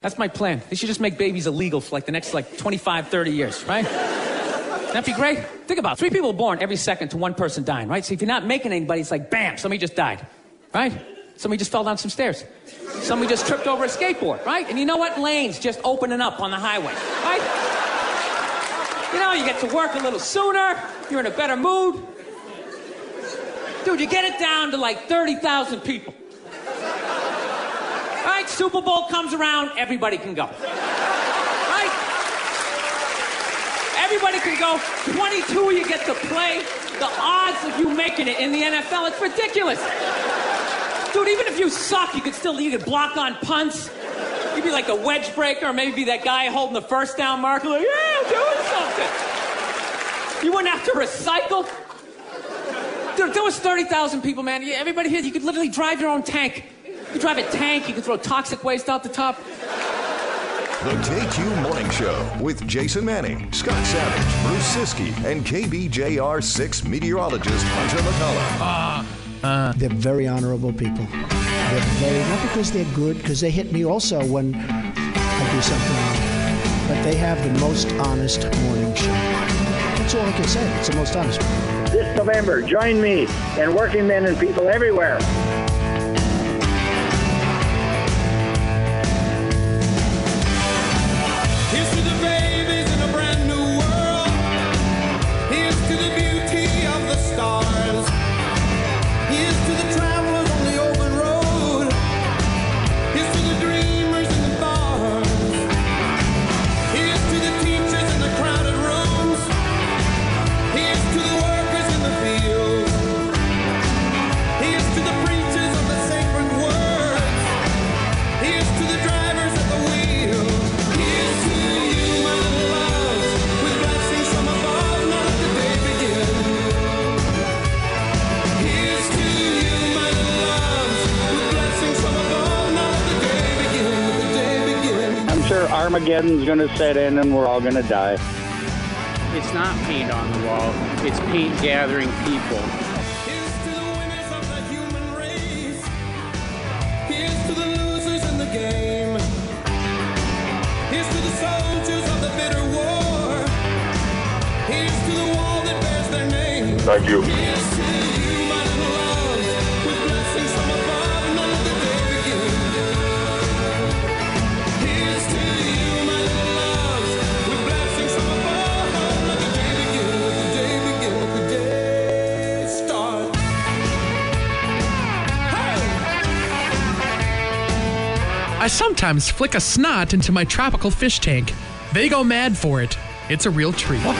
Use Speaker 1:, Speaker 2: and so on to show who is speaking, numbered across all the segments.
Speaker 1: That's my plan. They should just make babies illegal for like the next like 25, 30 years, right? That'd be great. Think about it. three people born every second to one person dying, right? So if you're not making anybody, it's like bam, somebody just died, right? Somebody just fell down some stairs. Somebody just tripped over a skateboard, right? And you know what? Lanes just opening up on the highway, right? You know, you get to work a little sooner. You're in a better mood. Dude, you get it down to like 30,000 people. All right, Super Bowl comes around, everybody can go. Right? Everybody can go. 22 you get to play. The odds of you making it in the NFL, it's ridiculous. Dude, even if you suck, you could still you could block on punts. You'd be like a wedge breaker, or maybe be that guy holding the first down marker, like, yeah, doing something. You wouldn't have to recycle. Dude, there was 30,000 people, man. Yeah, everybody here, you could literally drive your own tank. You drive a tank, you can throw toxic waste out the top.
Speaker 2: The JQ Morning Show with Jason Manning, Scott Savage, Bruce Siski, and KBJR 6 meteorologist Hunter McCullough.
Speaker 3: Uh, uh.
Speaker 4: They're very honorable people. They're very, not because they're good, because they hit me also when I do something wrong. But they have the most honest morning show. That's all I can say. It's the most honest.
Speaker 5: This November, join me and working men and people everywhere. Armageddon's going to set in and we're all going to die.
Speaker 6: It's not paint on the wall, it's paint gathering people.
Speaker 7: Thank you.
Speaker 8: I sometimes flick a snot into my tropical fish tank. They go mad for it. It's a real treat. What?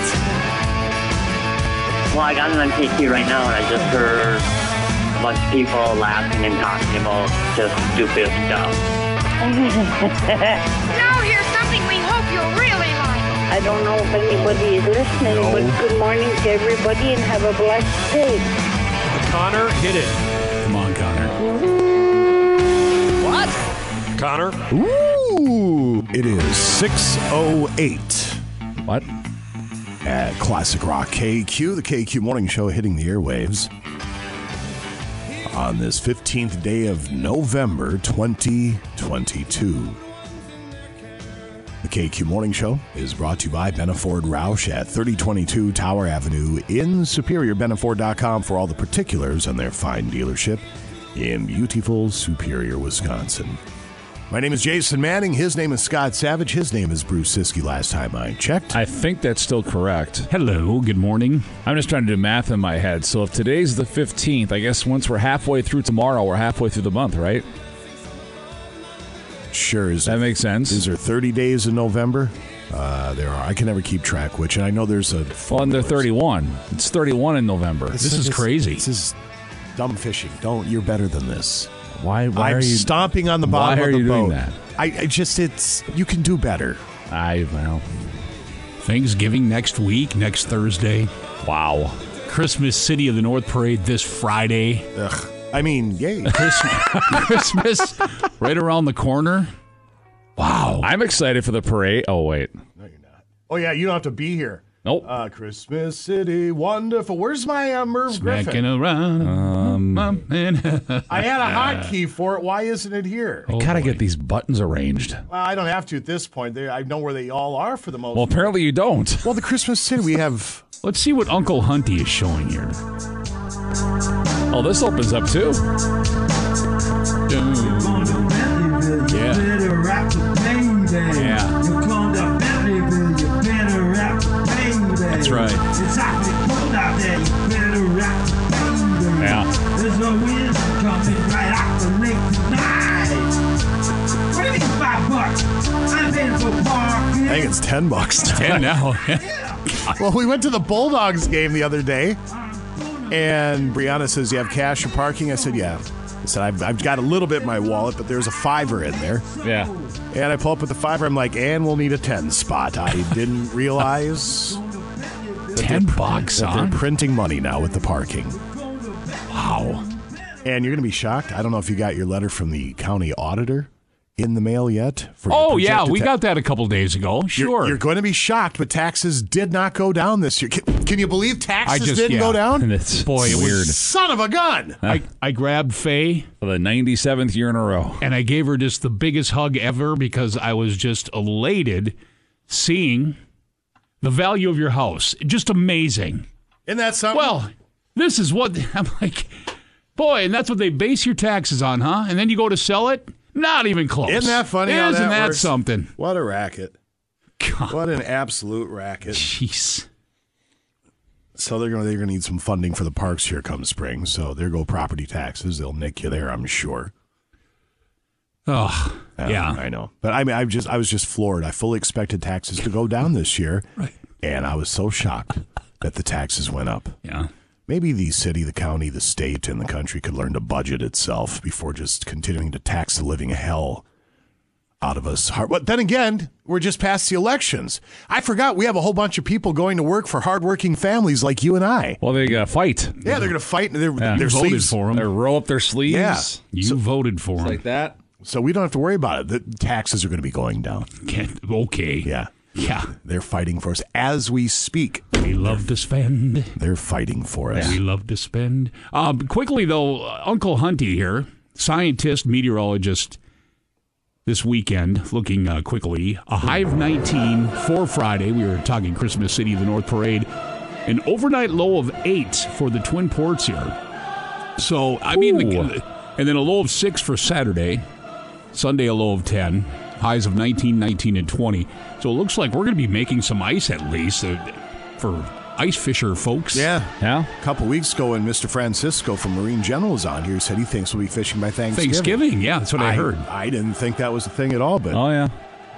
Speaker 9: Well, I got an MTQ right now, and I just heard a bunch of people laughing and talking about just stupid stuff.
Speaker 10: now here's something we hope you'll really like.
Speaker 11: I don't know if anybody is listening, no. but good morning to everybody and have a blessed day.
Speaker 12: Connor, hit it.
Speaker 13: Come on, Connor.
Speaker 1: What?
Speaker 12: Connor.
Speaker 13: Ooh, it is 608.
Speaker 8: What?
Speaker 13: At Classic Rock KQ, the KQ Morning Show hitting the airwaves on this 15th day of November 2022. The KQ Morning Show is brought to you by Benaford Roush at 3022 Tower Avenue in Superior, Benaford.com for all the particulars on their fine dealership in beautiful Superior, Wisconsin. My name is Jason Manning. His name is Scott Savage. His name is Bruce Siski. Last time I checked,
Speaker 14: I think that's still correct.
Speaker 13: Hello,
Speaker 14: good morning. I'm just trying to do math in my head. So if today's the 15th, I guess once we're halfway through tomorrow, we're halfway through the month, right?
Speaker 13: Sure. Is
Speaker 14: that
Speaker 13: there,
Speaker 14: makes sense?
Speaker 13: Is there 30 days in November? Uh, there are. I can never keep track. Which and I know there's a.
Speaker 14: Well, and they're 31. It's 31 in November.
Speaker 13: This,
Speaker 14: this is
Speaker 13: this,
Speaker 14: crazy.
Speaker 13: This is dumb fishing. Don't. You're better than this.
Speaker 14: Why, why
Speaker 13: I'm
Speaker 14: are you
Speaker 13: stomping on the bottom
Speaker 14: why are
Speaker 13: of the
Speaker 14: you
Speaker 13: boat.
Speaker 14: Doing that?
Speaker 13: I, I, just it's you can do better.
Speaker 14: I well.
Speaker 15: Thanksgiving next week, next Thursday.
Speaker 14: Wow.
Speaker 15: Christmas City of the North Parade this Friday.
Speaker 13: Ugh. I mean, yay.
Speaker 15: Christmas, Christmas right around the corner. Wow.
Speaker 14: I'm excited for the parade. Oh wait.
Speaker 13: No, you're not. Oh yeah, you don't have to be here.
Speaker 14: Nope.
Speaker 13: Uh, Christmas City, wonderful. Where's my uh, Merv
Speaker 15: Smacking
Speaker 13: Griffin?
Speaker 15: around. Um,
Speaker 13: I had a
Speaker 14: Uh,
Speaker 13: hotkey for it. Why isn't it here?
Speaker 15: Oh,
Speaker 14: I gotta get these buttons arranged.
Speaker 13: Well, I don't have to at this point. They, I know where they all are for the most.
Speaker 14: Well, apparently you don't.
Speaker 13: Well, the Christmas City we have.
Speaker 15: Let's see what Uncle Hunty is showing here.
Speaker 14: Oh, this opens up too.
Speaker 3: better rap the bang bang.
Speaker 14: Yeah.
Speaker 3: You called up Bentleyville, you better rap the bang bang.
Speaker 14: That's right.
Speaker 3: It's hot and cold out there, you better rap the bang bang.
Speaker 14: Yeah.
Speaker 3: There's no wind coming right out the lake tonight. What do you mean five bucks? I'm paying for parking.
Speaker 13: I think it's ten bucks. Ten
Speaker 15: now.
Speaker 13: well, we went to the Bulldogs game the other day, and Brianna says, "You have cash for parking?" I said, "Yeah." I said, "I've, I've got a little bit in my wallet, but there's a fiver in there."
Speaker 14: Yeah.
Speaker 13: And I pull up with the fiver. I'm like, "And we'll need a ten spot." I didn't realize. that they're
Speaker 15: Ten
Speaker 13: pr-
Speaker 15: bucks,
Speaker 13: that
Speaker 15: huh?
Speaker 13: They're printing money now with the parking.
Speaker 15: Wow.
Speaker 13: And you're going to be shocked. I don't know if you got your letter from the county auditor in the mail yet. for your
Speaker 15: Oh yeah,
Speaker 13: projected
Speaker 15: we
Speaker 13: ta-
Speaker 15: got that a couple days ago.
Speaker 13: You're-
Speaker 15: Sure.
Speaker 13: You're, going to be shocked, but taxes did not go down this year. Can, can you believe taxes didn't
Speaker 15: yeah.
Speaker 13: go down?
Speaker 14: It's
Speaker 15: Boy, it was
Speaker 14: weird.
Speaker 13: Son of a gun!
Speaker 15: I, I grabbed Faye
Speaker 14: For the 97th year in a row.
Speaker 15: and I gave her just the biggest hug ever because I was just elated seeing the value of your house. Just amazing.
Speaker 13: Isn't that something?
Speaker 15: Well, this is what I'm like, boy, and that's what they base your taxes on, huh? And then you go to sell it? Not even close.
Speaker 13: Isn't that funny? how
Speaker 15: Isn't that,
Speaker 13: works?
Speaker 15: something?
Speaker 13: What a racket!
Speaker 15: God.
Speaker 13: What an absolute racket!
Speaker 15: Jeez.
Speaker 13: So they're going to they're going to need some funding for the parks here come spring. So there go property taxes. They'll nick you there, I'm sure.
Speaker 15: Oh,
Speaker 13: Uh,
Speaker 15: yeah.
Speaker 13: I know. But I mean, I just I was just floored. I fully expected taxes to go down this year,
Speaker 15: Right.
Speaker 13: and I was so shocked that the taxes went up.
Speaker 15: Yeah.
Speaker 13: Maybe the city, the county, the state, and the country could learn to budget itself before just continuing to tax the living hell out of us. Hard- But then again, we're just past the elections. I forgot we have a whole bunch of people going to work for hardworking families like you and I.
Speaker 14: Well, they gotta fight.
Speaker 13: Yeah, they're going to fight. and They're,
Speaker 14: Yeah.
Speaker 13: they're
Speaker 15: voted
Speaker 13: sleeves-
Speaker 15: for them.
Speaker 14: They roll up their sleeves.
Speaker 13: Yeah.
Speaker 15: You voted for them.
Speaker 14: Like that.
Speaker 13: So we don't have to worry about it. The taxes are going to be going down.
Speaker 15: okay.
Speaker 13: Yeah.
Speaker 15: Yeah.
Speaker 13: They're fighting for us as we speak.
Speaker 15: We love to spend.
Speaker 13: They're fighting for us.
Speaker 15: We love to spend. Um, quickly, though, Uncle Hunty here, scientist, meteorologist, this weekend, looking uh, quickly, a high of 19 for Friday. We were talking Christmas City, the North Parade, an overnight low of eight for the Twin Ports here. So, I mean,
Speaker 14: Ooh.
Speaker 15: the, and then a low of six for Saturday, Sunday, a low of 10, highs of 19, 19, and 20. So it looks like we're going to be making some ice at least uh, for ice fisher folks.
Speaker 13: Yeah.
Speaker 14: Yeah.
Speaker 13: A couple weeks ago, when Mr. Francisco from Marine General was on here, he said he thinks we'll be fishing by Thanksgiving.
Speaker 15: Thanksgiving. Yeah, that's what I, heard.
Speaker 13: I didn't think that was a thing at all, but
Speaker 14: Oh yeah.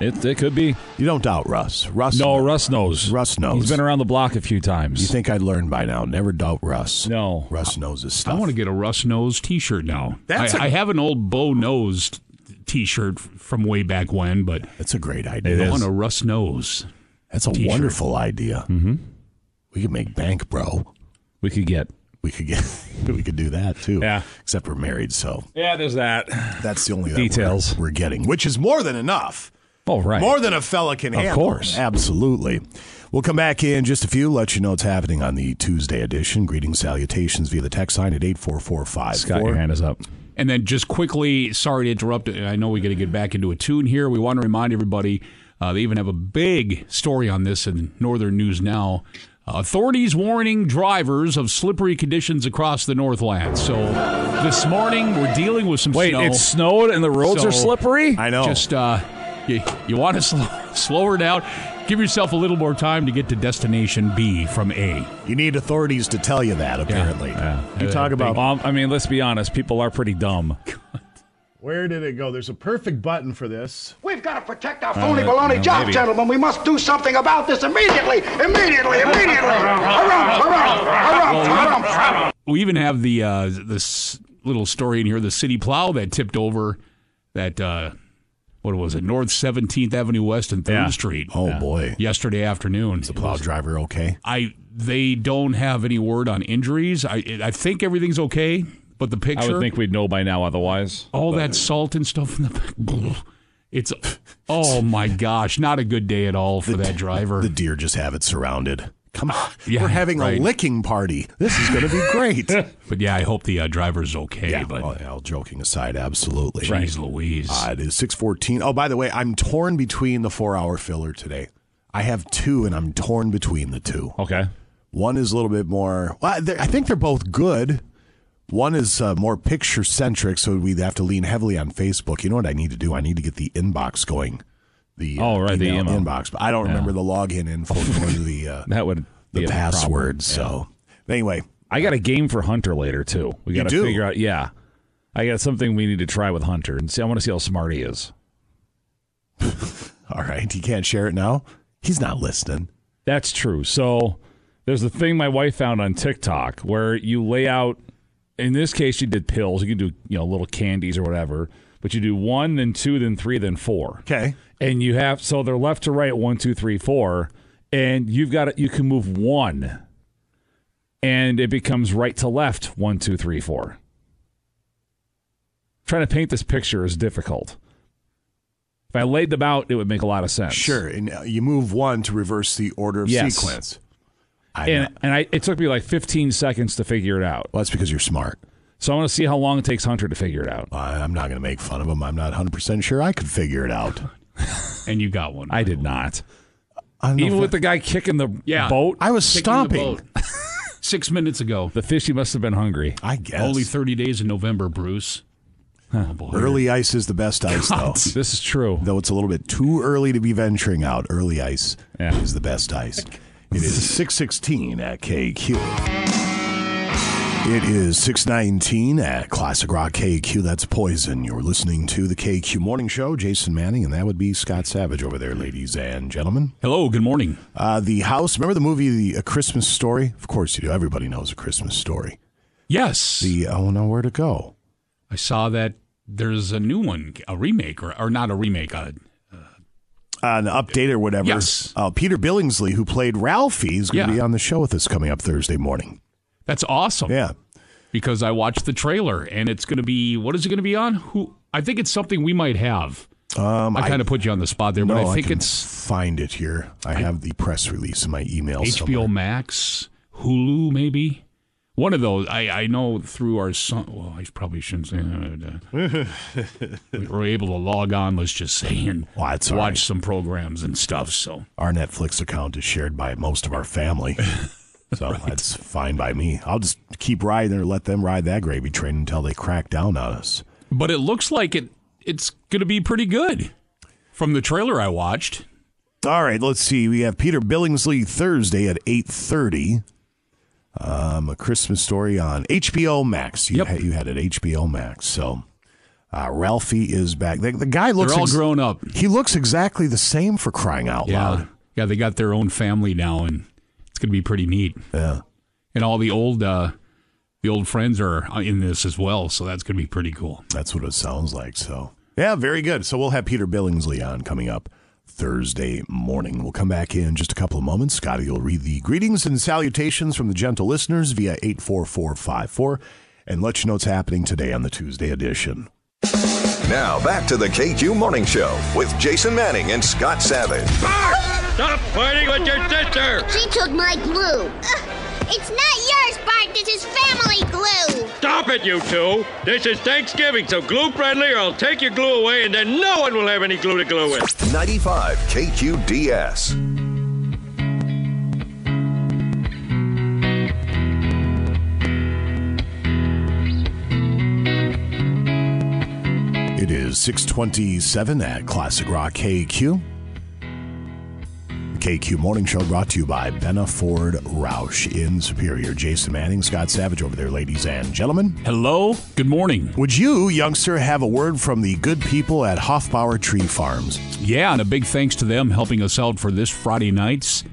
Speaker 14: It it could be.
Speaker 13: you don't doubt Russ. Russ.
Speaker 14: No, Russ knows.
Speaker 13: Russ knows.
Speaker 14: He's been around the block a few times.
Speaker 13: You think I'd learn by now? Never doubt Russ.
Speaker 14: No.
Speaker 13: Russ knows his
Speaker 15: I
Speaker 13: stuff.
Speaker 15: want to get a Russ Nose T-shirt now.
Speaker 13: That's
Speaker 15: I
Speaker 13: a-
Speaker 15: I have an old Bo Nose T-shirt f- from way back when, but
Speaker 13: That's a great
Speaker 14: It
Speaker 13: idea.
Speaker 15: I
Speaker 14: is.
Speaker 15: want a Russ Nose.
Speaker 13: That's a
Speaker 15: T-shirt.
Speaker 13: wonderful idea.
Speaker 15: Mm-hmm.
Speaker 13: We could make bank, bro.
Speaker 14: we could get.
Speaker 13: We could get. we could do that too.
Speaker 14: Yeah.
Speaker 13: Except we're married, so
Speaker 14: Yeah, there's that.
Speaker 13: that's the only that
Speaker 14: Details.
Speaker 13: we're, we're getting, which is more than enough.
Speaker 14: Oh right.
Speaker 13: More than a fella can
Speaker 14: Of
Speaker 13: handle.
Speaker 14: course.
Speaker 13: Absolutely. We'll come back in just a few, let you know what's happening on the Tuesday edition. Greetings, salutations via the text line at
Speaker 14: Scott, your
Speaker 13: 84454.
Speaker 14: hand is up.
Speaker 15: And then just quickly, sorry to interrupt. I know we got to get back into a tune here. We want to remind everybody uh, they even have a big story on this in Northern News Now. Authorities warning drivers of slippery conditions across the Northland. So this morning we're dealing with some
Speaker 14: Wait,
Speaker 15: snow.
Speaker 14: it snowed and the roads
Speaker 15: So-
Speaker 14: are slippery.
Speaker 13: I know.
Speaker 15: Just uh, you, you want to slow, slow her down. Give yourself a little more time to get to destination B from A.
Speaker 13: you need authorities to tell you that, apparently. You
Speaker 15: Uh,
Speaker 13: talk about.
Speaker 14: Um, I mean, let's be honest. People are pretty dumb.
Speaker 13: Where did it go? There's a perfect button for this.
Speaker 7: We've got to protect our phony
Speaker 14: phony Uh, baloney
Speaker 7: baloney
Speaker 14: no, job,
Speaker 7: job,
Speaker 14: maybe.
Speaker 7: gentlemen. We must do something about this immediately! Immediately! Immediately!
Speaker 15: We even have the uh, this little story in here: the city plow that tipped over that uh, what was it? North Seventeenth Avenue West and Third
Speaker 14: Yeah.
Speaker 15: Street
Speaker 13: Oh, boy.
Speaker 15: yesterday afternoon.
Speaker 13: Plow driver, okay.
Speaker 15: I they don't have any word on injuries. I I think everything's okay, but the
Speaker 14: I
Speaker 15: picture
Speaker 14: would think we'd know by now. Otherwise,
Speaker 15: all that salt and stuff in the back. It's oh my gosh, not a good day at all for that driver.
Speaker 13: The deer just have it surrounded. Come on,
Speaker 15: Yeah,
Speaker 13: we're having
Speaker 15: right.
Speaker 13: a licking party. This is going to be great.
Speaker 15: but yeah, I hope the uh, driver's okay.
Speaker 13: Yeah,
Speaker 15: but
Speaker 13: well, all joking aside, absolutely.
Speaker 15: Jeez Louise.
Speaker 13: Uh, it is six fourteen. Oh, by the way, I'm torn between the four-hour filler today. I have two, and I'm torn between the two.
Speaker 14: Okay.
Speaker 13: One is a little bit more. Well, they're- I think they're both good. One is uh, more picture centric, so we'd have to lean heavily on Facebook. You know what I need to do? I need to get the inbox going. The uh,
Speaker 14: Oh, right, the
Speaker 13: email
Speaker 14: email.
Speaker 13: inbox. But I don't
Speaker 14: Yeah.
Speaker 13: remember the login info or the uh,
Speaker 14: That would
Speaker 13: the
Speaker 14: be a problem.
Speaker 13: password.
Speaker 14: Yeah.
Speaker 13: So anyway,
Speaker 14: I got a game for Hunter later too. We
Speaker 13: You
Speaker 14: got to
Speaker 13: do?
Speaker 14: figure out. Yeah, I got something we need to try with Hunter and see. I want to see how smart he is.
Speaker 13: all right, he can't share it now. He's not listening.
Speaker 14: That's true. So there's the thing my wife found on TikTok where you lay out. In this case, you did pills. You can do you know little candies or whatever, but you do one, then two, then three, then four.
Speaker 13: Okay.
Speaker 14: And you have so they're left to right one, two, three, four, and you've got to, you can move one, and it becomes right to left one, two, three, four. Trying to paint this picture is difficult. If I laid them out, it would make a lot of sense.
Speaker 13: Sure, and uh, you move one to reverse the order of
Speaker 14: Yes.
Speaker 13: sequence. I know.
Speaker 14: and and I, it took me like 15 seconds to figure it out.
Speaker 13: Well, that's because you're smart.
Speaker 14: So I want to see how long it takes Hunter to figure it out.
Speaker 13: I, I'm not going to make fun of him. I'm not 100 percent sure I could figure it out.
Speaker 15: and you got one.
Speaker 14: I did not.
Speaker 13: I don't know
Speaker 14: Even
Speaker 13: if
Speaker 14: with
Speaker 13: that-
Speaker 14: the guy kicking the
Speaker 15: Yeah.
Speaker 14: boat,
Speaker 13: I was
Speaker 15: Kicking the
Speaker 13: stomping.
Speaker 15: boat. Six minutes ago.
Speaker 14: the fishy must have been hungry.
Speaker 13: I guess
Speaker 15: Only 30 days in November, Bruce. Oh, boy.
Speaker 13: early ice is the best ice, though.
Speaker 14: This is true.
Speaker 13: Though it's a little bit too early to be venturing out. Early ice
Speaker 14: Yeah.
Speaker 13: is the best ice. It is 616 at KQ. It is 619 at Classic Rock KQ. That's Poison. You're listening to the KQ Morning Show. Jason Manning, and that would be Scott Savage over there, ladies and gentlemen.
Speaker 15: Hello, good morning.
Speaker 13: Uh, the house. Remember the movie The A Christmas Story? Of course you do. Everybody knows A Christmas Story.
Speaker 15: Yes.
Speaker 13: The oh no, where to go?
Speaker 15: I saw that there's a new one, a remake, or, or not a remake. Uh,
Speaker 13: Uh, an update or whatever.
Speaker 15: Yes.
Speaker 13: Uh, Peter Billingsley, who played Ralphie, is going to
Speaker 15: Yeah.
Speaker 13: be on the show with us coming up Thursday morning.
Speaker 15: that's awesome.
Speaker 13: Yeah.
Speaker 15: Because I watched the trailer and it's going to be, what is it going to be on? Who? I think it's something we might have.
Speaker 13: Um,
Speaker 15: I kind of put you on the spot there,
Speaker 13: no,
Speaker 15: but I think
Speaker 13: can
Speaker 15: it's
Speaker 13: find it here. I, have the press release in my email.
Speaker 15: HBO
Speaker 13: somewhere.
Speaker 15: Max, Hulu, maybe one of those. I, I know through our son. Well, I probably shouldn't say that. Uh, we were able to log on. Let's just say and
Speaker 13: Well, that's
Speaker 15: watch
Speaker 13: all right.
Speaker 15: some programs and stuff. So
Speaker 13: Our Netflix account is shared by most of our family. So that's fine by me. I'll just keep riding or let them ride that gravy train until they crack down on us.
Speaker 15: but it looks like it it's going to be pretty good from the trailer I watched.
Speaker 13: All right, let's see. We have Peter Billingsley Thursday at eight thirty. Um, a Christmas story on HBO Max. You,
Speaker 15: Yep.
Speaker 13: had, you had it HBO Max. So uh, Ralphie is back. The, the guy looks
Speaker 15: They're all
Speaker 13: ex-
Speaker 15: grown up.
Speaker 13: He looks exactly the same for crying out
Speaker 15: Yeah,
Speaker 13: loud.
Speaker 15: yeah, they got their own family now, and it's going to be pretty neat.
Speaker 13: Yeah.
Speaker 15: And all the old uh, the old friends are in this as well, so that's going to be pretty cool.
Speaker 13: That's what it sounds like. So, yeah, very good. So, we'll have Peter Billingsley on coming up Thursday morning. We'll come back in just a couple of moments. Scotty will read the greetings and salutations from the gentle listeners via 84454 and let you know what's happening today on the Tuesday edition.
Speaker 2: Now back to the KQ Morning Show with Jason Manning and Scott Savage.
Speaker 16: Stop fighting with your sister!
Speaker 10: She took my glue. it's not yours, Bart. This is family glue.
Speaker 16: Stop it, you two! This is Thanksgiving, so glue friendly, or I'll take your glue away, and then no one will have any glue to glue with.
Speaker 2: 95 KQDS.
Speaker 13: It is 627 at Classic Rock KQ. The KQ Morning Show brought to you by Benna Ford Roush in Superior. Jason Manning, Scott Savage over there, ladies and gentlemen.
Speaker 15: Hello, good morning.
Speaker 13: Would you, youngster, have a word from the good people at Hoffbauer Tree Farms?
Speaker 15: Yeah, and a big thanks to them helping us out for this Friday night's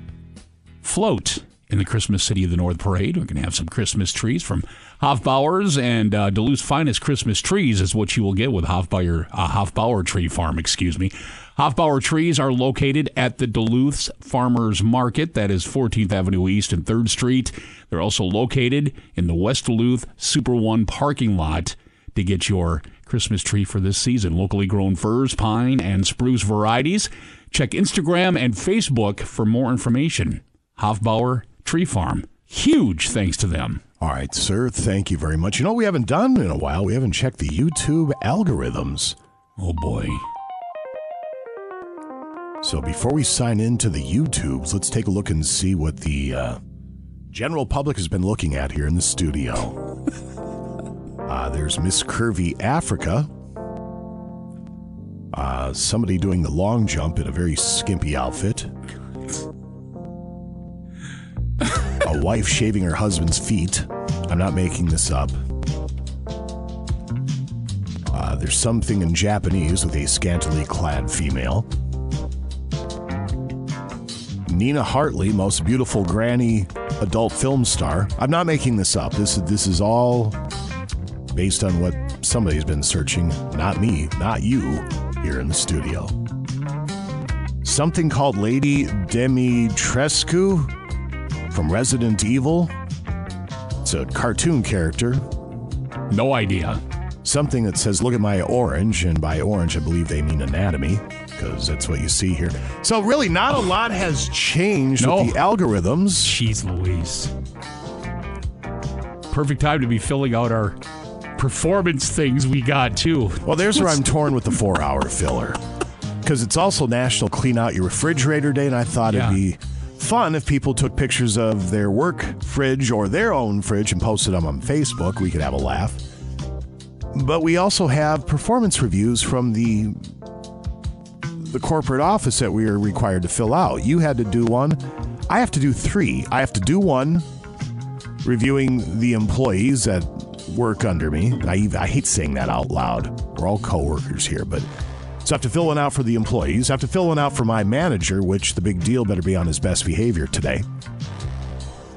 Speaker 15: float in the Christmas City of the North Parade. We're going to have some Christmas trees from Hofbauer's and uh, Duluth's finest Christmas trees is what you will get with Hofbauer, uh, Hofbauer Tree Farm, excuse me. Hofbauer trees are located at the Duluth's Farmers Market, that is 14th Avenue East and 3rd Street. They're also located in the West Duluth Super One parking lot to get your Christmas tree for this season. Locally grown firs, pine, and spruce varieties. Check Instagram and Facebook for more information. Hofbauer Tree Farm. Huge thanks to them.
Speaker 13: All right, sir. Thank you very much. You know, we haven't done in a while. We haven't checked the YouTube algorithms.
Speaker 15: Oh boy.
Speaker 13: So before we sign into the YouTubes, let's take a look and see what the uh, general public has been looking at here in the studio. uh, there's Miss Curvy Africa. Uh, somebody doing the long jump in a very skimpy outfit. a wife shaving her husband's feet. I'm not making this up. Uh, there's something in Japanese with a scantily clad female. Nina Hartley, most beautiful granny adult film star. I'm not making this up. This this is all based on what somebody's been searching, not me, not you, here in the studio. Something called Lady Demetrescu from Resident Evil. It's a cartoon character.
Speaker 15: No idea.
Speaker 13: Something that says, look at my orange, and by orange, I believe they mean anatomy, because that's what you see here. So, really, not a lot has changed
Speaker 15: No.
Speaker 13: with the algorithms.
Speaker 15: Jeez Louise. Perfect time to be filling out our performance things we got, too.
Speaker 13: Well, there's where I'm torn with the four hour filler, because it's also National Clean Out Your Refrigerator Day, and I thought it'd be fun if people took pictures of their work fridge or their own fridge and posted them on Facebook. We could have a laugh. But we also have performance reviews from the the corporate office that we are required to fill out. You had to do one. I have to do three. I have to do one reviewing the employees that work under me. I, even- I hate saying that out loud. We're all coworkers here, but so I have to fill one out for the employees. I have to fill one out for my manager, which the big deal better be on his best behavior today.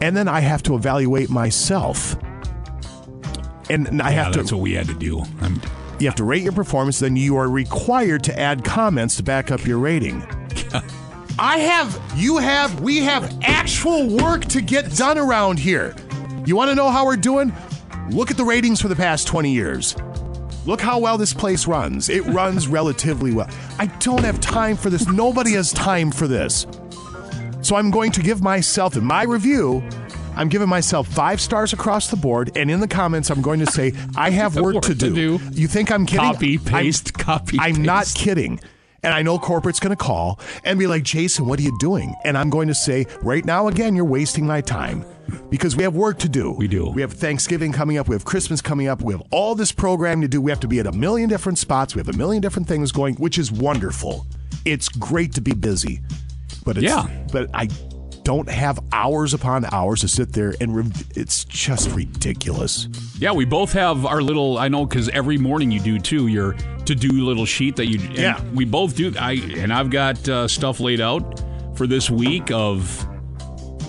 Speaker 13: And then I have to evaluate myself. And and I
Speaker 15: yeah,
Speaker 13: have to
Speaker 15: that's what we had to do. I'm,
Speaker 13: you have to rate your performance, then you are required to add comments to back up your rating. I have, you have, we have actual work to get done around here. You want to know how we're doing? Look at the ratings for the past 20 years. Look how well this place runs. It runs relatively well. I don't have time for this. Nobody has time for this. So I'm going to give myself, in my review, I'm giving myself five stars across the board, and in the comments, I'm going to say, I have work, to, do. You think I'm kidding?
Speaker 15: Copy,
Speaker 13: paste,
Speaker 15: I'm, copy,
Speaker 13: I'm not kidding. And I know corporate's going to call and be like, Jason, what are you doing? And I'm going to say, right now, again, you're wasting my time because we have work to do. We do. We have Thanksgiving coming up. We have Christmas coming up. We have all this program to do. We have to be at a million different spots. We have a million different things going, which is wonderful. It's great to be busy. But it's,
Speaker 15: Yeah.
Speaker 13: but I don't have hours upon hours to sit there and rev- it's just ridiculous.
Speaker 15: yeah, we both have our little. I know because every morning you do too. Your to-do little sheet that you. and
Speaker 13: Yeah.
Speaker 15: we both do. I and I've got uh, stuff laid out for this week of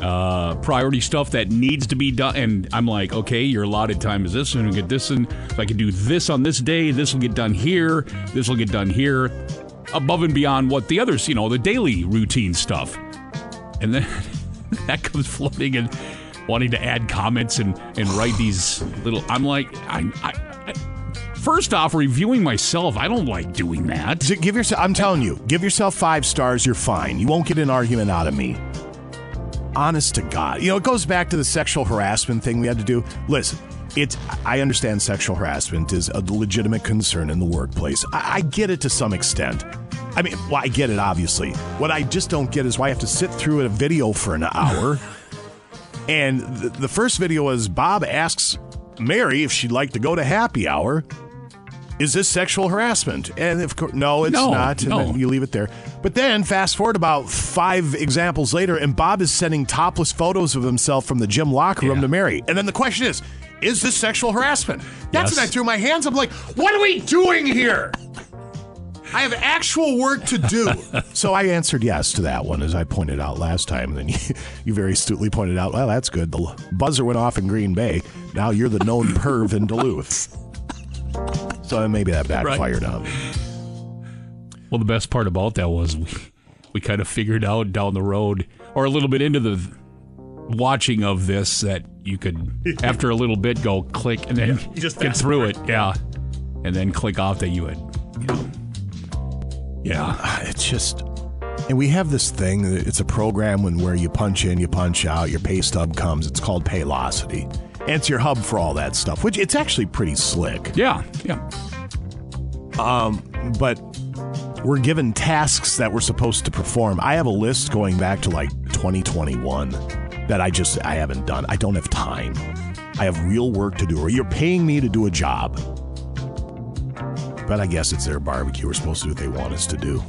Speaker 15: uh, priority stuff that needs to be done. And I'm like, okay, your allotted time is this, and we get this, and if I can do this on this day, this will get done here, this will get done here, above and beyond what the others, you know, the daily routine stuff. And then that comes floating and wanting to add comments and and write these little. I'm like, I. I, I First off, reviewing myself, I don't like doing that.
Speaker 13: J- Give yourself. I'm telling you, give yourself five stars. You're fine. You won't get an argument out of me. Honest to God, you know it goes back to the sexual harassment thing we had to do. Listen, it's. I understand sexual harassment is a legitimate concern in the workplace. I, I get it to some extent. I mean, well, I get it obviously. What I just don't get is why I have to sit through a video for an hour. And the, the first video was Bob asks Mary if she'd like to go to happy hour. Is this sexual harassment? And of course, no, it's
Speaker 15: No,
Speaker 13: not. And
Speaker 15: no.
Speaker 13: then you leave it there. But then fast forward about five examples later, and Bob is sending topless photos of himself from the gym locker room to Mary. And then the question is, is this sexual harassment? That's
Speaker 15: Yes.
Speaker 13: when I threw my hands up, like, what are we doing here? I have actual work to do. so I answered yes to that one, as I pointed out last time. Then you, you very astutely pointed out, well, that's good. The l- buzzer went off in Green Bay. Now you're the known perv in Duluth. So maybe that backfired on me.
Speaker 15: Well, the best part about that was we, we kind of figured out down the road, or a little bit into the watching of this, that you could, after a little bit, go click and then
Speaker 12: just
Speaker 15: get
Speaker 12: fast
Speaker 15: through it. Yeah. and then click off that you had, you know.
Speaker 13: Yeah, Uh, it's just, and we have this thing. that It's a program when where you punch in, you punch out, your pay stub comes. It's called Paylocity. And it's your hub for all that stuff, which it's actually pretty slick.
Speaker 15: Yeah, yeah.
Speaker 13: Um, but we're given tasks that we're supposed to perform. I have a list going back to like 2021 that I just I haven't done. I don't have time. I have real work to do. Or you're paying me to do a job. But I guess it's their barbecue. We're supposed to do what they want us to do.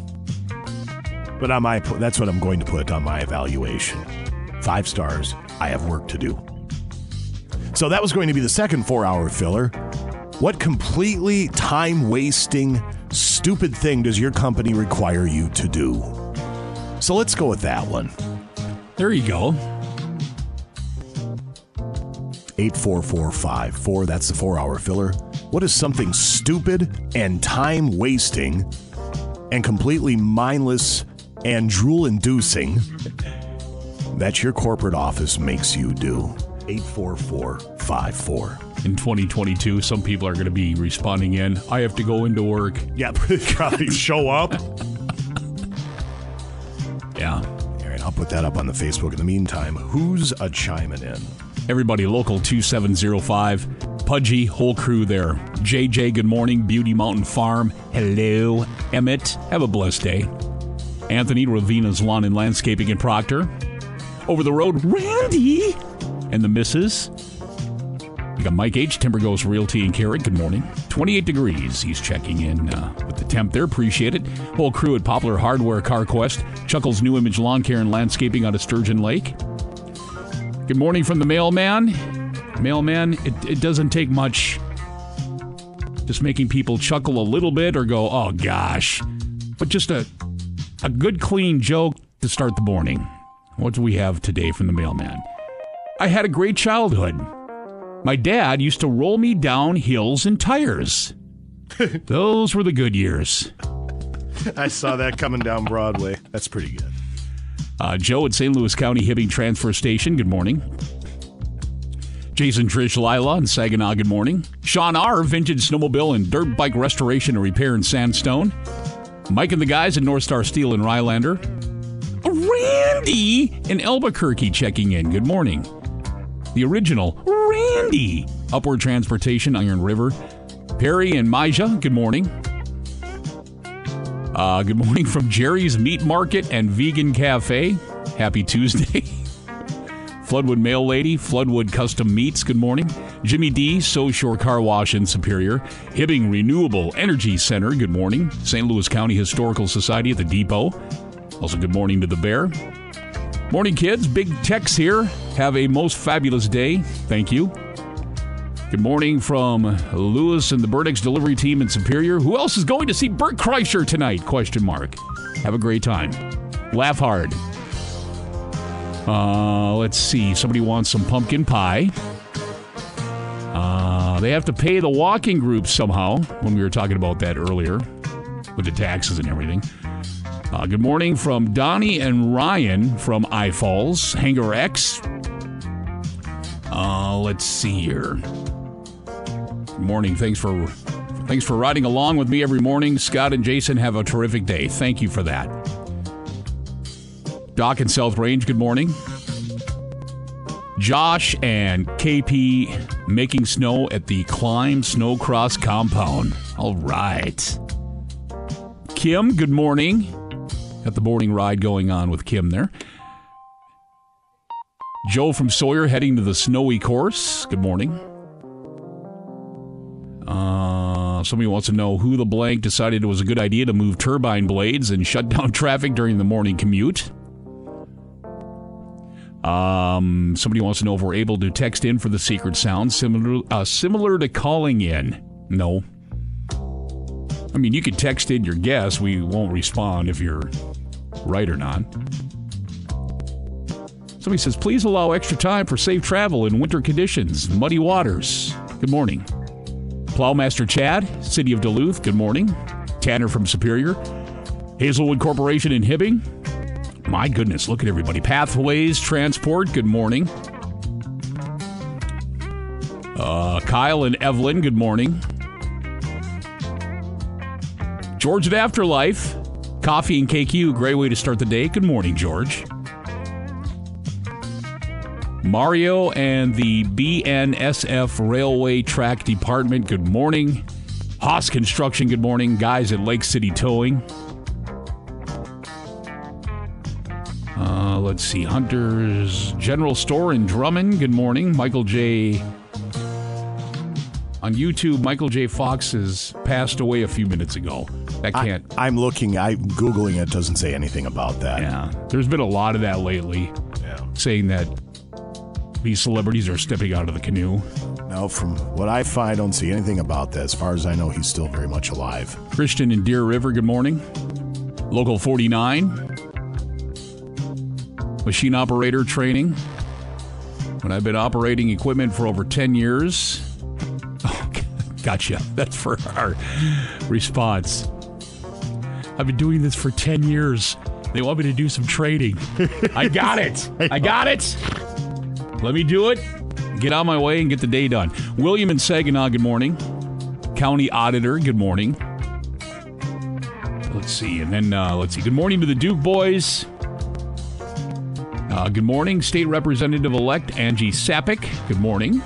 Speaker 13: But on my that's what I'm going to put on my evaluation. Five stars. I have work to do. So that was going to be the second four-hour filler. What completely time wasting, stupid thing does your company require you to do? So let's go with that one.
Speaker 15: There you go.
Speaker 13: 84454, that's the four hour filler. What is something stupid and time wasting and completely mindless and drool inducing that your corporate office makes you do? 84454.
Speaker 15: In 2022, some people are going to be responding in, I have to go into work.
Speaker 13: Yeah, probably show up.
Speaker 15: yeah.
Speaker 13: All right, I'll put that up on the Facebook. In the meantime, who's a chiming in?
Speaker 15: Everybody, local 2705, Pudgy, whole crew there. JJ, good morning. Beauty Mountain Farm, hello. Emmett, have a blessed day. Anthony, Ravina's Lawn and Landscaping in Proctor. Over the road, Randy and the missus. We got Mike H. Timber Ghost Realty and Carrot. Good morning. 28 degrees. He's checking in uh, with the temp there. Appreciate it. Whole crew at Poplar Hardware Car Quest. Chuckles New Image Lawn Care and Landscaping out of Sturgeon Lake. Good morning from the mailman. Mailman, it, it doesn't take much. Just making people chuckle a little bit or go, oh gosh. But just a, a good, clean joke to start the morning. What do we have today from the mailman? I had a great childhood. My dad used to roll me down hills in tires. Those were the good years.
Speaker 13: I saw that coming down Broadway. That's pretty good.
Speaker 15: Uh, Joe at St. Louis County Hibbing Transfer Station, good morning. Jason Trish Lila in Saginaw, good morning. Sean R., Vintage Snowmobile and Dirt Bike Restoration and Repair in Sandstone. Mike and the guys at North Star Steel in Rylander. Randy in Albuquerque checking in, good morning the original Randy. Upward Transportation, Iron River. Perry and Maja, good morning. Uh, good morning from Jerry's Meat Market and Vegan Cafe. Happy Tuesday. Floodwood Mail Lady, Floodwood Custom Meats, good morning. Jimmy D, So Shore Car Wash in Superior. Hibbing Renewable Energy Center, good morning. St. Louis County Historical Society at the Depot. Also, good morning to the bear. Morning, kids. Big Tex here. Have a most fabulous day. Thank you. Good morning from Lewis and the Burdick's delivery team in Superior. Who else is going to see Bert Kreischer tonight? Question mark. Have a great time. Laugh hard. Uh, let's see. Somebody wants some pumpkin pie. Uh, they have to pay the walking group somehow. When we were talking about that earlier, with the taxes and everything. Uh, good morning from Donnie and Ryan from I Falls, Hangar X. Uh, let's see here. Good morning. Thanks for thanks for riding along with me every morning. Scott and Jason have a terrific day. Thank you for that. Doc and South Range, good morning. Josh and KP making snow at the Climb Snow Cross compound. All right. Kim, good morning. Got the boarding ride going on with Kim there. Joe from Sawyer heading to the snowy course. Good morning. Uh, somebody wants to know who the blank decided it was a good idea to move turbine blades and shut down traffic during the morning commute. Um, somebody wants to know if we're able to text in for the secret sound, similar uh, similar to calling in. No. I mean, you could text in your guess. We won't respond if you're right or not. Somebody says, please allow extra time for safe travel in winter conditions, muddy waters. Good morning. Plowmaster Chad, City of Duluth, good morning. Tanner from Superior. Hazelwood Corporation in Hibbing. My goodness, look at everybody. Pathways Transport, good morning. Uh, Kyle and Evelyn, good morning. George at Afterlife, coffee and KQ. Great way to start the day. Good morning, George. Mario and the BNSF Railway Track Department. Good morning. Haas Construction. Good morning, guys at Lake City Towing. Uh, let's see. Hunter's General Store in Drummond. Good morning. Michael J. On YouTube, Michael J. Fox has passed away a few minutes ago. That can't.
Speaker 13: I, am looking. I googling it. Doesn't say anything about that.
Speaker 15: Yeah. There's been a lot of that lately. Yeah. Saying that these celebrities are stepping out of the canoe.
Speaker 13: No, from what I find, I don't see anything about that. As far as I know, he's still very much alive.
Speaker 15: Christian in Deer River, good morning. Local 49. Machine operator training. When I've been operating equipment for over 10 years. Oh, gotcha. That's for our response. I've been doing this for 10 years. They want me to do some training. I got it. I got it. Let me do it. Get out of my way and get the day done. William and Saginaw, good morning. County Auditor, good morning. Let's see. And then, uh, let's see. Good morning to the Duke boys. Uh, good morning, State Representative elect Angie Sapik. Good morning.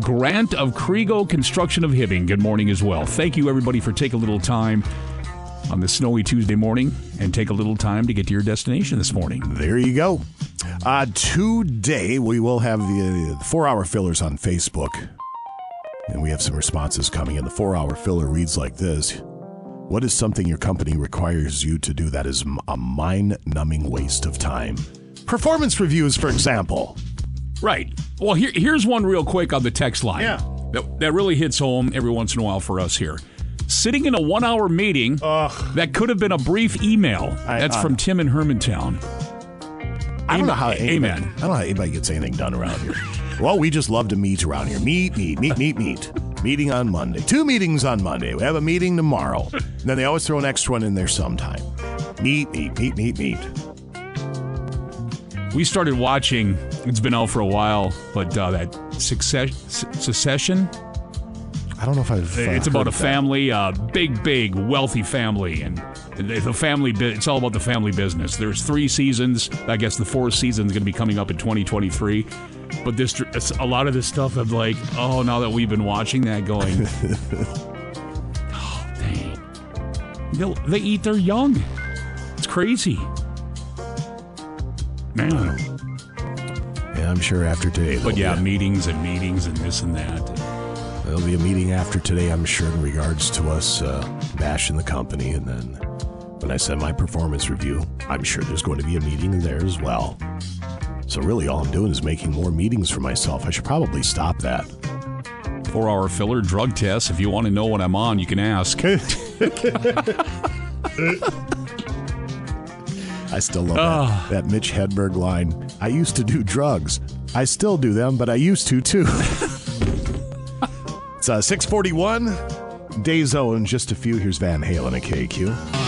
Speaker 15: Grant of Kriego Construction of Hibbing. Good morning as well. Thank you, everybody, for taking a little time on this snowy Tuesday morning and take a little time to get to your destination this morning.
Speaker 13: There you go. Uh, today we will have the, the four-hour fillers on Facebook, and we have some responses coming in. The four-hour filler reads like this: What is something your company requires you to do that is m- a mind-numbing waste of time? Performance reviews, for example.
Speaker 15: Right. Well, here, here's one real quick on the text line.
Speaker 13: Yeah.
Speaker 15: That, that really hits home every once in a while for us here. Sitting in a one hour meeting that could have been a brief email.
Speaker 13: I-
Speaker 15: That's
Speaker 13: uh,
Speaker 15: from Tim in Hermantown.
Speaker 13: I don't know how.
Speaker 15: Amen.
Speaker 13: Anybody, I don't know how anybody gets anything done around here. well, we just love to meet around here. Meet, meet, meet, meet, meet. Meeting on Monday. Two meetings on Monday. We have a meeting tomorrow. And then they always throw an extra one in there sometime. Meet, meet, meet, meet, meet.
Speaker 15: We started watching. It's been out for a while, but uh, that success, secession.
Speaker 13: I don't know if I've. uh,
Speaker 15: It's
Speaker 13: heard
Speaker 15: about a
Speaker 13: of that.
Speaker 15: family, a big, big, wealthy family, and the the family. bu- It's all about the family business. There's three seasons. I guess the fourth season is going to be coming up in 2023. But this, it's a lot of this stuff. I'm like, oh, now that we've been watching that, going, oh, dang, They'll, they eat their young. It's crazy, man.
Speaker 13: Yeah, I'm sure after today.
Speaker 15: But
Speaker 13: there'll
Speaker 15: yeah,
Speaker 13: be a-
Speaker 15: meetings and meetings and this and that.
Speaker 13: there'll be a meeting after today. I'm sure in regards to us uh, bashing the company, and then when I send my performance review, I'm sure there's going to be a meeting there as well. So really, all I'm doing is making more meetings for myself. I should probably stop that.
Speaker 15: Four hour filler drug test. If you want to know what I'm on, you can ask.
Speaker 13: I still love that, that Mitch Hedberg line. I used to do drugs. I still do them, but I used to too. it's uh, 641. Day zone, just a few. Here's Van Halen at KQ.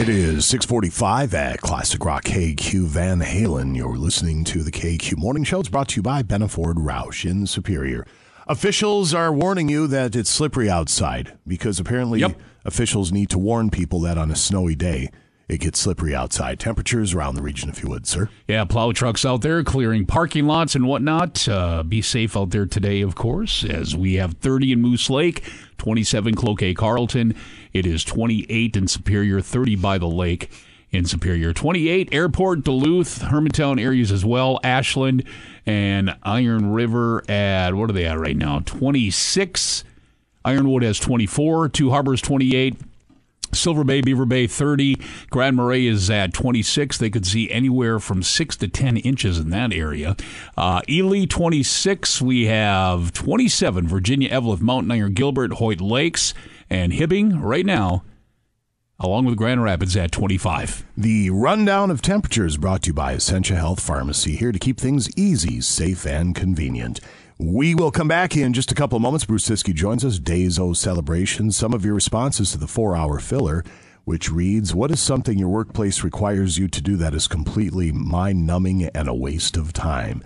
Speaker 13: It is 645 at Classic Rock KQ Van Halen. You're listening to the KQ Morning Show. It's brought to you by Benaford Roush in Superior. Officials are warning you that it's slippery outside because apparently officials need to warn people that on a snowy day it gets slippery outside. Temperatures around the region, if you would, sir.
Speaker 15: Yeah, plow trucks out there clearing parking lots and whatnot. Uh, be safe out there today, of course, as we have 30 in Moose Lake, 27 Cloquet Carlton. It is 28 in Superior, 30 by the lake in Superior. 28 Airport, Duluth, Hermantown areas as well, Ashland, and Iron River at, what are they at right now? 26. Ironwood has 24, Two Harbors 28, Silver Bay, Beaver Bay 30, Grand Marais is at 26. They could see anywhere from 6 to 10 inches in that area. Uh, Ely 26, we have 27, Virginia, Evelyn, Mountain Iron, Gilbert, Hoyt Lakes, and Hibbing right now, along with Grand Rapids at 25.
Speaker 13: The rundown of temperatures brought to you by Essentia Health Pharmacy, here to keep things easy, safe, and convenient. We will come back in just a couple of moments. Bruce Siski joins us. Days O celebration. Some of your responses to the four hour filler, which reads What is something your workplace requires you to do that is completely mind numbing and a waste of time?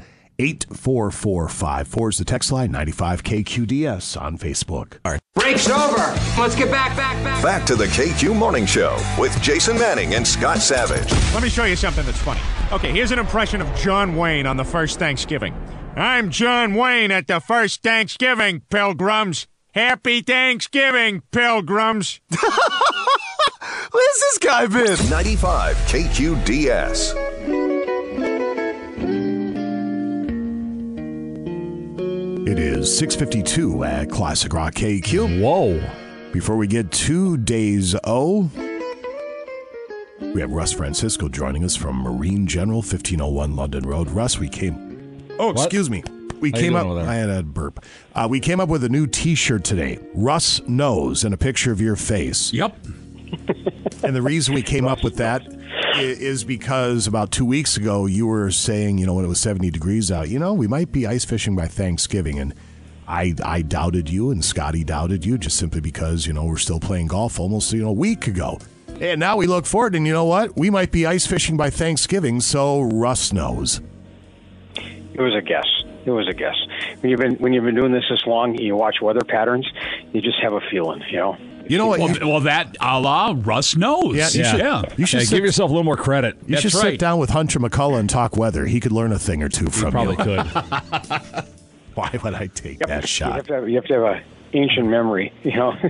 Speaker 13: 84454 is the text line 95KQDS on Facebook. All right.
Speaker 17: Break's over. Let's get back, back, back.
Speaker 2: Back to the KQ Morning Show with Jason Manning and Scott Savage.
Speaker 18: Let me show you something that's funny. Okay, here's an impression of John Wayne on the first Thanksgiving. I'm John Wayne at the first Thanksgiving, pilgrims. Happy Thanksgiving, pilgrims.
Speaker 2: Where's this guy been? 95 KQDS.
Speaker 13: It is 6:52 at Classic Rock KQ. Whoa! Before we get two days O, we have Russ Francisco joining us from Marine General 1501 London Road. Russ, we came. Oh,
Speaker 19: What?
Speaker 13: excuse me. We
Speaker 19: How you
Speaker 13: came
Speaker 19: doing
Speaker 13: up.
Speaker 19: over there?
Speaker 13: I had a burp. Uh, we came up with a new T-shirt today. Russ knows, and a picture of your face.
Speaker 15: Yep.
Speaker 13: and the reason we came up with that i- is because about two weeks ago you were saying, you know, when it was 70 degrees out, you know, we might be ice fishing by Thanksgiving. And I, I doubted you and Scotty doubted you just simply because, you know, we're still playing golf almost, you know, a week ago. And now we look forward and you know what? We might be ice fishing by Thanksgiving, so Russ knows.
Speaker 20: It was a guess. It was a guess. When you've been when you've been doing this this long, you watch weather patterns. You just have a feeling, you know.
Speaker 13: You know what?
Speaker 15: Well, well, that a la Russ knows.
Speaker 13: Yeah, you should- you should Yeah, sit- give
Speaker 14: yourself a little more credit.
Speaker 13: You should sit down with Hunter McCullough and talk weather. He could learn a thing or two from
Speaker 14: probably
Speaker 13: you.
Speaker 14: could.
Speaker 13: Why would I take that
Speaker 20: You
Speaker 13: shot?
Speaker 20: have to have, you have, to have a ancient memory, you know.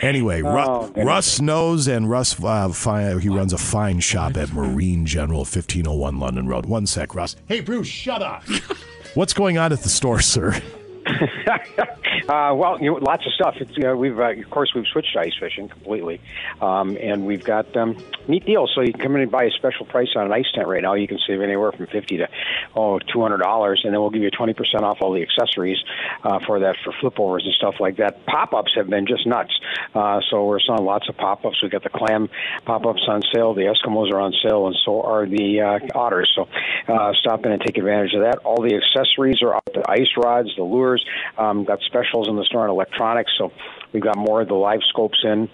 Speaker 13: Anyway, Ru-
Speaker 20: Oh, goodness.
Speaker 13: Russ knows, and Russ uh, fi- he runs a fine shop at Marine General, fifteen hundred one London Road. One sec, Russ. Hey, Bruce, shut up. What's going on at the store, sir?
Speaker 20: uh, well, you know, lots of stuff. It's, you know, we've uh, of course we've switched to ice fishing completely, um, and we've got um, neat deals. So you can come in and buy a special price on an ice tent right now. You can save anywhere from fifty to oh two hundred dollars, and then we'll give you twenty percent off all the accessories uh, for that for flip overs and stuff like that. Pop ups have been just nuts. Uh, so we're selling lots of pop ups. We've got the clam pop ups on sale. The Eskimos are on sale, and so are the uh, otters. So uh, stop in and take advantage of that. All the accessories are up the ice rods, the lures, um, got specials in the store on electronics. So we've got more of the live scopes in.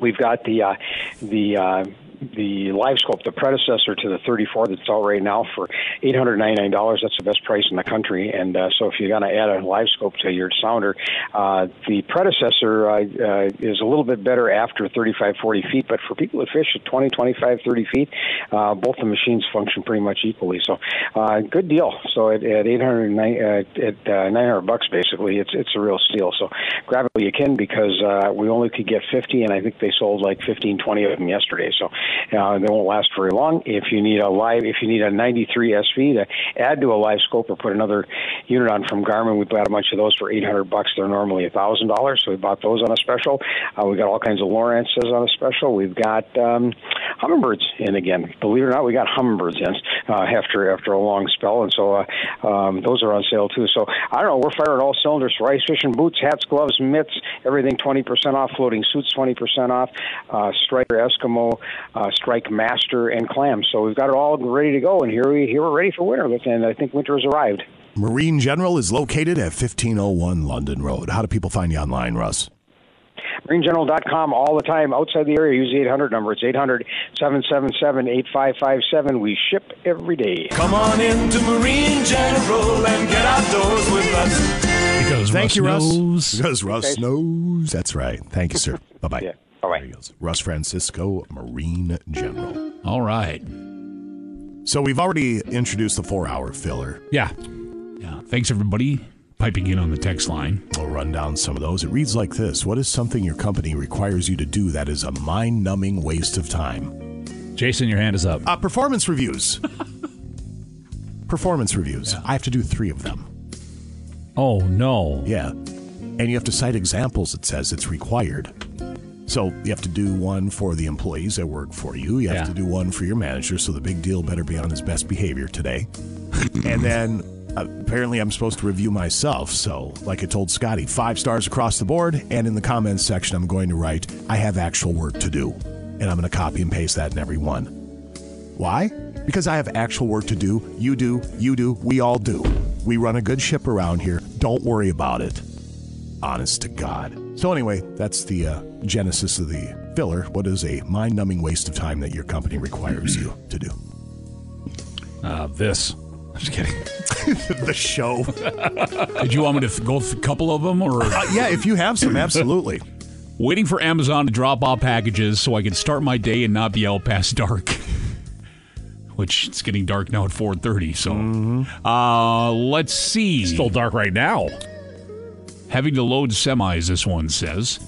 Speaker 20: We've got the uh, the uh, the live scope, the predecessor to the 34 that's out right now for $899. That's the best price in the country. And uh, so if you're going to add a live scope to your sounder, uh, the predecessor uh, uh, is a little bit better after 35, 40 feet. But for people that fish at 20, 25, 30 feet, uh, both the machines function pretty much equally. So uh, good deal. So at, at 800 uh, at uh, 900 bucks basically, it's it's a real steal. So grab it while you can because uh, we only could get 50, and I think they sold like 15, 20 of them yesterday. So uh, they won't last very long. If you need a live, if you need a 93 SV to add to a live scope or put another unit on from Garmin, we bought a bunch of those for 800 bucks. They're normally a thousand dollars, so we bought those on a special. Uh, we got all kinds of Lawrences on a special. We've got um, hummingbirds in again. Believe it or not, we got hummingbirds in uh, after after a long spell, and so uh, um, those are on sale too. So I don't know. We're firing all cylinders for ice fishing boots, hats, gloves, mitts, everything 20% off. Floating suits 20% off. Uh, Striker Eskimo, uh, Strike Master, and clams. So we've got it all ready to go, and here we here we're ready for winter. And I think winter has arrived.
Speaker 13: Marine General is located at fifteen hundred one London Road. How do people find you online, Russ?
Speaker 20: MarineGeneral.com all the time. Outside the area, use the 800 number. It's 800 777 8557. We ship every day.
Speaker 21: Come on into Marine General and get outdoors with us.
Speaker 13: Because thank
Speaker 21: Russ
Speaker 13: you, Russ.
Speaker 21: knows.
Speaker 13: Because Russ
Speaker 21: Okay.
Speaker 13: knows. That's right. Thank you, sir. bye bye. All right. Russ Francisco, Marine General.
Speaker 15: All right.
Speaker 13: So we've already introduced the four-hour filler.
Speaker 15: Yeah. Yeah. Thanks everybody piping in on the text line.
Speaker 13: We'll run down some of those. It reads like this What is something your company requires you to do that is a mind numbing waste of time?
Speaker 14: Jason, your hand is up.
Speaker 13: Uh, performance reviews. performance reviews. I have to do three of them.
Speaker 14: Oh, no.
Speaker 13: Yeah. And you have to cite examples, it says it's required. So you have to do one for the employees that work for you. You have to do one for your manager. So the big deal better be on his best behavior today. and then uh, apparently I'm supposed to review myself. So like I told Scotty, five stars across the board. And in the comments section, I'm going to write, I have actual work to do. And I'm going to copy and paste that in every one. Why? Because I have actual work to do. You do. You do. We all do. We run a good ship around here. Don't worry about it. Honest to God. So, anyway, that's the uh, genesis of the filler. What is a mind numbing waste of time that your company requires you to do?
Speaker 14: Uh, this.
Speaker 13: Just kidding. the show.
Speaker 15: Did you want me to f- go a couple of them, or
Speaker 13: Uh, yeah, if you have some, absolutely.
Speaker 15: Waiting for Amazon to drop off packages so I can start my day and not be out past dark. Which it's getting dark now at 4:30. So, uh, let's see. still
Speaker 14: Mm-hmm. dark right now.
Speaker 15: Having to load semis. This one says.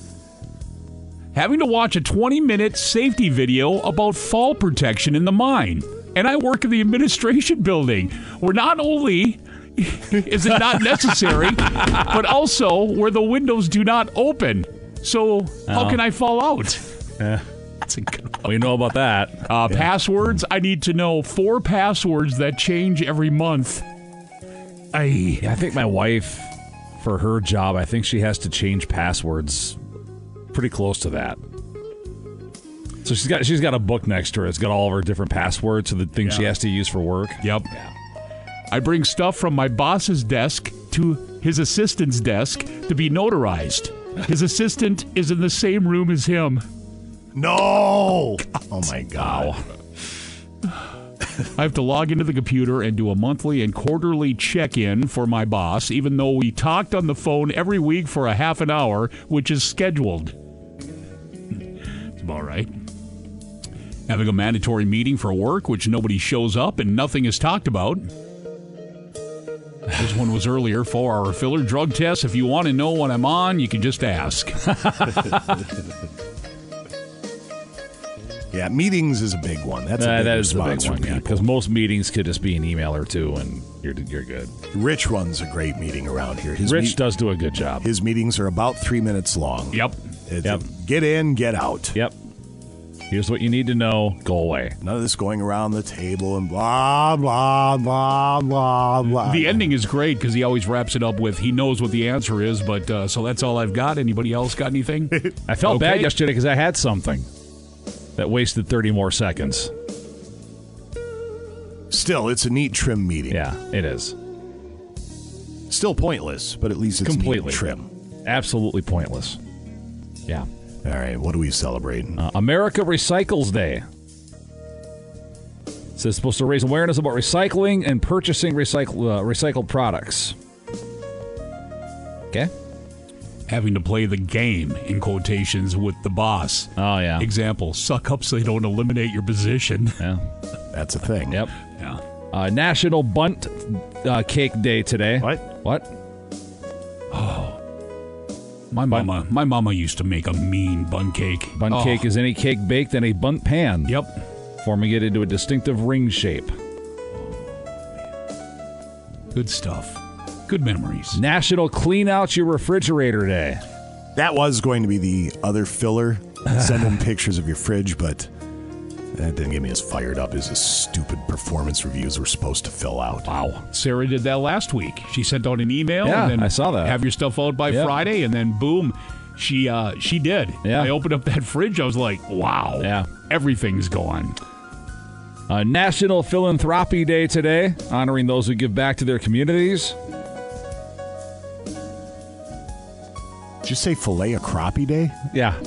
Speaker 15: Having to watch a 20 minute safety video about fall protection in the mine. And I work in the administration building where not only is it not necessary, but also where the windows do not open. So, how
Speaker 14: Oh.
Speaker 15: can I fall out?
Speaker 14: That's a good We know about that.
Speaker 15: Uh, Passwords. I need to know four passwords that change every month.
Speaker 14: I I think my wife, for her job, I think she has to change passwords pretty close to that. So she's got she's got a book next to her. It's got all of her different passwords to the things she
Speaker 15: Yeah.
Speaker 14: has to use for work.
Speaker 15: Yep. I bring stuff from my boss's desk to his assistant's desk to be notarized. His assistant is in the same room as him.
Speaker 13: No. Oh my god.
Speaker 15: I have to log into the computer and do a monthly and quarterly check in for my boss, even though we talked on the phone every week for a half an hour, which is scheduled. it's about right. Having a mandatory meeting for work, which nobody shows up and nothing is talked about. This one was earlier, four hour filler drug test. If you want to know what I'm on, you can just ask.
Speaker 13: Yeah, meetings is a big one. That's a
Speaker 14: Uh,
Speaker 13: big
Speaker 14: that is the big
Speaker 13: response
Speaker 14: one,
Speaker 13: from
Speaker 14: yeah.
Speaker 13: people.
Speaker 14: Because most meetings could just be an email or two, and you're you're good.
Speaker 13: Rich runs a great meeting around here.
Speaker 14: Rich does do a good job.
Speaker 13: His meetings are about three minutes long.
Speaker 15: Yep.
Speaker 13: yep. Get in, get out.
Speaker 14: Yep. Here's what you need to know. Go away.
Speaker 13: None of this going around the table and blah blah blah blah blah.
Speaker 15: The ending is great because he always wraps it up with he knows what the answer is, but uh, so that's all I've got. Anybody else got anything?
Speaker 14: I felt bad
Speaker 15: Okay.
Speaker 14: yesterday because I had something that wasted 30 more seconds.
Speaker 13: Still, it's a neat trim meeting.
Speaker 14: Yeah, it is.
Speaker 13: Still pointless, but at least it's neat and
Speaker 14: Completely.
Speaker 13: trim.
Speaker 14: Absolutely pointless. Yeah.
Speaker 13: All right, what are we celebrating?
Speaker 14: Uh, America Recycles Day. It says it's supposed to raise awareness about recycling and purchasing recycle, uh, recycled products. Okay.
Speaker 15: Having to play the game in quotations with the boss.
Speaker 14: Oh yeah.
Speaker 15: Example: suck up so they don't eliminate your position.
Speaker 14: Yeah.
Speaker 13: That's a thing.
Speaker 14: Yep.
Speaker 15: Yeah.
Speaker 14: Uh, National Bunt uh, Cake Day today. What? What?
Speaker 15: My mama, my mama used to make a mean bun cake.
Speaker 14: Bun
Speaker 15: Oh.
Speaker 14: cake is any cake baked in a bunt pan.
Speaker 15: Yep.
Speaker 14: Forming it into a distinctive ring shape.
Speaker 15: Good stuff. Good memories.
Speaker 14: National Clean Out Your Refrigerator Day.
Speaker 13: That was going to be the other filler. Send them pictures of your fridge, but that didn't get me as fired up as the stupid performance reviews we're supposed to fill out.
Speaker 14: Wow.
Speaker 15: Sarah did that last week. She sent out an email.
Speaker 14: Yeah,
Speaker 15: and then
Speaker 14: I saw that.
Speaker 15: Have your stuff out by
Speaker 14: Yeah.
Speaker 15: Friday, and then boom, she uh, she did.
Speaker 14: Yeah.
Speaker 15: I opened up that fridge. I was like, wow.
Speaker 14: Yeah.
Speaker 15: Everything's gone.
Speaker 14: Uh, National Philanthropy Day today, honoring those who give back to their communities.
Speaker 13: Did you say filet a crappie day?
Speaker 14: Yeah.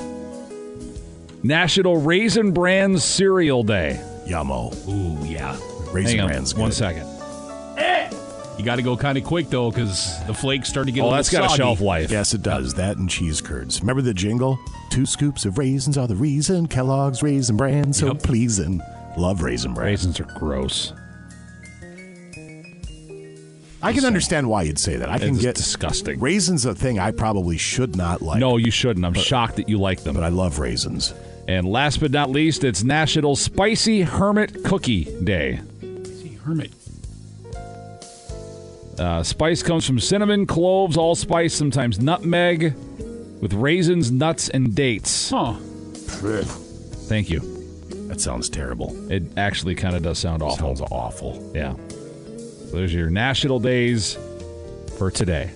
Speaker 14: National Raisin Bran Cereal Day.
Speaker 13: Yummo.
Speaker 15: Ooh, yeah.
Speaker 13: Raisin
Speaker 14: Hang on
Speaker 13: Bran's good.
Speaker 14: one second.
Speaker 15: You got to go kind of quick though, because the flakes start to get. a
Speaker 14: Oh,
Speaker 15: little
Speaker 14: that's got a
Speaker 15: soggy.
Speaker 14: shelf life.
Speaker 13: Yes, it does. That and cheese curds. Remember the jingle? Two scoops of raisins are the reason Kellogg's Raisin Bran so pleasing. Love Raisin Bran.
Speaker 14: Raisins are gross.
Speaker 13: I can understand why you'd say that. I can
Speaker 14: It's
Speaker 13: get
Speaker 14: disgusting.
Speaker 13: raisins a thing I probably should not like,
Speaker 14: No, you shouldn't. I'm shocked that you like them.
Speaker 13: but I love raisins.
Speaker 14: And last but not least, it's National Spicy Hermit Cookie Day.
Speaker 15: See, hermit.
Speaker 14: Uh, spice comes from cinnamon, cloves, allspice, sometimes nutmeg, with raisins, nuts, and dates.
Speaker 15: Huh.
Speaker 14: Thank you.
Speaker 13: That sounds terrible.
Speaker 14: It actually kind of does sound awful.
Speaker 13: Sounds awful.
Speaker 14: Yeah. So there's your national days for today.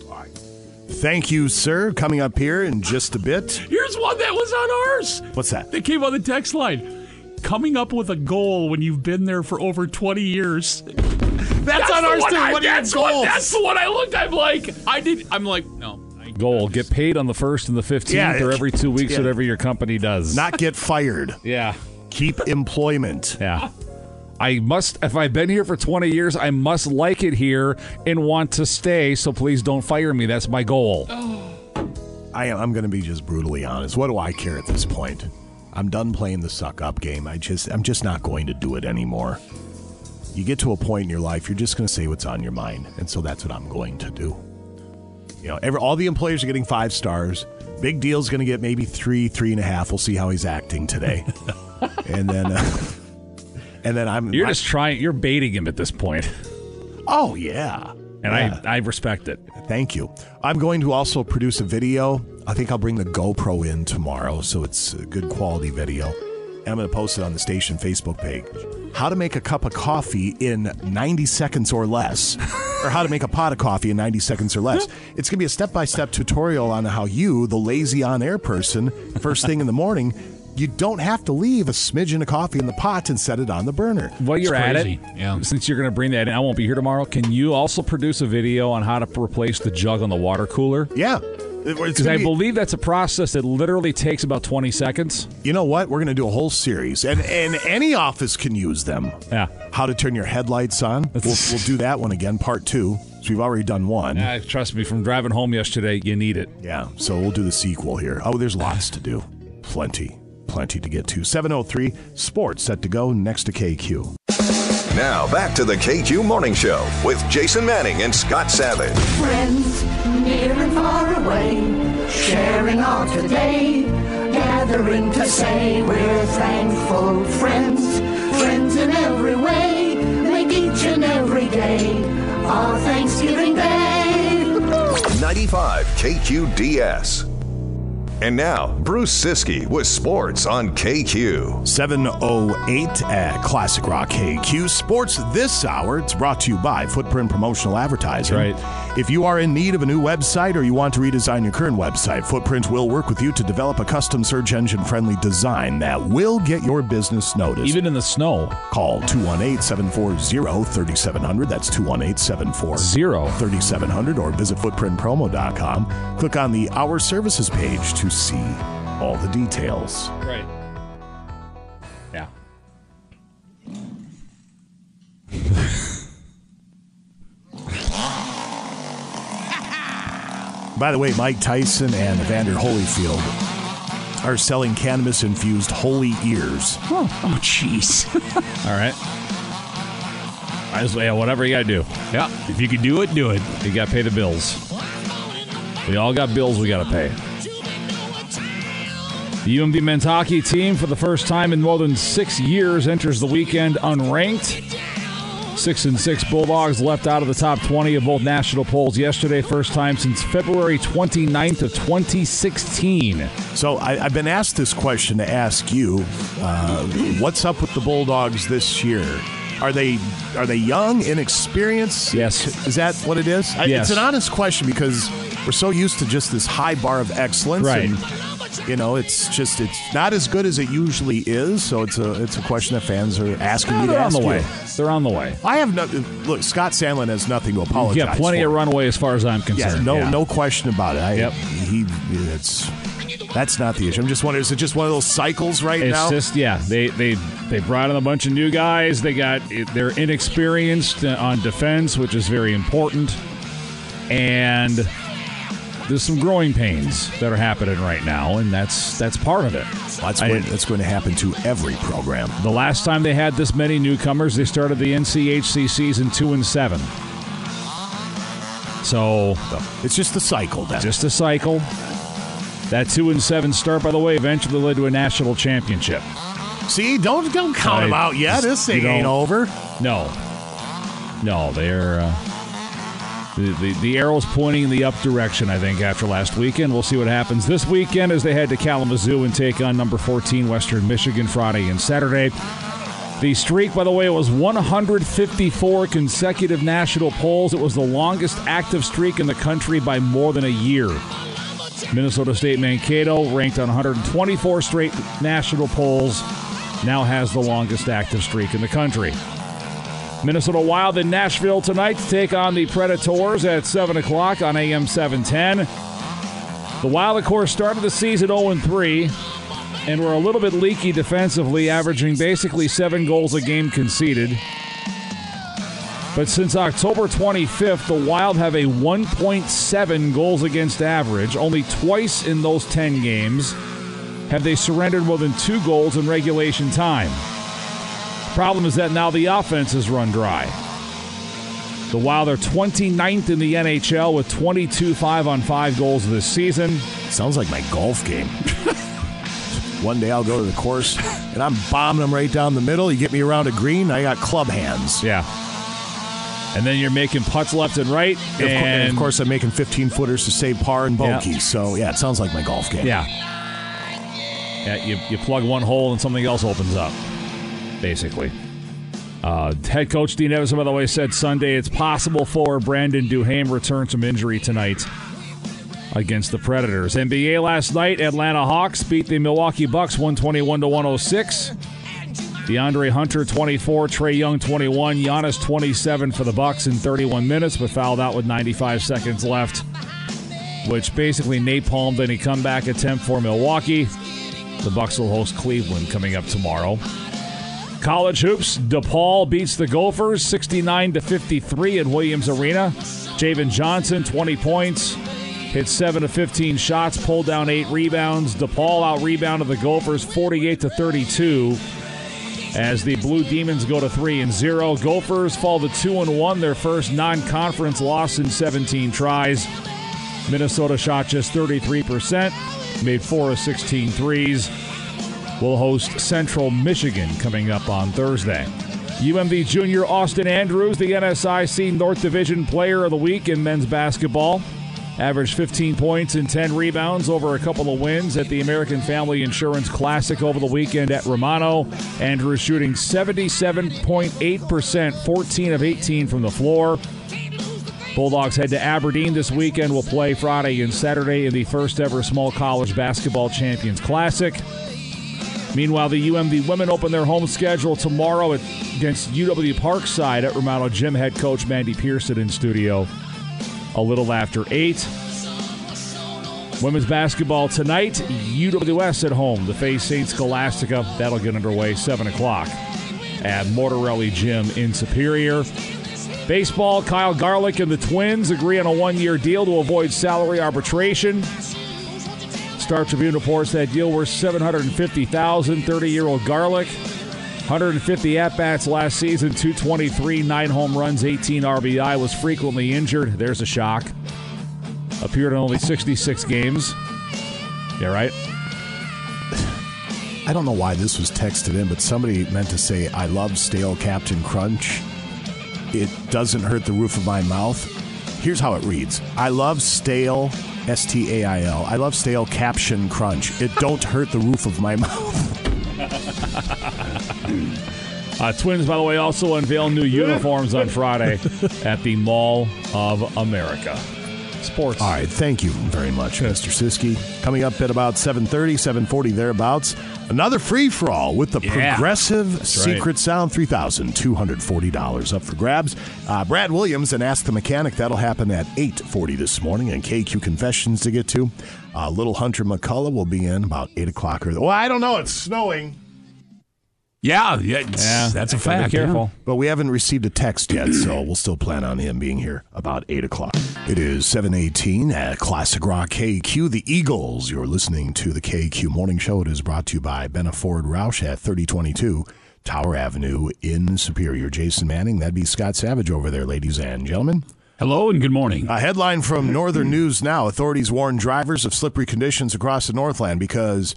Speaker 13: Thank you, sir. Coming up here in just a bit.
Speaker 15: Here's one that was on ours.
Speaker 13: What's that?
Speaker 15: That came on the text line. Coming up with a goal when you've been there for over 20 years. That's,
Speaker 13: on
Speaker 15: the
Speaker 13: ours
Speaker 15: one
Speaker 13: too.
Speaker 15: I-
Speaker 13: What are your
Speaker 15: that's one-
Speaker 13: goals?
Speaker 15: that's the one I looked. I'm like, I did. I'm like, no. I-
Speaker 14: Goal get paid on the 1st and the 15th
Speaker 13: Yeah,
Speaker 14: or
Speaker 13: it-
Speaker 14: every two weeks,
Speaker 13: yeah.
Speaker 14: whatever your company does.
Speaker 13: Not get fired.
Speaker 14: yeah.
Speaker 13: Keep employment.
Speaker 14: Yeah. I must, if I've been here for 20 years, I must like it here and want to stay. So please don't fire me. That's my goal.
Speaker 13: I am, I'm going to be just brutally honest. What do I care at this point? I'm done playing the suck up game. I just I'm just not going to do it anymore. You get to a point in your life, you're just going to say what's on your mind, and so that's what I'm going to do. You know, every, all the employers are getting five stars. Big deal's going to get maybe three, three and a half. We'll see how he's acting today, and then, uh, and then I'm.
Speaker 14: You're just trying. You're baiting him at this point,
Speaker 13: Oh yeah.
Speaker 14: and I I respect it.
Speaker 13: Thank you. I'm going to also produce a video. I think I'll bring the GoPro in tomorrow, so it's a good quality video. And I'm going to post it on the station Facebook page. How to make a cup of coffee in 90 seconds or less, or how to make a pot of coffee in 90 seconds or less. It's going to be a step by step tutorial on how you, the lazy on air person, first thing in the morning, you don't have to leave a smidgen of coffee in the pot and set it on the burner.
Speaker 14: While you're at it, since you're going to bring that in, I won't be here tomorrow. Can you also produce a video on how to replace the jug on the water cooler?
Speaker 13: Yeah.
Speaker 14: Because I
Speaker 13: gonna be-
Speaker 14: believe that's a process that literally takes about 20 seconds.
Speaker 13: You know what? We're going to do a whole series, and and any office can use them.
Speaker 14: Yeah.
Speaker 13: How to turn your headlights on? We'll, we'll do that one again, part two. So we've already done one.
Speaker 14: Yeah, Ah, trust me, from driving home yesterday, you need it.
Speaker 13: Yeah. So we'll do the sequel here. Oh, there's lots to do. Plenty, plenty to get to. Seven oh three sports set to go next to KQ.
Speaker 2: Now back to the KQ Morning Show with Jason Manning and Scott Savage.
Speaker 19: Friends, near and far away, sharing all today, gathering to say we're thankful. Friends, friends in every way, make each and every day our Thanksgiving Day.
Speaker 2: 95 KQDS. And now, Bruce Siski with sports on KQ.
Speaker 13: 708 at Classic Rock KQ Sports this hour. It's brought to you by Footprint Promotional Advertising. right. If you are in need of a new website or you want to redesign your current website, Footprint will work with you to develop a custom search engine friendly design that will get your business noticed. Even
Speaker 14: in the snow.
Speaker 13: Call 218 740 3700. That's 218 740 3700 or visit footprintpromo.com. Click on the Our Services page to see all the details.
Speaker 14: Right. Yeah.
Speaker 13: By the way, Mike Tyson and Evander Holyfield are selling cannabis infused holy ears.
Speaker 15: Oh, jeez.
Speaker 14: All right. I just, yeah, whatever you got to do.
Speaker 15: Yeah. If you can do it, do it.
Speaker 14: You got to pay the bills. We all got bills we got to pay. The UMD Mentaki team, for the first time in more than six years, enters the weekend unranked. Six and six Bulldogs left out of the top 20 of both national polls yesterday, first time since February 29th of 2016.
Speaker 13: So Oh, I, I've been asked this question to ask you: uh, What's up with the Bulldogs this year? Are they are they young, inexperienced?
Speaker 14: Yes.
Speaker 13: Is that what it is? I-
Speaker 14: Yes.
Speaker 13: It's an honest question because we're so used to just this high bar of excellence.
Speaker 14: Right.
Speaker 13: And, you know, it's just it's not as good as it usually is. So it's a it's a question that fans are asking me to
Speaker 14: They're on
Speaker 13: ask
Speaker 14: the
Speaker 13: you.
Speaker 14: way. They're on the way.
Speaker 13: I have no look. Scott Sandlin has nothing to apologize.
Speaker 14: Yeah, plenty
Speaker 13: for.
Speaker 14: of runway as far as I'm concerned.
Speaker 13: Yeah, no,
Speaker 14: Yeah.
Speaker 13: no question about it. I,
Speaker 14: Yep.
Speaker 13: He, it's that's not the issue. I'm just wondering, is it just one of those cycles right
Speaker 14: it's
Speaker 13: now?
Speaker 14: just yeah they they they brought in a bunch of new guys they got they're inexperienced on defense which is very important and there's some growing pains that are happening right now and that's that's part of it
Speaker 13: that's,
Speaker 14: I-
Speaker 13: going, that's going to happen to every program.
Speaker 14: the last time they had this many newcomers they started the nchc season two and seven so
Speaker 13: it's just a cycle then.
Speaker 14: just a cycle that two and seven start by the way eventually led to a national championship
Speaker 13: See, don't don't count
Speaker 14: I
Speaker 13: them out yet.
Speaker 14: just-
Speaker 13: This thing
Speaker 14: you
Speaker 13: ain't
Speaker 14: don't-
Speaker 13: over.
Speaker 14: No, no, they're uh, the, the the arrows pointing in the up direction. I think after last weekend, we'll see what happens this weekend as they head to Kalamazoo and take on number 14 Western Michigan Friday and Saturday. The streak, by the way, was 154 consecutive national polls. It was the longest active streak in the country by more than a year. Minnesota State Mankato, ranked on 124 straight national polls, now has the longest active streak in the country. Minnesota Wild in Nashville tonight to take on the Predators at 7 o'clock on AM 710. The Wild, of course, started the season 0 3. oh And we're a little bit leaky defensively, averaging basically seven goals a game conceded. But since October 25th, the Wild have a 1.7 goals against average. Only twice in those 10 games have they surrendered more than two goals in regulation time. Problem is that now the offense is run dry. The Wild are 29th in the NHL with 22 5 on 5 goals this season.
Speaker 13: Sounds like my golf game. One day I'll go to the course and I'm bombing them right down the middle. You get me around a green, I got club hands.
Speaker 14: Yeah. And then you're making putts left and right.
Speaker 13: And of,
Speaker 14: And,
Speaker 13: cour- and of course, I'm making 15 footers to save par and bogey. So, yeah, it sounds like my golf game.
Speaker 14: Yeah. Yeah, you, you plug one hole and something else opens up, basically. Uh, head coach Dean Evison, by the way, said Sunday it's possible for Brandon Duham returns from injury tonight against the Predators. NBA last night, Atlanta Hawks beat the Milwaukee Bucks 121 to 106. DeAndre Hunter 24, Trey Young 21, Giannis 27 for the Bucks in 31 minutes, but fouled out with 95 seconds left which basically napalmed any comeback attempt for Milwaukee. The Bucks will host Cleveland coming up tomorrow. College hoops: DePaul beats the Gophers 69 to 53 at Williams Arena. Javen Johnson 20 points, hit seven of 15 shots, pulled down eight rebounds. DePaul out rebounded the Gophers 48 to 32. As the Blue Demons go to three and zero, Gophers fall to two and one. Their first non-conference loss in 17 tries. Minnesota shot just 33%, made 4 of 16 threes. Will host Central Michigan coming up on Thursday. UMD junior Austin Andrews, the NSIC North Division Player of the Week in men's basketball, averaged 15 points and 10 rebounds over a couple of wins at the American Family Insurance Classic over the weekend at Romano. Andrews shooting 77.8%, 14 of 18 from the floor. Bulldogs head to Aberdeen this weekend. Will play Friday and Saturday in the first ever Small College Basketball Champions Classic. Meanwhile, the UMD women open their home schedule tomorrow at, against UW Parkside at Romano Gym. Head coach Mandy Pearson in studio a little after 8. Women's basketball tonight, UWS at home to face St. Scholastica. That'll get underway 7 o'clock at Mortarelli Gym in Superior. Baseball, Kyle Garlick and the Twins agree on a one year deal to avoid salary arbitration. Star Tribune reports that deal worth 750000 30 year old Garlick. 150 at bats last season, 223, 9 home runs, 18 RBI, was frequently injured. There's a shock. Appeared in only 66 games. Yeah, right?
Speaker 13: I don't know why this was texted in, but somebody meant to say, I love stale Captain Crunch. It doesn't hurt the roof of my mouth. Here's how it reads I love stale, S T A I L. I love stale caption crunch. It don't hurt the roof of my mouth.
Speaker 14: Uh, Twins, by the way, also unveil new uniforms on Friday at the Mall of America. Sports.
Speaker 13: All right, thank you very much, Mr. Siski. Coming up at about 7.30, 7.40 thereabouts, another free-for-all with the
Speaker 14: Yeah.
Speaker 13: Progressive
Speaker 14: That's right.
Speaker 13: Secret Sound, $3,240 up for grabs. Uh, Brad Williams and Ask the Mechanic, that'll happen at 8.40 this morning, and KQ Confessions to get to. Uh, Little Hunter McCullough will be in about 8 o'clock. Or, well, I don't know, it's snowing.
Speaker 15: Yeah, yeah, it's-
Speaker 14: Yeah,
Speaker 15: that's
Speaker 14: gotta
Speaker 15: a
Speaker 14: be
Speaker 15: fact.
Speaker 14: careful.
Speaker 13: But we haven't received a text yet, so we'll still plan on him being here about 8 o'clock. It is 718 at Classic Rock KQ, The Eagles. You're listening to the KQ Morning Show. It is brought to you by Ben Ford Roush at 3022 Tower Avenue in Superior. Jason Manning, that'd be Scott Savage over there, ladies and gentlemen.
Speaker 15: Hello and good morning.
Speaker 13: A headline from Northern News Now Authorities warn drivers of slippery conditions across the Northland because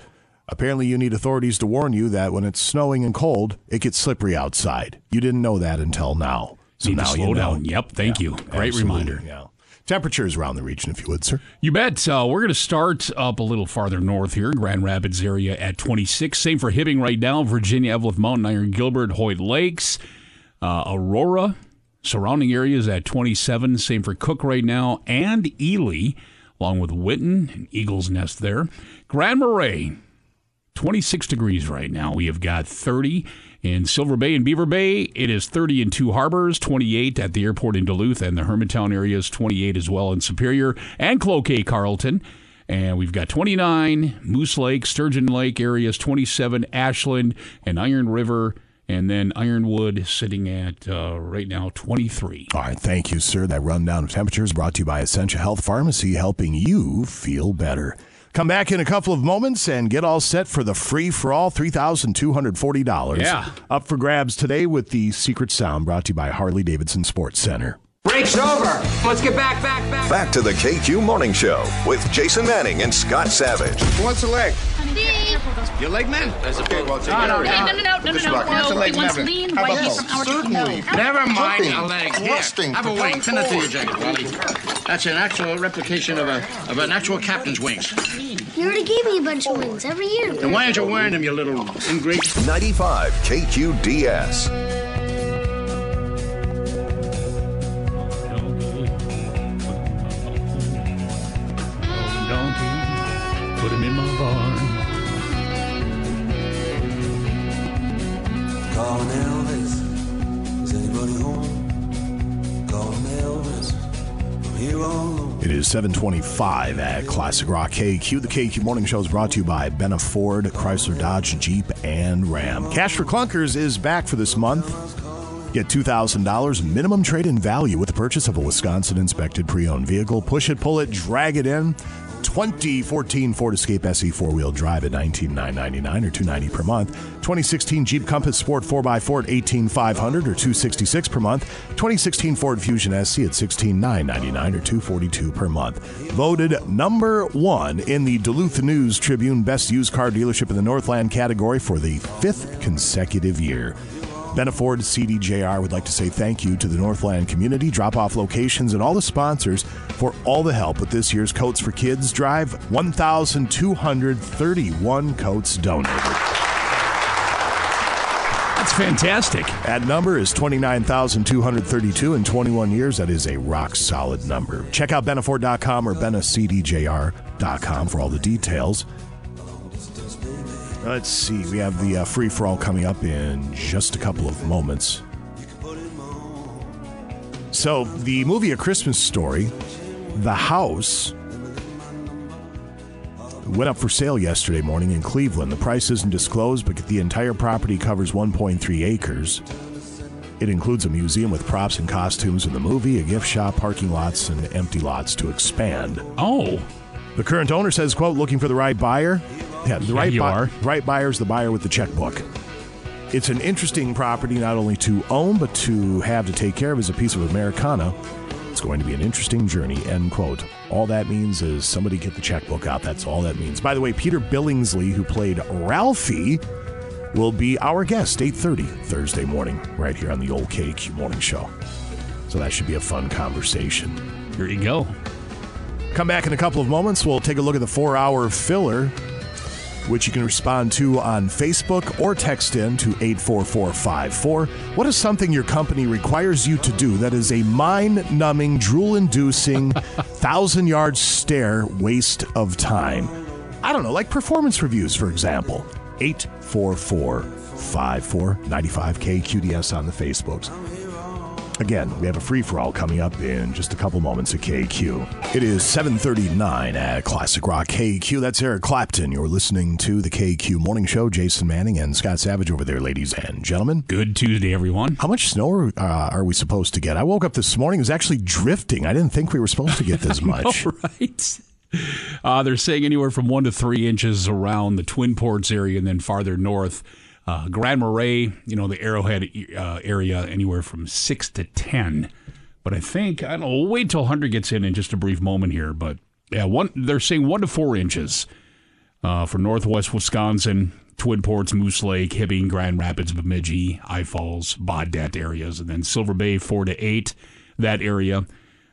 Speaker 13: apparently you need authorities to warn you that when it's snowing and cold, it gets slippery outside. You didn't know that until now. So
Speaker 15: Need
Speaker 13: now
Speaker 15: to slow
Speaker 13: you know.
Speaker 15: down. Yep, thank you. Great
Speaker 13: absolutely,
Speaker 15: reminder.
Speaker 13: Yeah. Temperatures around the region, if you would, sir.
Speaker 15: You bet. Uh, we're going to start up a little farther north here, Grand Rapids area at 26. Same for Hibbing right now, Virginia, Evelyn Mountain, Iron Gilbert, Hoyt Lakes, uh, Aurora, surrounding areas at 27. Same for Cook right now and Ely, along with Witten and Eagle's Nest there. Grand Marais, 26 degrees right now. We have got 30 in Silver Bay and Beaver Bay. It is 30 in Two Harbors, 28 at the airport in Duluth, and the Hermantown area is 28 as well in Superior and Cloquet Carlton. And we've got 29, Moose Lake, Sturgeon Lake areas, 27, Ashland and Iron River, and then Ironwood sitting at uh, right now 23.
Speaker 13: All right, thank you, sir. That rundown of temperatures brought to you by Essentia Health Pharmacy, helping you feel better. Come back in a couple of moments and get all set for the free for all $3,240.
Speaker 15: Yeah.
Speaker 13: Up for grabs today with the Secret Sound brought to you by Harley Davidson Sports Center.
Speaker 17: Break's over. Let's get back, back, back.
Speaker 2: Back to the KQ Morning Show with Jason Manning and Scott Savage.
Speaker 7: What's a leg?
Speaker 10: B.
Speaker 7: Your leg man? That's a big well, take
Speaker 10: No,
Speaker 7: it
Speaker 10: no,
Speaker 7: out.
Speaker 10: no, no, no, no,
Speaker 7: Good
Speaker 10: no,
Speaker 7: luck.
Speaker 10: no.
Speaker 7: That's a leg
Speaker 10: He wants
Speaker 7: man.
Speaker 10: lean
Speaker 7: How
Speaker 10: white
Speaker 7: about
Speaker 10: from our-
Speaker 7: Certainly.
Speaker 10: no.
Speaker 7: Never mind
Speaker 10: Something
Speaker 7: a leg. Here,
Speaker 10: rusting,
Speaker 7: have a wing.
Speaker 10: propelling
Speaker 7: Send that to your
Speaker 10: forward.
Speaker 7: jacket, Wally. That's an actual replication of a of an actual captain's wings.
Speaker 10: You already gave me a bunch of wings every year.
Speaker 7: And why aren't you wearing them, you little ingrate?
Speaker 2: 95 KQDS.
Speaker 15: Donkey, put him in my barn.
Speaker 21: Calling Elvis. Is anybody home? Calling Elvis. I'm here all alone.
Speaker 13: It is 725 at Classic Rock KQ. The KQ Morning Show is brought to you by Benna Ford, Chrysler Dodge, Jeep, and Ram. Cash for Clunkers is back for this month. Get $2,000 minimum trade in value with the purchase of a Wisconsin inspected pre owned vehicle. Push it, pull it, drag it in. 2014 Ford Escape SE four wheel drive at $19,999 or $290 per month. 2016 Jeep Compass Sport 4x4 at $18,500 or $266 per month. 2016 Ford Fusion SC at $16,999 or $242 per month. Voted number one in the Duluth News Tribune Best Used Car Dealership in the Northland category for the fifth consecutive year. Benaford CDJR would like to say thank you to the Northland community, drop off locations, and all the sponsors for all the help with this year's Coats for Kids drive. 1,231 coats donated.
Speaker 15: That's fantastic.
Speaker 13: That number is 29,232 in 21 years. That is a rock solid number. Check out Benaford.com or BenaCDJR.com for all the details. Let's see. We have the uh, free for all coming up in just a couple of moments. So, the movie A Christmas Story, The House, went up for sale yesterday morning in Cleveland. The price isn't disclosed, but the entire property covers 1.3 acres. It includes a museum with props and costumes in the movie, a gift shop, parking lots, and empty lots to expand.
Speaker 15: Oh.
Speaker 13: The current owner says, quote, looking for the right buyer. Yeah, the right
Speaker 15: you
Speaker 13: bu-
Speaker 15: are.
Speaker 13: right buyer's the buyer with the checkbook. It's an interesting property not only to own but to have to take care of as a piece of Americana. It's going to be an interesting journey, end quote. All that means is somebody get the checkbook out. That's all that means. By the way, Peter Billingsley, who played Ralphie, will be our guest 8.30 Thursday morning right here on the old KQ Morning Show. So that should be a fun conversation.
Speaker 15: Here you go.
Speaker 13: Come back in a couple of moments. We'll take a look at the four hour filler, which you can respond to on Facebook or text in to 84454. What is something your company requires you to do that is a mind numbing, drool inducing, thousand yard stare waste of time? I don't know, like performance reviews, for example. 84454 95KQDS on the Facebooks. Again, we have a free for all coming up in just a couple moments at KQ. It is 7:39 at Classic Rock KQ. That's Eric Clapton. You're listening to the KQ Morning Show. Jason Manning and Scott Savage over there, ladies and gentlemen.
Speaker 15: Good Tuesday, everyone.
Speaker 13: How much snow are, uh, are we supposed to get? I woke up this morning. It was actually drifting. I didn't think we were supposed to get this much.
Speaker 15: All right. Uh, they're saying anywhere from one to three inches around the Twin Ports area and then farther north. Uh, Grand Marais, you know, the Arrowhead uh, area, anywhere from six to 10. But I think, I don't know, we'll wait till Hunter gets in in just a brief moment here. But yeah, one they're saying one to four inches uh, for northwest Wisconsin, Twin Ports, Moose Lake, Hibbing, Grand Rapids, Bemidji, I Falls, Baudette areas, and then Silver Bay, four to eight, that area,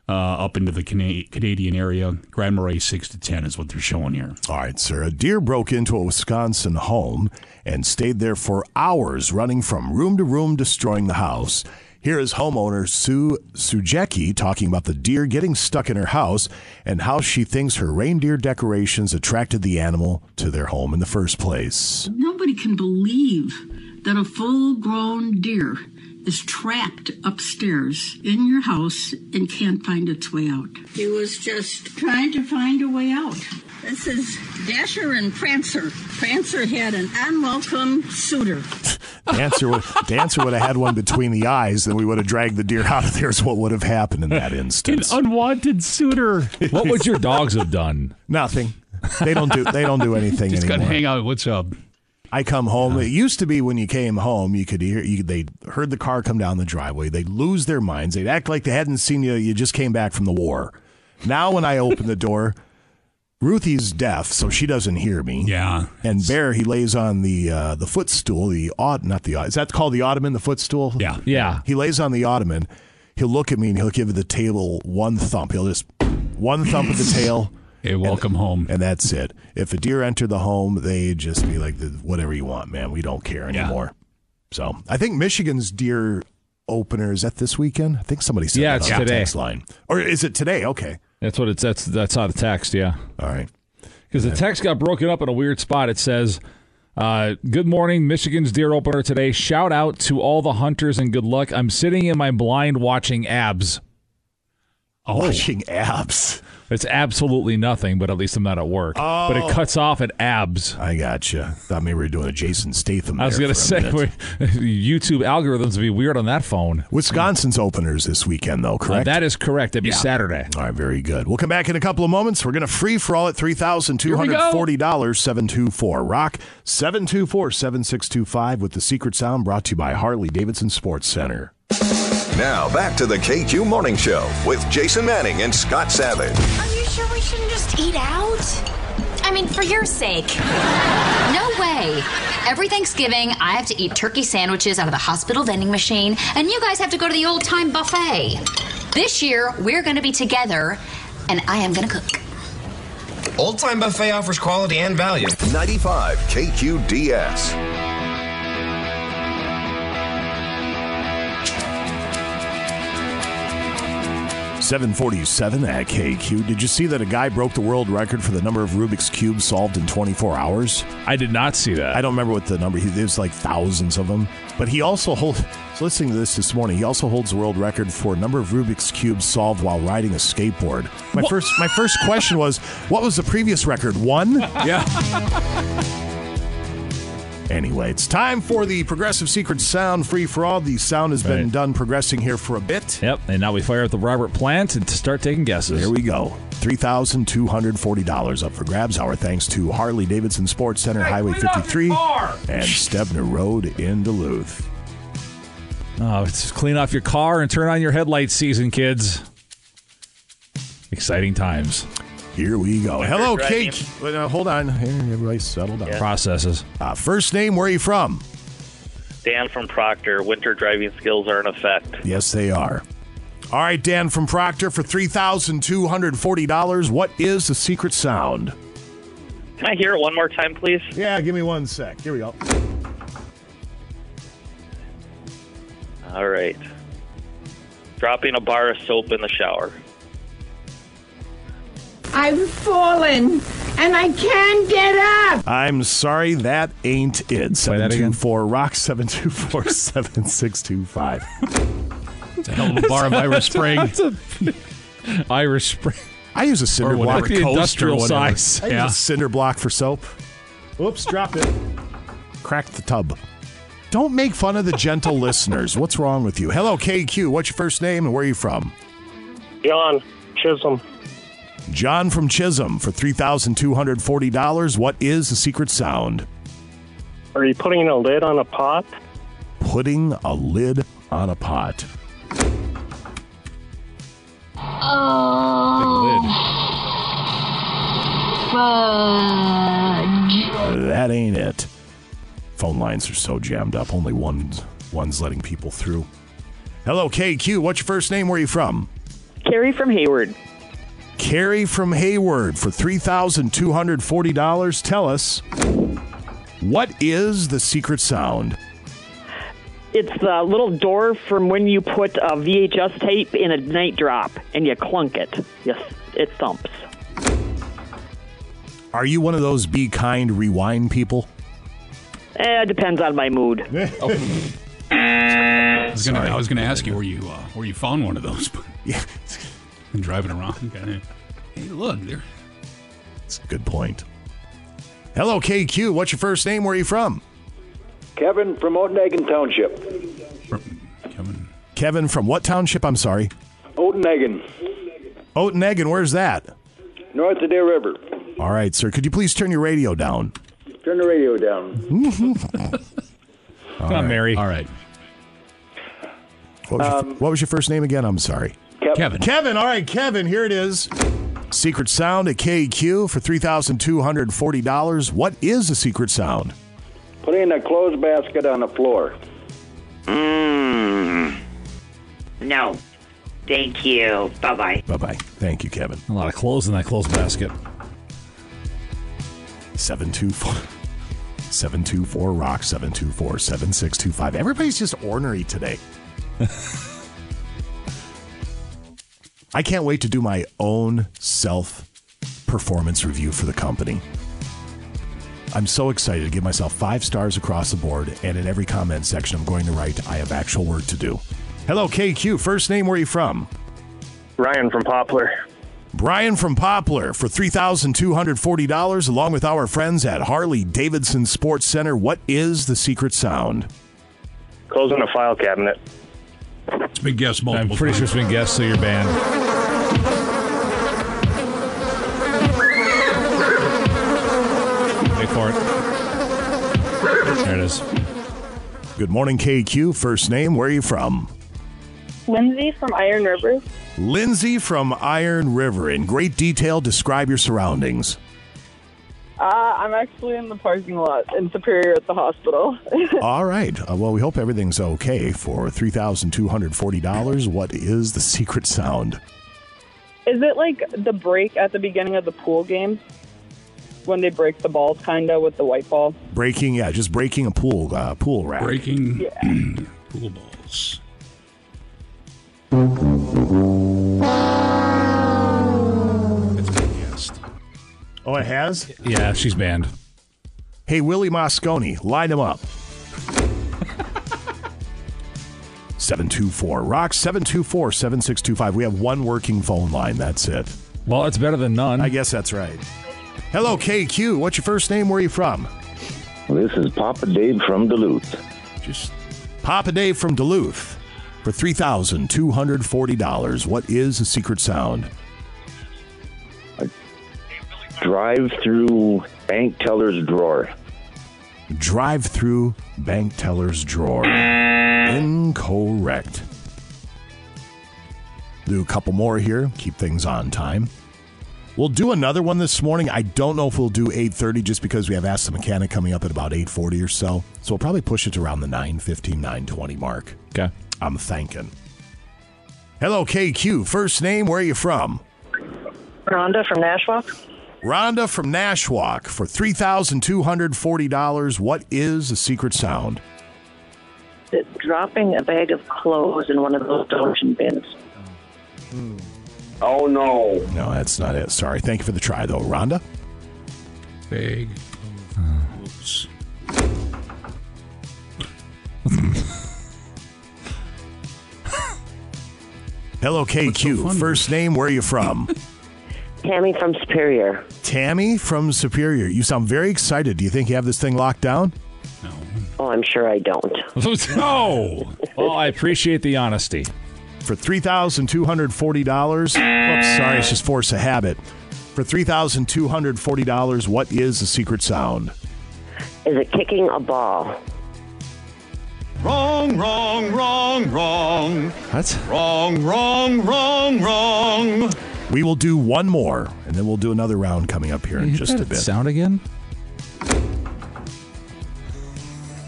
Speaker 15: uh, up into the Cana- Canadian area. Grand Marais, six to 10 is what they're showing here.
Speaker 13: All right, sir. A deer broke into a Wisconsin home and stayed there for hours, running from room to room, destroying the house. Here is homeowner Sue Sujecki talking about the deer getting stuck in her house and how she thinks her reindeer decorations attracted the animal to their home in the first place.
Speaker 4: Nobody can believe that a full grown deer is trapped upstairs in your house and can't find its way out. He was just trying to find a way out. This is Dasher and Prancer. Prancer had an unwelcome suitor.
Speaker 13: Dancer would, Dancer would have had one between the eyes, then we would have dragged the deer out of there. Is what would have happened in that instance.
Speaker 15: An unwanted suitor.
Speaker 14: What would your dogs have done?
Speaker 13: Nothing. They don't do. They don't do anything
Speaker 15: Just
Speaker 13: anymore.
Speaker 15: gotta hang out. What's up?
Speaker 13: I come home. It used to be when you came home, you could hear you, they heard the car come down the driveway. They'd lose their minds. They'd act like they hadn't seen you. You just came back from the war. Now when I open the door, Ruthie's deaf, so she doesn't hear me.
Speaker 15: Yeah.
Speaker 13: And Bear, he lays on the uh, the footstool, the odd, not the is that called the ottoman, the footstool?
Speaker 15: Yeah.
Speaker 14: Yeah.
Speaker 13: He lays on the ottoman. He'll look at me and he'll give the table one thump. He'll just one thump of the tail.
Speaker 15: Hey, welcome home.
Speaker 13: And that's it. If a deer enter the home, they just be like, whatever you want, man. We don't care anymore. So I think Michigan's deer opener is that this weekend. I think somebody said
Speaker 14: Yeah,
Speaker 13: that
Speaker 14: it's
Speaker 13: on the
Speaker 14: today.
Speaker 13: text line, or is it today? Okay,
Speaker 14: That's what it's. That's that's how the text. Yeah.
Speaker 13: all right.
Speaker 14: Because the text got broken up in a weird spot. It says, uh, Good morning, Michigan's deer opener today. Shout out to all the hunters and good luck. I'm sitting in my blind watching abs.
Speaker 13: Watching Oh. abs.
Speaker 14: It's absolutely nothing, but at least I'm not at work.
Speaker 13: Oh.
Speaker 14: But it cuts off at abs.
Speaker 13: I gotcha. Thought maybe we were doing a Jason Statham.
Speaker 14: I was
Speaker 13: there
Speaker 14: going to
Speaker 13: for a
Speaker 14: say,
Speaker 13: minute.
Speaker 14: YouTube algorithms would be weird on that phone.
Speaker 13: Wisconsin's openers this weekend, though.
Speaker 14: Uh,
Speaker 13: Correct.
Speaker 14: that is correct. That'd be Saturday.
Speaker 13: All right, very good. We'll come back in a couple of moments. We're going to free for all at $3,240, 724 Rock, 724 7625 with the secret sound brought to you by Harley Davidson Sports Center.
Speaker 2: Now back to the KQ Morning Show with Jason Manning and Scott Savage.
Speaker 10: Are you sure we shouldn't just eat out?
Speaker 5: I mean, for your sake. No way. Every Thanksgiving, I have to eat turkey sandwiches out of the hospital vending machine, and you guys have to go to the old time buffet. This year, we're going to be together, and I am going to cook.
Speaker 2: Old Time Buffet offers quality and value. 95 KQDS.
Speaker 13: Seven forty-seven at KQ. Did you see that a guy broke the world record for the number of Rubik's cubes solved in twenty-four hours?
Speaker 14: I did not see that.
Speaker 13: I don't remember what the number. He, there's like thousands of them. But he also holds. So listening to this this morning, he also holds the world record for number of Rubik's cubes solved while riding a skateboard. My first, my first question was, what was the previous record? One.
Speaker 14: Yeah.
Speaker 13: Anyway, it's time for the Progressive Secret Sound Free for All. The sound has been
Speaker 14: Right.
Speaker 13: done progressing here for a bit.
Speaker 14: Yep. And now we fire up the Robert Plant and start taking guesses.
Speaker 13: There we go. $3,240 up for grabs. Our thanks to Harley Davidson Sports Center, Highway 53, and Stebner Road in Duluth.
Speaker 14: Oh, it's just clean off your car and turn on your headlights season, kids. Exciting times.
Speaker 13: Here we go. Oh, Hello,
Speaker 14: Oh, Right,
Speaker 13: Kate. Wait, uh, hold on. Here, everybody settle down.
Speaker 14: Processes.
Speaker 13: Uh, first name, where are you from?
Speaker 22: Dan from Proctor, winter driving skills are in effect.
Speaker 13: Yes, they are. All right, Dan from Proctor for $3,240. What is the secret sound?
Speaker 22: Can I hear it one more time, please?
Speaker 13: Yeah, give me one sec. Here we go.
Speaker 22: All right. Dropping a bar of soap in the shower.
Speaker 23: I've fallen and I can't get up.
Speaker 13: I'm sorry, that ain't it.
Speaker 14: that again.
Speaker 13: 724 Rock 724 7625.
Speaker 15: It's a hell of a bar of Irish Spring.
Speaker 14: Irish Spring.
Speaker 13: I use a cinder
Speaker 15: Or whatever.
Speaker 13: block.
Speaker 15: The
Speaker 13: coast or
Speaker 15: industrial
Speaker 13: whatever.
Speaker 15: size.
Speaker 13: I
Speaker 15: Yeah.
Speaker 13: use a cinder block for soap. Whoops, drop it. Cracked the tub. Don't make fun of the gentle listeners. What's wrong with you? Hello, KQ. What's your first name and where are you from?
Speaker 24: John Chisholm.
Speaker 13: John from Chisholm for $3,240. What is the secret sound?
Speaker 24: Are you putting a lid on a pot?
Speaker 13: Putting a lid on a pot. That ain't it. Phone lines are so jammed up. Only one one's letting people through. Hello, KQ. What's your first name? Where are you from?
Speaker 25: Carrie from Hayward.
Speaker 13: Carrie from Hayward for three thousand two hundred forty dollars. Tell us what is the secret sound?
Speaker 25: It's the little door from when you put a VHS tape in a night drop and you clunk it. Yes, it thumps.
Speaker 13: Are you one of those be kind rewind people?
Speaker 25: Eh, it depends on my mood.
Speaker 15: I was gonna, I was gonna ask you where you uh, where you found one of those. But yeah, and driving around. kinda, hey, look, there.
Speaker 13: It's a good point. Hello, KQ. What's your first name? Where are you from?
Speaker 1: Kevin from Odenagan Township.
Speaker 13: Kevin from what township? I'm sorry.
Speaker 1: Odenagan,
Speaker 13: Oatenagan, where's that?
Speaker 1: north of Deer River.
Speaker 13: All right, sir. Could you please turn your radio down?
Speaker 1: Turn the radio down.
Speaker 13: All
Speaker 14: on, Mary.
Speaker 13: All right. What was, your, what was your first name again? I'm sorry. Kevin. Kevin. All right, Kevin. Here it is. Secret sound at KQ for three thousand two hundred forty dollars. What is a secret sound?
Speaker 1: Put in a clothes basket on the floor.
Speaker 6: Mm. No. Thank you. Bye bye.
Speaker 13: Bye bye. Thank you, Kevin.
Speaker 14: A lot of clothes in that clothes basket.
Speaker 13: Seven two four. 724 Rock 724 7625. Everybody's just ornery today. I can't wait to do my own self performance review for the company. I'm so excited to give myself five stars across the board, and in every comment section, I'm going to write, I have actual work to do. Hello, KQ. First name, where are you from?
Speaker 24: Ryan from Poplar.
Speaker 13: Brian from Poplar for $3,240, along with our friends at Harley Davidson Sports Center. What is the secret sound?
Speaker 24: Closing a file cabinet.
Speaker 15: It's been guessed multiple
Speaker 14: I'm pretty sure it's been guessed, so you're banned. Wait for it.
Speaker 13: There it is. Good morning, KQ. First name, where are you from?
Speaker 8: Lindsay from Iron River.
Speaker 13: Lindsay from Iron River. In great detail, describe your surroundings.
Speaker 8: Uh, I'm actually in the parking lot in Superior at the hospital.
Speaker 13: All right. Uh, well, we hope everything's okay for $3,240. What is the secret sound?
Speaker 8: Is it like the break at the beginning of the pool game when they break the ball, kind of with the white ball?
Speaker 13: Breaking, yeah, just breaking a pool uh, pool rack.
Speaker 15: Breaking pool balls.
Speaker 13: It's been guessed. Oh, it has?
Speaker 14: Yeah, she's banned.
Speaker 13: Hey, Willie Moscone, line him up. 724 Rock 724 7625. We have one working phone line. That's it.
Speaker 14: Well, it's better than none.
Speaker 13: I guess that's right. Hello, KQ. What's your first name? Where are you from?
Speaker 9: This is Papa Dave from Duluth.
Speaker 13: Just Papa Dave from Duluth for $3,240. What is a secret sound?
Speaker 9: Drive through bank teller's drawer.
Speaker 13: Drive through bank teller's drawer. Incorrect. Do a couple more here. Keep things on time. We'll do another one this morning. I don't know if we'll do 8:30 just because we have asked the mechanic coming up at about 8:40 or so. So we'll probably push it to around the 9:15 9:20 mark.
Speaker 14: Okay.
Speaker 13: I'm thinking. Hello KQ, first name, where are you from?
Speaker 11: Rhonda from Nashua.
Speaker 13: Rhonda from Nashwalk for $3,240. What is the secret sound?
Speaker 11: Dropping a bag of clothes in one of those donation bins.
Speaker 9: Oh no.
Speaker 13: No, that's not it. Sorry. Thank you for the try though, Rhonda.
Speaker 15: Big. balls.
Speaker 13: Hello KQ, first name, where are you from?
Speaker 11: Tammy from Superior.
Speaker 13: Tammy from Superior. You sound very excited. Do you think you have this thing locked down?
Speaker 11: Oh, I'm sure I don't.
Speaker 14: no. Well, I appreciate the honesty.
Speaker 13: for three thousand two hundred forty dollars. Oops, sorry, it's just force of habit. For three thousand two hundred forty dollars, what is the secret sound?
Speaker 11: Is it kicking a ball?
Speaker 16: Wrong, wrong, wrong, wrong.
Speaker 13: That's
Speaker 16: Wrong, wrong, wrong, wrong.
Speaker 13: We will do one more, and then we'll do another round coming up here in
Speaker 14: You
Speaker 13: just
Speaker 14: heard
Speaker 13: a
Speaker 14: that
Speaker 13: bit.
Speaker 14: Sound again?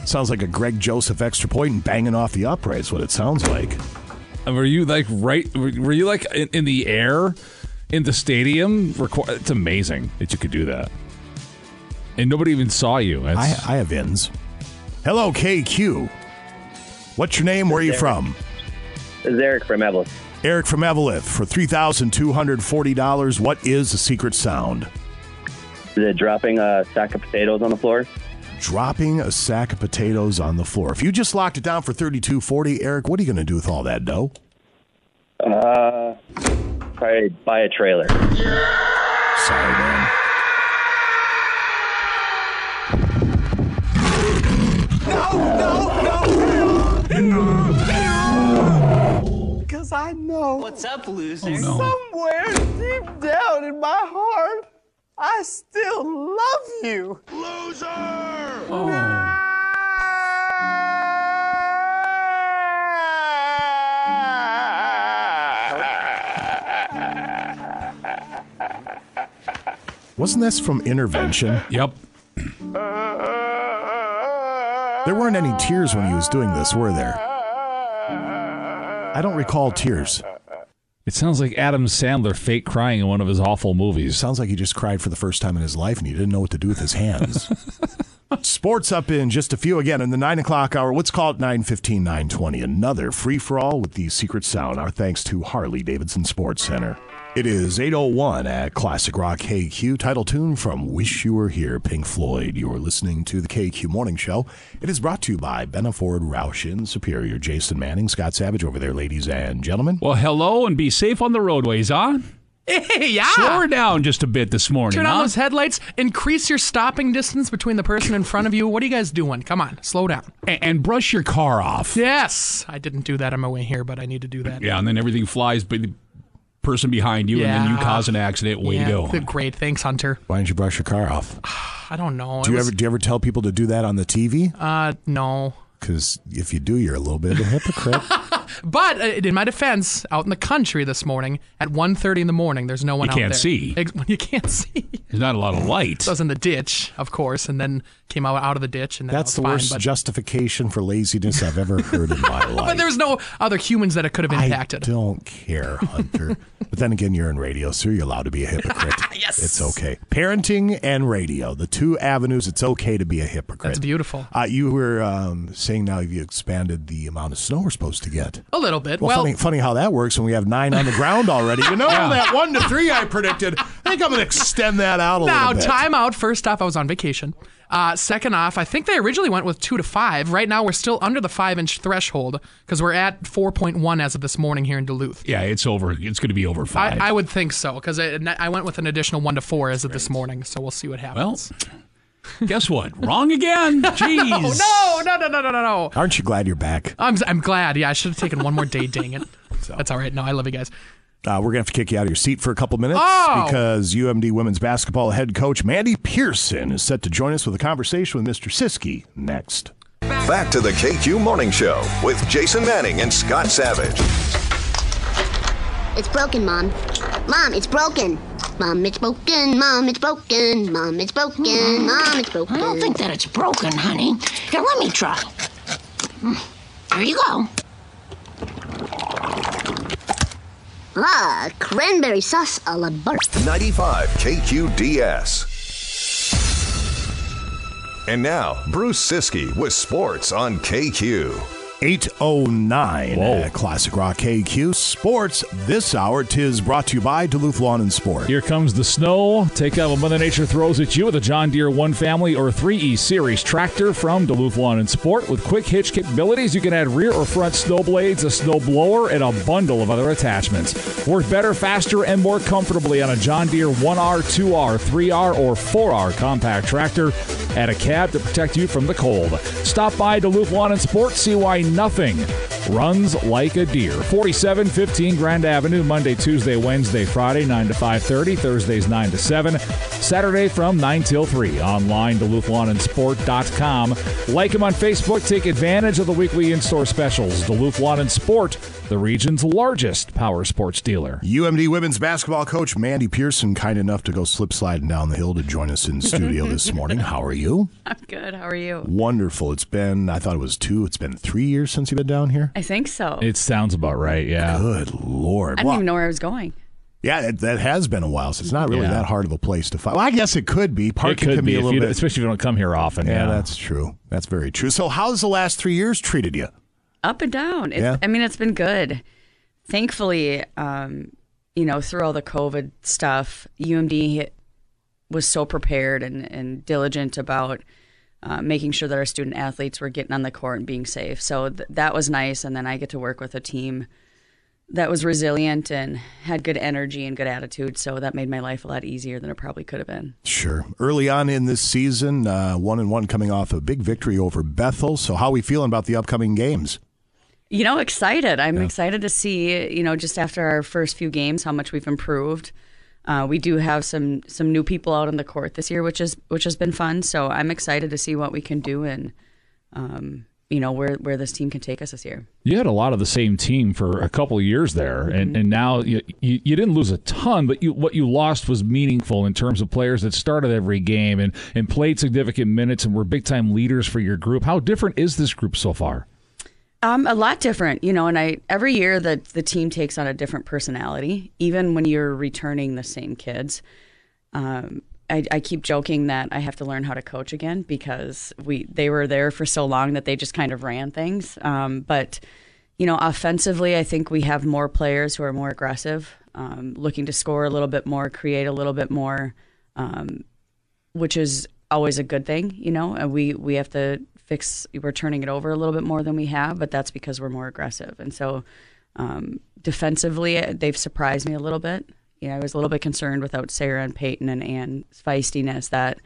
Speaker 13: Sounds like a Greg Joseph extra point and banging off the uprights. What it sounds like.
Speaker 14: And Were you like right? Were were you like in, in the air in the stadium? Requ- It's amazing that you could do that, and nobody even saw you.
Speaker 13: I,
Speaker 14: That's-
Speaker 13: I have ins. Hello, KQ. What's your name? Where are you from?
Speaker 26: This is Eric from Evelyn.
Speaker 13: Eric from Evelith for three thousand two hundred forty dollars. What is the secret sound?
Speaker 26: The dropping a sack of potatoes on the floor.
Speaker 13: dropping a sack of potatoes on the floor. If you just locked it down for thirty-two forty, Eric, what are you going to do with all that dough?
Speaker 26: Uh, probably buy a trailer.
Speaker 13: Sorry, man.
Speaker 3: Because I know. What's up, loser?
Speaker 12: no.
Speaker 3: Somewhere deep down in my heart, I still love you. Loser!
Speaker 13: Wasn't this from Intervention?
Speaker 15: Yep.
Speaker 13: There weren't any tears when he was doing this, were there? I don't recall tears.
Speaker 14: It sounds like Adam Sandler fake crying in one of his awful movies.
Speaker 13: Sounds like he just cried for the first time in his life and he didn't know what to do with his hands. Sports up in just a few again in the 9 o'clock hour. Let's call it 915, 920. Another free for all with the secret sound. Our thanks to Harley Davidson Sports Center. It is 801 at Classic Rock KQ. Title tune from Wish You Were Here, Pink Floyd. You're listening to the KQ Morning Show. It is brought to you by Benaford Roush in Superior. Jason Manning, Scott Savage over there, ladies and gentlemen.
Speaker 15: Well, hello and be safe on the roadways, huh?
Speaker 17: Hey, yeah.
Speaker 15: Slow her down just a bit this morning.
Speaker 17: Ah! Turn on
Speaker 15: huh?
Speaker 17: those headlights. Increase your stopping distance between the person in front of you. What are you guys doing? Come on, slow down.
Speaker 15: A- and brush your car off.
Speaker 17: Yes, I didn't do that on my way here, but I need to do that.
Speaker 15: Yeah, and then everything flies by the person behind you, and then you
Speaker 17: Yeah.
Speaker 15: cause an accident. Way
Speaker 17: Yeah,
Speaker 15: to go.
Speaker 17: good- Great, thanks, Hunter.
Speaker 13: Why don't you brush your car off?
Speaker 17: I don't know.
Speaker 13: Do
Speaker 17: Oh, It
Speaker 13: you
Speaker 17: was-
Speaker 13: ever do you ever tell people to do that on the TV?
Speaker 17: Uh, no.
Speaker 13: Because if you do, you're a little bit of a hypocrite.
Speaker 17: But uh, in my defense, out in the country this morning at 1.30 in the morning, there's no one
Speaker 15: You
Speaker 17: out
Speaker 15: can't
Speaker 17: there.
Speaker 15: see.
Speaker 17: Ex- You can't see.
Speaker 15: There's not a lot of light.
Speaker 17: So I was in the ditch, of course, and then came out out of the ditch, and then I
Speaker 13: That's
Speaker 17: was
Speaker 13: the
Speaker 17: fine,
Speaker 13: worst
Speaker 17: But,
Speaker 13: justification for laziness I've ever heard in my life.
Speaker 17: but there's no other humans that it could have impacted.
Speaker 13: I don't care, Hunter. but then again, you're in radio, so you're allowed to be a hypocrite. yes. It's okay. Parenting and radio, the two avenues, it's okay to be a hypocrite.
Speaker 17: That's beautiful.
Speaker 13: Uh, you were um, saying now you expanded the amount of snow we're supposed to get.
Speaker 17: A little bit.
Speaker 13: Well,
Speaker 17: Well,
Speaker 13: funny, funny how that works when we have nine on the ground already. You know
Speaker 17: Yeah.
Speaker 13: that one to three I predicted. I think I'm going to extend that out a
Speaker 17: now,
Speaker 13: little bit.
Speaker 17: time out. First off, I was on vacation. Uh, second off, I think they originally went with two to five. Right now, we're still under the five inch threshold because we're at 4.1 as of this morning here in Duluth.
Speaker 15: Yeah, it's over. It's going to be over five.
Speaker 17: I, I would think so because I, I went with an additional one to four as of this morning, so we'll see what
Speaker 15: well,
Speaker 17: happens.
Speaker 15: guess what? Wrong again. Jeez.
Speaker 17: no, no, no, no, no, no, no.
Speaker 13: Aren't you glad you're back?
Speaker 17: I'm, I'm glad. Yeah, I should have taken one more day. Dang it. That's all right. No, I love you guys.
Speaker 13: Uh, we're going to have to kick you out of your seat for a couple minutes
Speaker 17: Oh!
Speaker 13: because UMD women's basketball head coach Mandy Pearson is set to join us with a conversation with Mr. Siski next.
Speaker 2: Back to the KQ Morning Show with Jason Manning and Scott Savage.
Speaker 10: It's broken, Mom. Mom, it's broken. Mom, it's broken. Mom, it's broken. Mom, it's broken. Mom, it's
Speaker 18: Hmm.
Speaker 10: broken.
Speaker 18: I don't think that it's broken, honey. Here, let me try. Mm, There you go.
Speaker 10: Ah, cranberry sauce a la burp.
Speaker 2: 95 KQDS. And now, Bruce Siski with sports on KQ.
Speaker 13: 809 at Classic Rock KQ Sports this hour. Tis brought to you by Duluth Lawn and Sport.
Speaker 14: Here comes the snow. Take out what Mother Nature throws at you with a John Deere 1 Family or 3E Series tractor from Duluth Lawn and Sport. With quick hitch capabilities, you can add rear or front snow blades, a snow blower, and a bundle of other attachments. Work better, faster, and more comfortably on a John Deere 1R, 2R, 3R, or 4R compact tractor. Add a cab to protect you from the cold. Stop by Duluth Lawn and Sport, see why nothing runs like a deer. 4715 Grand Avenue, Monday, Tuesday, Wednesday, Friday, 9 to 5.30, Thursdays 9 to 7, Saturday from 9 till 3. Online, DuluthLawnandSport.com. Like them on Facebook. Take advantage of the weekly in-store specials. Duluth Lawn and Sport, the region's largest power sports dealer.
Speaker 13: UMD women's basketball coach Mandy Pearson, kind enough to go slip sliding down the hill to join us in studio this morning. How are you?
Speaker 19: I'm good. How are you?
Speaker 13: Wonderful. It's been, I thought it was two, it's been three years since you've been down here.
Speaker 19: I think so.
Speaker 14: It sounds about right, yeah.
Speaker 13: Good Lord.
Speaker 19: I didn't
Speaker 13: Wow.
Speaker 19: even know where I was going.
Speaker 13: Yeah, that, that has been a while, so it's not really
Speaker 14: Yeah.
Speaker 13: that hard of a place to find. Well, I guess it could be.
Speaker 14: It
Speaker 13: Parking
Speaker 14: could
Speaker 13: can
Speaker 14: be,
Speaker 13: be,
Speaker 14: if you
Speaker 13: a little
Speaker 14: don't-
Speaker 13: bit.
Speaker 14: especially if you don't come here often. Yeah,
Speaker 13: yeah, that's true. That's very true. So, how's the last three years treated you?
Speaker 19: Up and down. It's,
Speaker 13: Yeah.
Speaker 19: I mean, it's been good. Thankfully, um, you know, through all the COVID stuff, UMD was so prepared and, and diligent about uh, making sure that our student athletes were getting on the court and being safe. So th- that was nice. And then I get to work with a team that was resilient and had good energy and good attitude. So that made my life a lot easier than it probably could have been.
Speaker 13: Sure. Early on in this season, uh, one and one coming off a big victory over Bethel. So, how are we feeling about the upcoming games?
Speaker 19: you know, excited. I'm excited to see, you know, just after our first few games, how much we've improved. Uh, we do have some some new people out on the court this year, which is which has been fun. So I'm excited to see what we can do and, um, you know, where where this team can take us this year.
Speaker 14: You had a lot of the same team for a couple of years there, and, and now you, you you didn't lose a ton, but you what you lost was meaningful in terms of players that started every game and and played significant minutes and were big time leaders for your group. How different is this group so far?
Speaker 19: Um, a lot different, you know. And I every year that the team takes on a different personality, even when you're returning the same kids. Um, I, I keep joking that I have to learn how to coach again because we they were there for so long that they just kind of ran things. Um, but you know, offensively, I think we have more players who are more aggressive, um, looking to score a little bit more, create a little bit more. Um, which is always a good thing, you know. And we we have to fix. We're turning it over a little bit more than we have, but that's because we're more aggressive. And so, um, defensively, they've surprised me a little bit. You know, I was a little bit concerned without Sarah and Peyton and Anne's feistiness that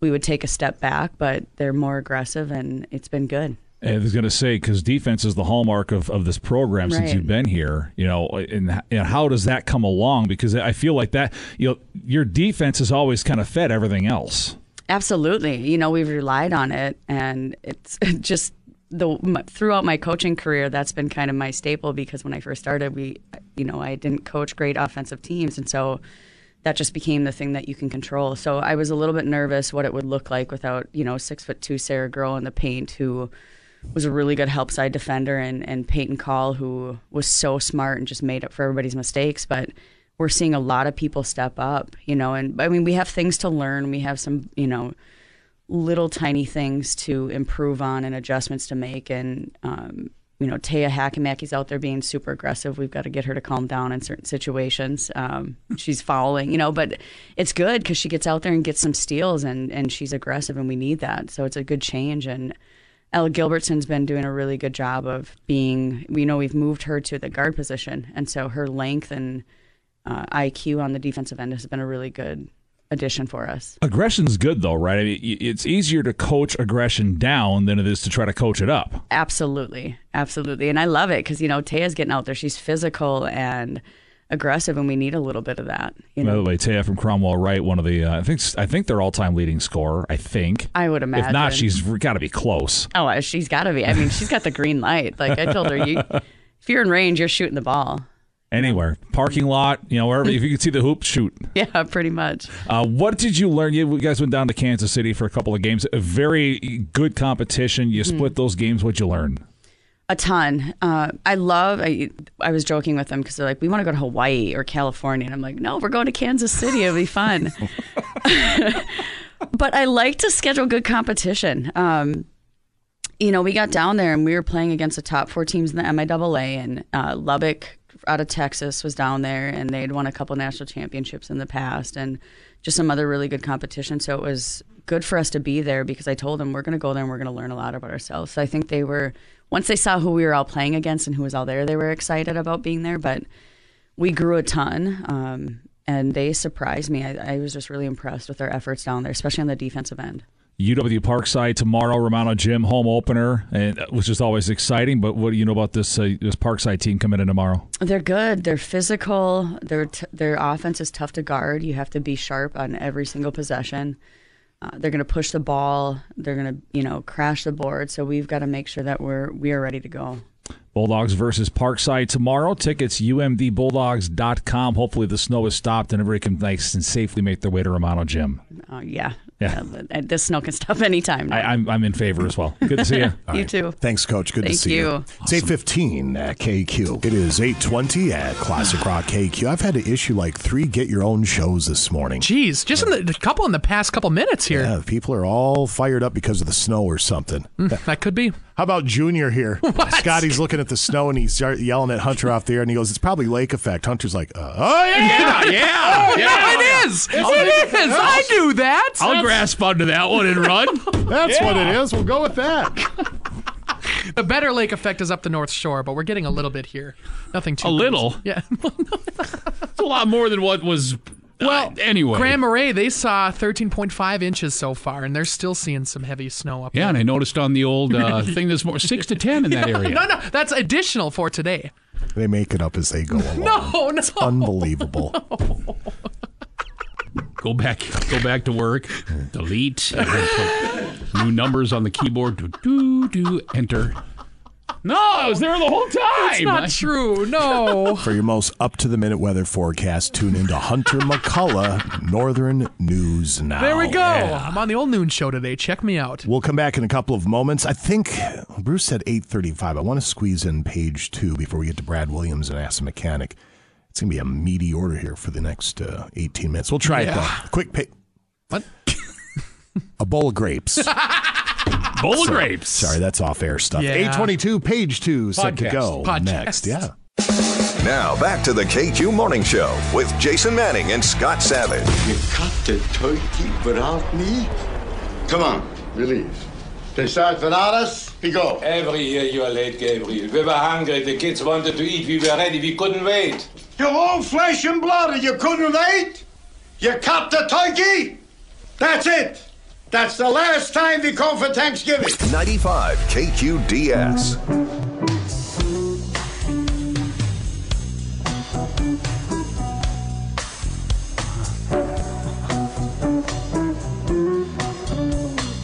Speaker 19: we would take a step back, but they're more aggressive, and it's been good.
Speaker 14: I was going to say because defense is the hallmark of, of this program since
Speaker 19: Right.
Speaker 14: you've been here, you know, and, and how does that come along? Because I feel like that, you know, your defense has always kind of fed everything else.
Speaker 19: Absolutely. You know, we've relied on it, and it's just the my, throughout my coaching career, that's been kind of my staple because when I first started, we, you know, I didn't coach great offensive teams, and so that just became the thing that you can control. So I was a little bit nervous what it would look like without, you know, six foot two Sarah Girl in the paint who was a really good help side defender and, and Peyton Call who was so smart and just made up for everybody's mistakes. But we're seeing a lot of people step up, you know, and I mean we have things to learn. We have some, you know, little tiny things to improve on and adjustments to make and um you know, Taya Hackamackie's out there being super aggressive. We've got to get her to calm down in certain situations. Um, she's fouling, you know, but it's good because she gets out there and gets some steals and, and she's aggressive, and we need that. So it's a good change. And Ella Gilbertson's been doing a really good job of being, you know, we've moved her to the guard position. And so her length and uh, IQ on the defensive end has been a really good addition for us.
Speaker 14: Aggression's good though, right? I mean, y- it's easier to coach aggression down than it is to try to coach it up.
Speaker 19: Absolutely. Absolutely. And I love it because, you know, Taya's getting out there. She's physical and aggressive, and we need a little bit of that. You
Speaker 14: By
Speaker 19: know,
Speaker 14: the way, Taya from Cromwell Wright, one of the uh, I think I think their all-time leading scorer. I think.
Speaker 19: I would imagine.
Speaker 14: If not, she's got to be close.
Speaker 19: Oh, uh, she's got to be. I mean, she's got the green light. Like I told her, you, if you're in range, you're shooting the ball.
Speaker 14: Anywhere, parking lot, you know, wherever. if you can see the hoop, shoot.
Speaker 19: Yeah, pretty much.
Speaker 14: Uh, what did you learn? You guys went down to Kansas City for a couple of games. A very good competition. You
Speaker 19: Hmm.
Speaker 14: split those games. What'd you learn?
Speaker 19: A ton. Uh, I love. I, I was joking with them because they're like, we want to go to Hawaii or California, and I'm like, no, we're going to Kansas City. It'll be fun. but I like to schedule good competition. Um, you know, we got down there and we were playing against the top four teams in the MIAA, and uh, Lubbock out of Texas was down there, and they had won a couple national championships in the past, and just some other really good competition. So it was good for us to be there because I told them we're going to go there and we're going to learn a lot about ourselves. So I think they were once they saw who we were all playing against and who was all there, they were excited about being there. But we grew a ton. Um, and they surprised me. I, I was just really impressed with their efforts down there, especially on the defensive end.
Speaker 14: UW Parkside tomorrow, Romano Gym home opener, and which is always exciting. But what do you know about this uh, this Parkside team coming in tomorrow?
Speaker 19: They're good. They're physical. Their t- their offense is tough to guard. You have to be sharp on every single possession. Uh, they're going to push the ball. They're going to you know crash the board. So we've got to make sure that we're we are ready to go.
Speaker 14: Bulldogs versus Parkside tomorrow. Tickets umdbulldogs.com. Hopefully the snow has stopped and everybody can nice and safely make their way to Romano Gym.
Speaker 19: Uh, yeah.
Speaker 14: Yeah.
Speaker 19: Uh, this snow can stop anytime.
Speaker 14: I, I'm I'm in favor as well. Good to see you.
Speaker 19: you too.
Speaker 13: Thanks, Coach. Good
Speaker 19: Thank
Speaker 13: to see you.
Speaker 19: you.
Speaker 13: It's eight fifteen at KQ. It is eight twenty at Classic Rock KQ. I've had to issue like three get your own shows this morning.
Speaker 17: Jeez, just in the, the couple in the past couple minutes here.
Speaker 13: Yeah, people are all fired up because of the snow or something.
Speaker 17: Hmm, That could be.
Speaker 13: How about Junior here? Scotty's looking at the snow and he's yar- yelling at Hunter off the air, and he goes, "It's probably lake effect." Hunter's like, uh, "Oh yeah,
Speaker 15: Yeah, yeah,
Speaker 13: Oh,
Speaker 15: yeah.
Speaker 17: It is. It is. I knew that.
Speaker 15: I'll grasp onto that one and run.
Speaker 13: That's
Speaker 17: what it
Speaker 13: is. We'll go with that.
Speaker 17: The better lake effect is up the North Shore, but we're getting a little bit here. Nothing too.
Speaker 15: A little?
Speaker 17: Yeah.
Speaker 15: It's a lot more than what was Well, anyway.
Speaker 17: Grand Marais, they saw 13.5 inches so far, and they're still seeing some heavy snow up
Speaker 15: yeah, and I noticed on the old uh, thing this morning, 6 to 10 in that
Speaker 17: there.
Speaker 15: area.
Speaker 17: No, no, that's additional for today.
Speaker 13: They make it up as they go along.
Speaker 17: No, no.
Speaker 13: It's unbelievable.
Speaker 15: Go back, go back to work. Delete. and then put new numbers on the keyboard. Do do do. Enter. No, I was there the whole time.
Speaker 17: It's not true. No.
Speaker 13: For your most up to the minute weather forecast, tune into Hunter McCullough, Northern News Now.
Speaker 17: there we go. I'm on the old noon show today. Check me out.
Speaker 13: We'll come back in a couple of moments. I think Bruce said 8:35. I want to squeeze in page 2 before we get to Brad Williams and Ask the Mechanic. It's going to be a meaty order here for the next uh, 18 minutes. We'll try it
Speaker 17: Yeah.
Speaker 13: though. Quick pick. What? a bowl of grapes.
Speaker 15: Bowl of
Speaker 13: Sorry.
Speaker 15: grapes.
Speaker 13: Sorry, that's off air stuff.
Speaker 15: Yeah.
Speaker 13: 822 page 2 set to
Speaker 2: Podcast.
Speaker 13: go
Speaker 2: Podcast.
Speaker 13: next. Yeah.
Speaker 2: Now back to the KQ Morning Show with Jason Manning and Scott Savage.
Speaker 4: You cut the turkey without me? Come on, release. They start without us, we go.
Speaker 5: Every year you are late, Gabriel. We were hungry. The kids wanted to eat. We were ready. We couldn't wait.
Speaker 4: Your own flesh and blood, and you couldn't wait? You cut the turkey? That's it. That's the last time we come for Thanksgiving.
Speaker 2: 95 KQDS.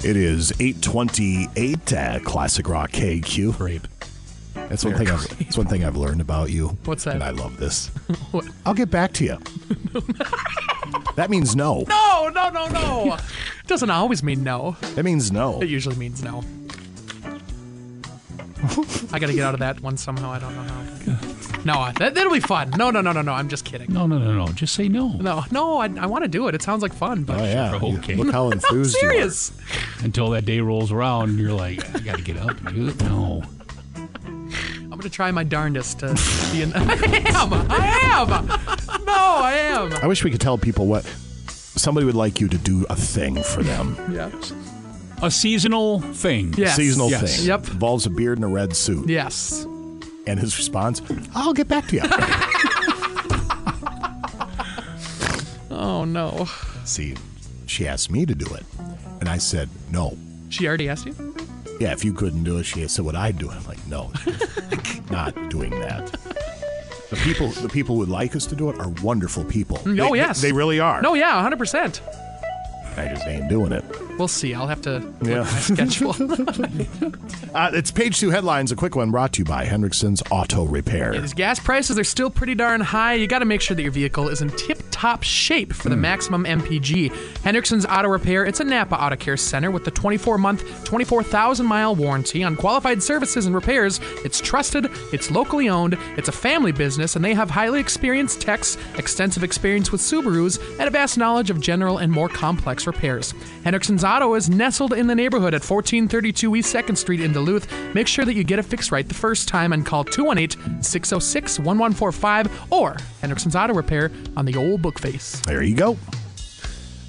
Speaker 13: It is 828 at Classic Rock KQ. Grape. That's one
Speaker 17: They're
Speaker 13: thing I've, that's one thing I've learned about you. What's that? And I love this. I'll get back to you. that means no.
Speaker 17: No, no, no, no. Doesn't always mean no.
Speaker 13: That means no.
Speaker 17: It usually means no. I gotta get out of that one somehow. I don't know how. No, I- that, that'll be fun. No, no, no, no, no. I'm just kidding.
Speaker 15: No, no, no, no. Just say no.
Speaker 17: No, no, I, I want to do it. It sounds like fun, but
Speaker 15: Oh yeah. Okay.
Speaker 17: Look how enthused you are. serious.
Speaker 15: Until that day rolls around, and you're like, I got to get up and do it. No.
Speaker 17: I'm gonna try my darndest to be an. I am. I am. No, I am.
Speaker 13: I wish we could tell people what somebody would like you to do a thing for them.
Speaker 17: Yes.
Speaker 15: A seasonal thing.
Speaker 13: Seasonal
Speaker 15: Yes.
Speaker 13: thing. Yep. Involves a beard and a red suit.
Speaker 17: Yes.
Speaker 13: And his response, I'll get back to you.
Speaker 17: oh, no.
Speaker 13: See, she asked me to do it. And I said, no.
Speaker 17: She already asked you.
Speaker 13: Yeah, if you couldn't do it, she said, "Would I do it?" I'm like, "No, not doing that." The people, the people who would like us to do it are wonderful people.
Speaker 17: Mm,
Speaker 13: They-
Speaker 17: Oh
Speaker 13: they-
Speaker 17: yes.
Speaker 13: they really are.
Speaker 17: No, yeah, 100. percent
Speaker 13: I just ain't doing it.
Speaker 17: We'll see. I'll have to look
Speaker 13: Yeah.
Speaker 17: at my schedule.
Speaker 13: Uh, it's page two headlines. A quick one brought to you by Hendrickson's Auto Repair.
Speaker 17: These gas prices are still pretty darn high. You got to make sure that your vehicle is in tip-top shape for the maximum MPG. Hendrickson's Auto Repair. It's a Napa Auto Care Center with the 24-month, 24,000-mile warranty on qualified services and repairs. It's trusted. It's locally owned. It's a family business, and they have highly experienced techs, extensive experience with Subarus, and a vast knowledge of general and more complex repairs. Hendrickson's Auto is nestled in the neighborhood at 1432 East 2nd Street in Duluth. Make sure that you get a fix right the first time and call 218 606 1145 or Hendrickson's Auto Repair on the old book face.
Speaker 13: There you go.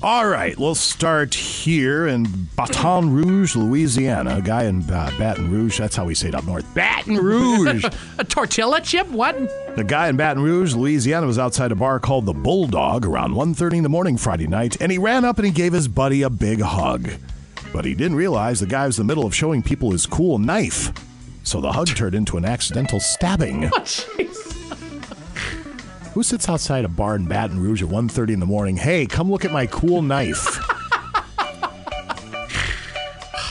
Speaker 13: All right, we'll start here in Baton Rouge, Louisiana. A guy in uh, Baton Rouge, that's how we say it up north. Baton Rouge.
Speaker 17: a tortilla chip? What?
Speaker 13: The guy in Baton Rouge, Louisiana, was outside a bar called the Bulldog around 1.30 in the morning Friday night, and he ran up and he gave his buddy a big hug. But he didn't realize the guy was in the middle of showing people his cool knife. So the hug turned into an accidental stabbing. Who sits outside a bar in Baton Rouge at 1.30 in the morning? Hey, come look at my cool knife.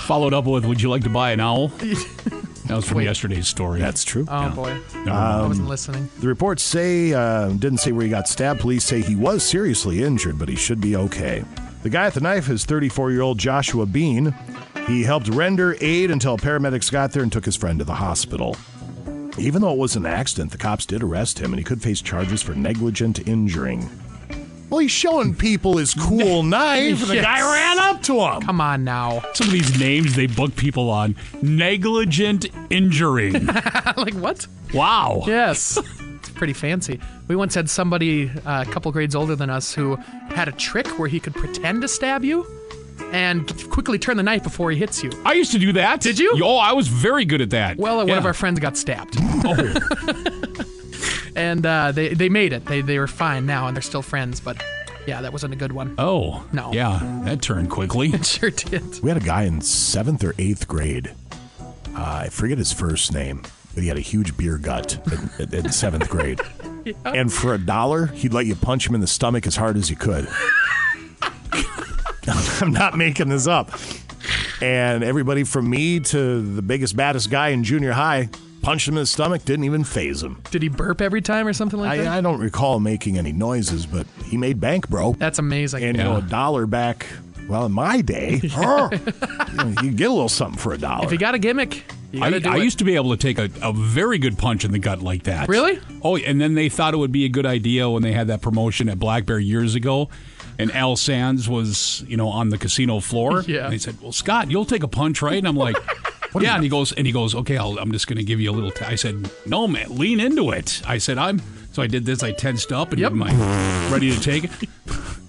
Speaker 15: Followed up with, would you like to buy an owl? That was from yesterday's story.
Speaker 13: That's true.
Speaker 17: Oh, boy. I
Speaker 13: Um,
Speaker 17: wasn't listening.
Speaker 13: The reports say uh, didn't say where he got stabbed. Police say he was seriously injured, but he should be okay. The guy at the knife is 34-year-old Joshua Bean. He helped render aid until paramedics got there and took his friend to the hospital. Even though it was an accident, the cops did arrest him, and he could face charges for negligent injuring. Well, he's showing people his cool knife. and The guy
Speaker 15: Yes.
Speaker 13: ran up to him.
Speaker 17: Come on now.
Speaker 15: Some of these names they book people on negligent injuring.
Speaker 17: like, what?
Speaker 15: Wow.
Speaker 17: Yes. It's pretty fancy. We once had somebody uh, a couple grades older than us who had a trick where he could pretend to stab you and quickly turn the knife before he hits you.
Speaker 15: I used to do that. Did you? Oh, I was very good at that.
Speaker 17: Well, one
Speaker 15: Yeah. Oh.
Speaker 17: of our friends got stabbed. and uh, they, they made it. They, they were fine now and they're still friends, but Yeah, that wasn't a good one.
Speaker 15: Oh.
Speaker 17: No.
Speaker 15: Yeah, that turned quickly.
Speaker 17: It sure did.
Speaker 13: We had a guy in seventh or eighth grade. Uh, I forget his first name, but he had a huge beer gut in, in- in seventh grade. And for a dollar, he'd let you punch him in the stomach as hard as you could. I'm not making this up. And everybody from me to the biggest, baddest guy in junior high punched him in the stomach, didn't even phase him.
Speaker 17: Did he burp every time or something like that?
Speaker 13: I, I don't recall making any noises, but he made bank, bro.
Speaker 17: That's amazing.
Speaker 13: And you know, a dollar back. Well, in my day, you, know, you get a little something for a dollar.
Speaker 17: If you got a gimmick, you gotta
Speaker 15: I,
Speaker 17: do
Speaker 15: I
Speaker 17: it.
Speaker 15: used to be able to take a, a very good punch in the gut like that.
Speaker 17: Really?
Speaker 15: Oh, and then they thought it would be a good idea when they had that promotion at Black Bear years ago, and Al Sands was, you know, on the casino floor.
Speaker 17: Yeah.
Speaker 15: And they said, "Well, Scott, you'll take a punch, right?" And I'm like, "Yeah." And he goes, and he goes, "Okay, I'll, I'm just going to give you a little." T-. I said, "No, man, lean into it." I said, "I'm." So I did this. I tensed up and am I ready to take it.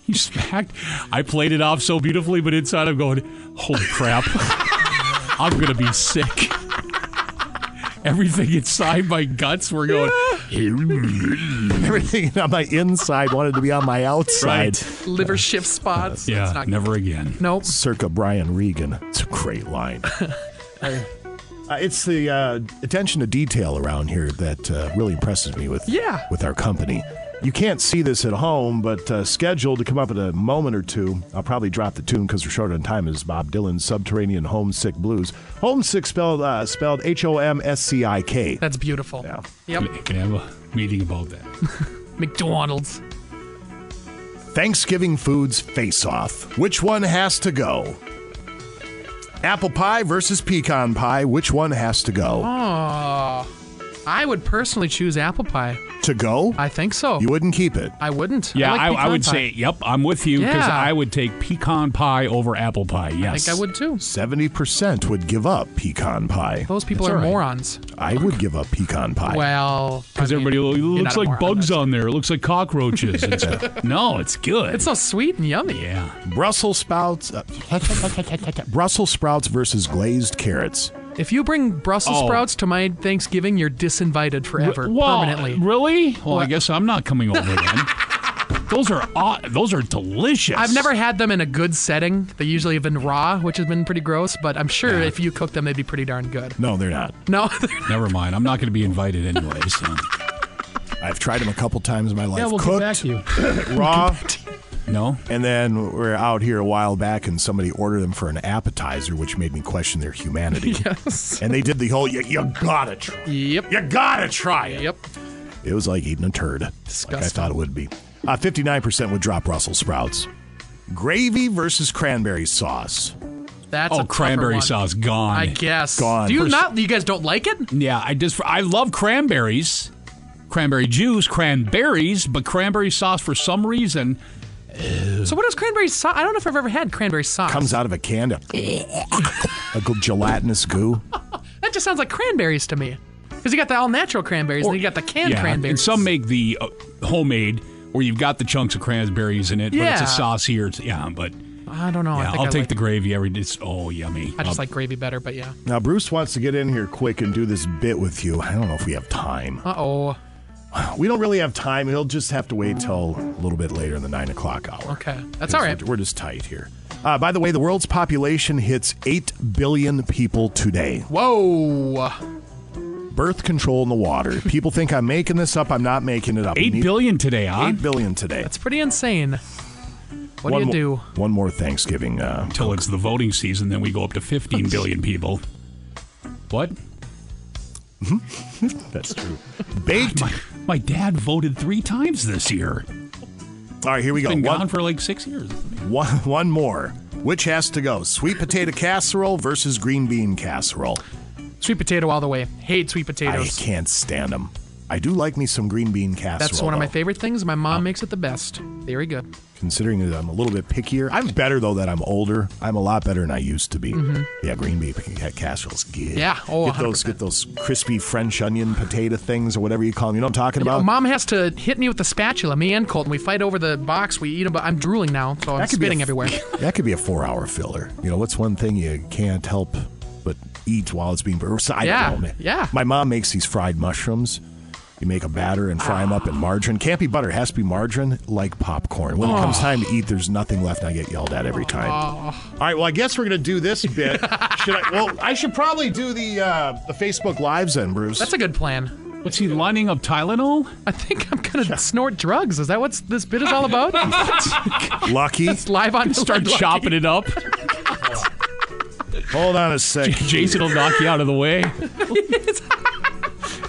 Speaker 15: He smacked. I played it off so beautifully, but inside I'm going, "Holy crap!" I'm gonna be sick everything inside my guts were going.
Speaker 13: Everything on my inside wanted to be on my outside.
Speaker 17: Liver shift spots. That's not
Speaker 15: never again.
Speaker 17: Nope.
Speaker 13: Circa Brian Regan. It's a great line. I- uh, it's the uh, attention to detail around here that uh, really impresses me with
Speaker 17: Yeah.
Speaker 13: with our company. You can't see this at home, but uh, scheduled to come up in a moment or two. I'll probably drop the tune because we're short on time. Is Bob Dylan's "Subterranean Homesick Blues"? Homesick spelled uh, spelled H O M S C I K.
Speaker 17: That's beautiful.
Speaker 13: Yeah.
Speaker 17: Yep.
Speaker 15: Can I have a meeting about that?
Speaker 17: McDonald's.
Speaker 13: Thanksgiving foods face off. Which one has to go? Apple pie versus pecan pie. Which one has to go?
Speaker 17: Oh. I would personally choose apple pie.
Speaker 13: To go?
Speaker 17: I think so.
Speaker 13: You wouldn't keep it.
Speaker 17: I wouldn't.
Speaker 15: Yeah, I,
Speaker 17: like
Speaker 15: I,
Speaker 17: pecan
Speaker 15: would
Speaker 17: pie.
Speaker 15: say, yep, I'm with you because
Speaker 17: Yeah.
Speaker 15: I would take pecan pie over apple pie. Yes.
Speaker 17: think I would too.
Speaker 13: 70% would give up pecan pie.
Speaker 17: Those people
Speaker 15: That's
Speaker 17: are
Speaker 15: all right.
Speaker 17: morons.
Speaker 13: I would give up pecan pie.
Speaker 17: Well,
Speaker 15: Because everybody lo-
Speaker 17: you're
Speaker 15: looks
Speaker 17: not a
Speaker 15: like
Speaker 17: moron,
Speaker 15: bugs on there. It looks like cockroaches. and stuff. no, it's good.
Speaker 17: It's so sweet and yummy.
Speaker 15: Yeah.
Speaker 13: Brussels sprouts. uh, Brussels sprouts versus glazed carrots.
Speaker 17: If you bring Brussels
Speaker 15: Oh.
Speaker 17: sprouts to my Thanksgiving, you're disinvited forever,
Speaker 15: Well,
Speaker 17: permanently.
Speaker 15: Really? Well, I
Speaker 17: What?
Speaker 15: guess I'm not coming over then. Those are aw- those are delicious.
Speaker 17: I've never had them in a good setting. They usually have been raw, which has been pretty gross, but I'm sure if you cook them, they'd be pretty darn good.
Speaker 13: No, they're not.
Speaker 17: No,
Speaker 15: Never mind. I'm not going to be invited anyway. So.
Speaker 13: I've tried them a couple times in my life.
Speaker 15: yeah, we'll
Speaker 13: Cooked,
Speaker 15: get back to you.
Speaker 13: raw.
Speaker 15: No.
Speaker 13: And then we're out here a while back, and somebody ordered them for an appetizer, which made me question their humanity.
Speaker 17: yes.
Speaker 13: And they did the whole "you, you gotta try."
Speaker 17: Yep.
Speaker 13: You gotta try it.
Speaker 17: Yep.
Speaker 13: It was like eating a turd. Like I
Speaker 17: Disgusting.
Speaker 13: thought it would be. Uh, 59% would drop Brussels sprouts. Gravy versus cranberry sauce.
Speaker 17: That's a
Speaker 15: oh,
Speaker 17: tougher
Speaker 15: cranberry
Speaker 17: one.
Speaker 15: sauce gone.
Speaker 17: I guess.
Speaker 13: Gone.
Speaker 17: Do you
Speaker 13: First-
Speaker 17: not? You guys don't like it?
Speaker 15: Yeah, I just I love cranberries, cranberry juice, cranberries, but cranberry sauce for some reason. uh,
Speaker 17: So what is cranberry sauce? I don't know if I've ever had cranberry sauce.
Speaker 13: Comes out of a can of a gl- gelatinous goo.
Speaker 17: That just sounds like cranberries to me. Because you got the all natural cranberries, and you got the canned
Speaker 15: yeah, and
Speaker 17: cranberries.
Speaker 15: some make the uh, homemade where you've got the chunks of cranberries in it, but
Speaker 17: Yeah.
Speaker 15: it's a saucier. It's, yeah, but
Speaker 17: I don't know. I
Speaker 15: yeah,
Speaker 17: think
Speaker 15: I'll
Speaker 17: I
Speaker 15: take
Speaker 17: like,
Speaker 15: the gravy every. It's oh yummy.
Speaker 17: I just
Speaker 15: Uh,
Speaker 17: like gravy better, but yeah.
Speaker 13: Now, Bruce wants to get in here quick and do this bit with you. I don't know if we have time.
Speaker 17: Uh oh.
Speaker 13: We don't really have time. He'll just have to wait till a little bit later in the nine o'clock hour.
Speaker 17: Okay, that's all right.
Speaker 13: We're just tight here. Uh, by the way, the world's population hits 8 billion people today.
Speaker 17: Whoa.
Speaker 13: Birth control in the water. People think I'm making this up. I'm not making it up. We
Speaker 15: Eight
Speaker 13: need-
Speaker 15: billion today, huh?
Speaker 13: 8 billion today.
Speaker 17: That's pretty insane. What
Speaker 13: one
Speaker 17: do you
Speaker 13: mo-
Speaker 17: do?
Speaker 13: One more Thanksgiving. Uh,
Speaker 15: Until it's the voting season, then we go up to fifteen billion people. What?
Speaker 13: that's true. Baked.
Speaker 15: My, my dad voted three times this year.
Speaker 13: All right, here we go.
Speaker 15: Been
Speaker 13: One,
Speaker 15: gone for like six years.
Speaker 13: one, one more. Which has to go? Sweet potato casserole versus green bean casserole.
Speaker 17: Sweet potato all the way. Hate sweet
Speaker 13: I
Speaker 17: potatoes.
Speaker 13: can't stand them. I do like me some green bean casserole.
Speaker 17: That's one of my
Speaker 13: though. Oh.
Speaker 17: favorite things. My mom makes it the best. Very good.
Speaker 13: Considering that I'm a little bit pickier, I'm better though that I'm older. I'm a lot better than I used to be. Yeah, green bean ca- casserole's good.
Speaker 17: Mm-hmm. Yeah, oh,
Speaker 13: get those,
Speaker 17: 100%.
Speaker 13: get those crispy French onion potato things or whatever you call them. You know what I'm talking about?
Speaker 17: Oh, Mom has to hit me with the spatula. Me and Colton, we fight over the box. We eat them, but I'm drooling now, so I'm
Speaker 13: That could be a
Speaker 17: spitting
Speaker 13: f-
Speaker 17: everywhere.
Speaker 13: That could be a four-hour filler. You know, what's one thing you can't help but eat while it's being? Or, so- I
Speaker 17: Yeah,
Speaker 13: don't know, man.
Speaker 17: yeah.
Speaker 13: My mom makes these fried mushrooms, You make a batter and fry them up in margarine. Can't be butter; has to be margarine, like popcorn. When it comes
Speaker 15: Oh.
Speaker 13: time to eat, there's nothing left, and I get yelled at every time.
Speaker 17: Oh.
Speaker 13: All right. Well, I guess we're gonna do this bit. should I? Well, I should probably do the uh, the Facebook Lives then, Bruce.
Speaker 17: That's a good plan.
Speaker 15: What's he lining up Tylenol?
Speaker 17: I think I'm gonna snort drugs. Is that what this bit is all about?
Speaker 13: Lucky.
Speaker 17: It's live on.
Speaker 15: Start
Speaker 17: Lucky.
Speaker 15: chopping it up.
Speaker 13: Hold on a sec.
Speaker 15: Jason will knock you out of the way.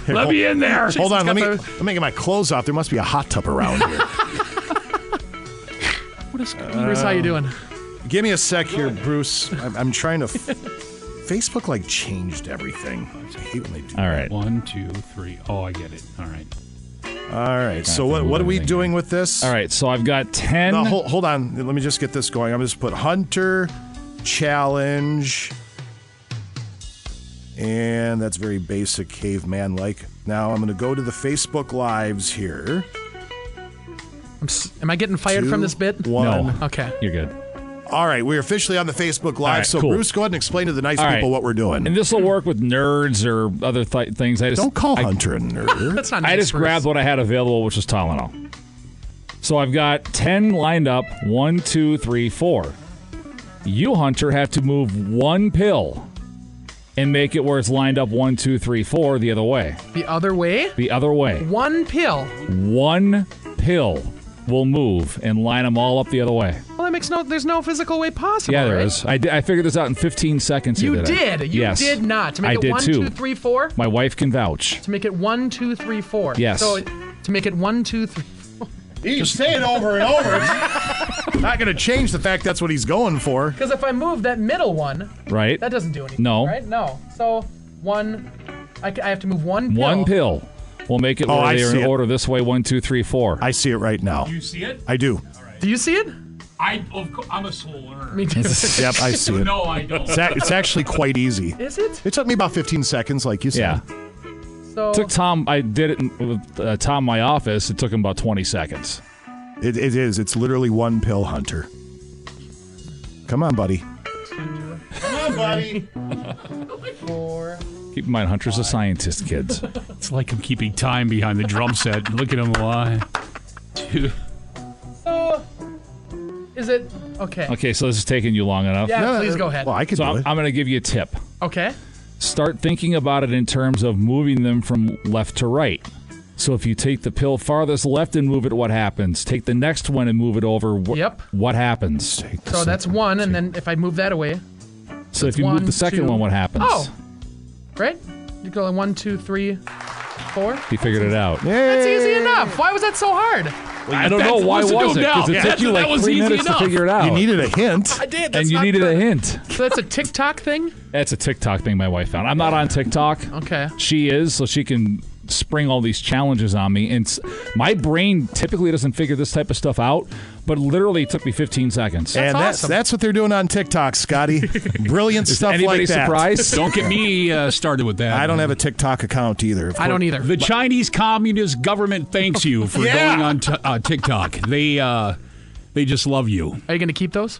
Speaker 13: Here,
Speaker 15: Let
Speaker 13: hold-
Speaker 15: me in there.
Speaker 13: Hold on. Let me, let me get my clothes off. There must be a hot tub around here.
Speaker 17: What is, Bruce, how
Speaker 13: Uh,
Speaker 17: you doing?
Speaker 13: Um, Give me a sec here, Bruce. I'm, I'm trying to. F- Facebook like changed everything. I hate when they do.
Speaker 14: All right.
Speaker 15: One, two, three. Oh, I get it. All right.
Speaker 13: All right. So what what are we doing with this? All
Speaker 14: right. So I've got ten.
Speaker 13: No, hold, hold on. Let me just get this going. I'm just put Hunter challenge, and that's very basic caveman like. Now I'm going to go to the Facebook lives here.
Speaker 17: I'm s- am I getting fired from
Speaker 13: Two,
Speaker 17: this bit?
Speaker 13: one.
Speaker 17: No. Okay.
Speaker 14: You're good.
Speaker 13: All right, we're officially on the Facebook Live.
Speaker 14: right,
Speaker 13: so
Speaker 14: cool.
Speaker 13: Bruce, go ahead and explain to the nice
Speaker 14: All right.
Speaker 13: people what we're doing.
Speaker 14: And this will work with nerds or other th- things. I just
Speaker 13: Don't call
Speaker 14: I-
Speaker 13: Hunter a nerd.
Speaker 17: That's not
Speaker 14: I
Speaker 17: nice,
Speaker 14: just grabbed what I had available, which was Tylenol. So I've got 10 lined up one, two, three, four. You, Hunter, have to move one pill and make it where it's lined up one, two, three, four the other way.
Speaker 17: The other way?
Speaker 14: The other way.
Speaker 17: One pill.
Speaker 14: One pill will move and line them all up the other way.
Speaker 17: Well, that makes no. There's no physical way possible.
Speaker 14: Yeah, there
Speaker 17: right?
Speaker 14: is. I, di- I figured this out in 15 seconds. the
Speaker 17: You
Speaker 14: other day.
Speaker 17: did. You
Speaker 14: yes.
Speaker 17: did not. To make
Speaker 14: I
Speaker 17: it
Speaker 14: did
Speaker 17: one,
Speaker 14: too.
Speaker 17: two, three, four.
Speaker 14: My wife can vouch.
Speaker 17: To make it one, two, three, four.
Speaker 14: Yes.
Speaker 17: So to make it one, two, three.
Speaker 13: You say it over and over. not going to change the fact that's what he's going for.
Speaker 17: Because if I move that middle one,
Speaker 14: Right.
Speaker 17: that doesn't do anything.
Speaker 14: No.
Speaker 17: Right? No. So one, I, c- I have to move one pill.
Speaker 14: One pill. We'll make it
Speaker 13: Oh,
Speaker 14: where
Speaker 13: I
Speaker 14: they are
Speaker 13: see
Speaker 14: in
Speaker 13: it.
Speaker 14: order this way. One, two, three, four.
Speaker 13: I see it right now.
Speaker 15: You see it?
Speaker 13: I do.
Speaker 17: Do you see it?
Speaker 15: I, of course, I'm a slow learner.
Speaker 17: Me too.
Speaker 13: Yep, I see it.
Speaker 15: No, I don't.
Speaker 13: It's, ac- it's actually quite easy.
Speaker 17: Is it?
Speaker 13: It took me about 15 seconds, like you said. Yeah.
Speaker 17: So
Speaker 14: took Tom. I did it in- with uh, Tom in my office. It took him about twenty seconds.
Speaker 13: It, it is. It's literally one pill hunter. Come on, buddy.
Speaker 17: Come on, buddy. four.
Speaker 14: Keep in mind, Hunter's a scientist, kids.
Speaker 15: It's like I'm keeping time behind the drum set. Look at him alive. Two.
Speaker 17: So is it okay?
Speaker 14: Okay, so this is taking you long enough.
Speaker 17: Yeah, No, please go ahead. well, I could
Speaker 14: so
Speaker 17: do
Speaker 14: I'm,
Speaker 17: it.
Speaker 14: I'm going to give you a tip.
Speaker 17: Okay.
Speaker 14: Start thinking about it in terms of moving them from left to right. So if you take the pill farthest left and move it, what happens? Take the next one and move it over. Wh-
Speaker 17: Yep.
Speaker 14: What happens?
Speaker 17: So that's one, and then if I move that away,
Speaker 14: So if you move
Speaker 17: one,
Speaker 14: the second
Speaker 17: two-
Speaker 14: one, what happens?
Speaker 17: Oh, right? You go like one, two, three, four.
Speaker 14: He figured it out.
Speaker 17: That's easy enough. Why was that so hard?
Speaker 14: I don't know why was it because it took you like three minutes to figure it out.
Speaker 13: a hint,
Speaker 17: I did. That's
Speaker 14: and you
Speaker 17: not
Speaker 14: needed
Speaker 17: good.
Speaker 14: a hint.
Speaker 17: So that's a TikTok thing.
Speaker 14: That's a TikTok thing my wife found. I'm not on TikTok.
Speaker 17: Okay.
Speaker 14: She is, so she can spring all these challenges on me. And s- my brain typically doesn't figure this type of stuff out, but literally it took me 15 seconds.
Speaker 13: and that's that's what they're doing on TikTok, Scotty. Brilliant
Speaker 14: Is
Speaker 13: stuff
Speaker 14: anybody
Speaker 13: like that.
Speaker 14: surprised?
Speaker 15: Don't get me uh, started with that.
Speaker 13: I don't have a TikTok account either. Of course-
Speaker 15: The Chinese Communist government thanks you for
Speaker 13: Yeah.
Speaker 15: going on t- uh, TikTok. They uh, they just love you.
Speaker 17: Are you going to keep those?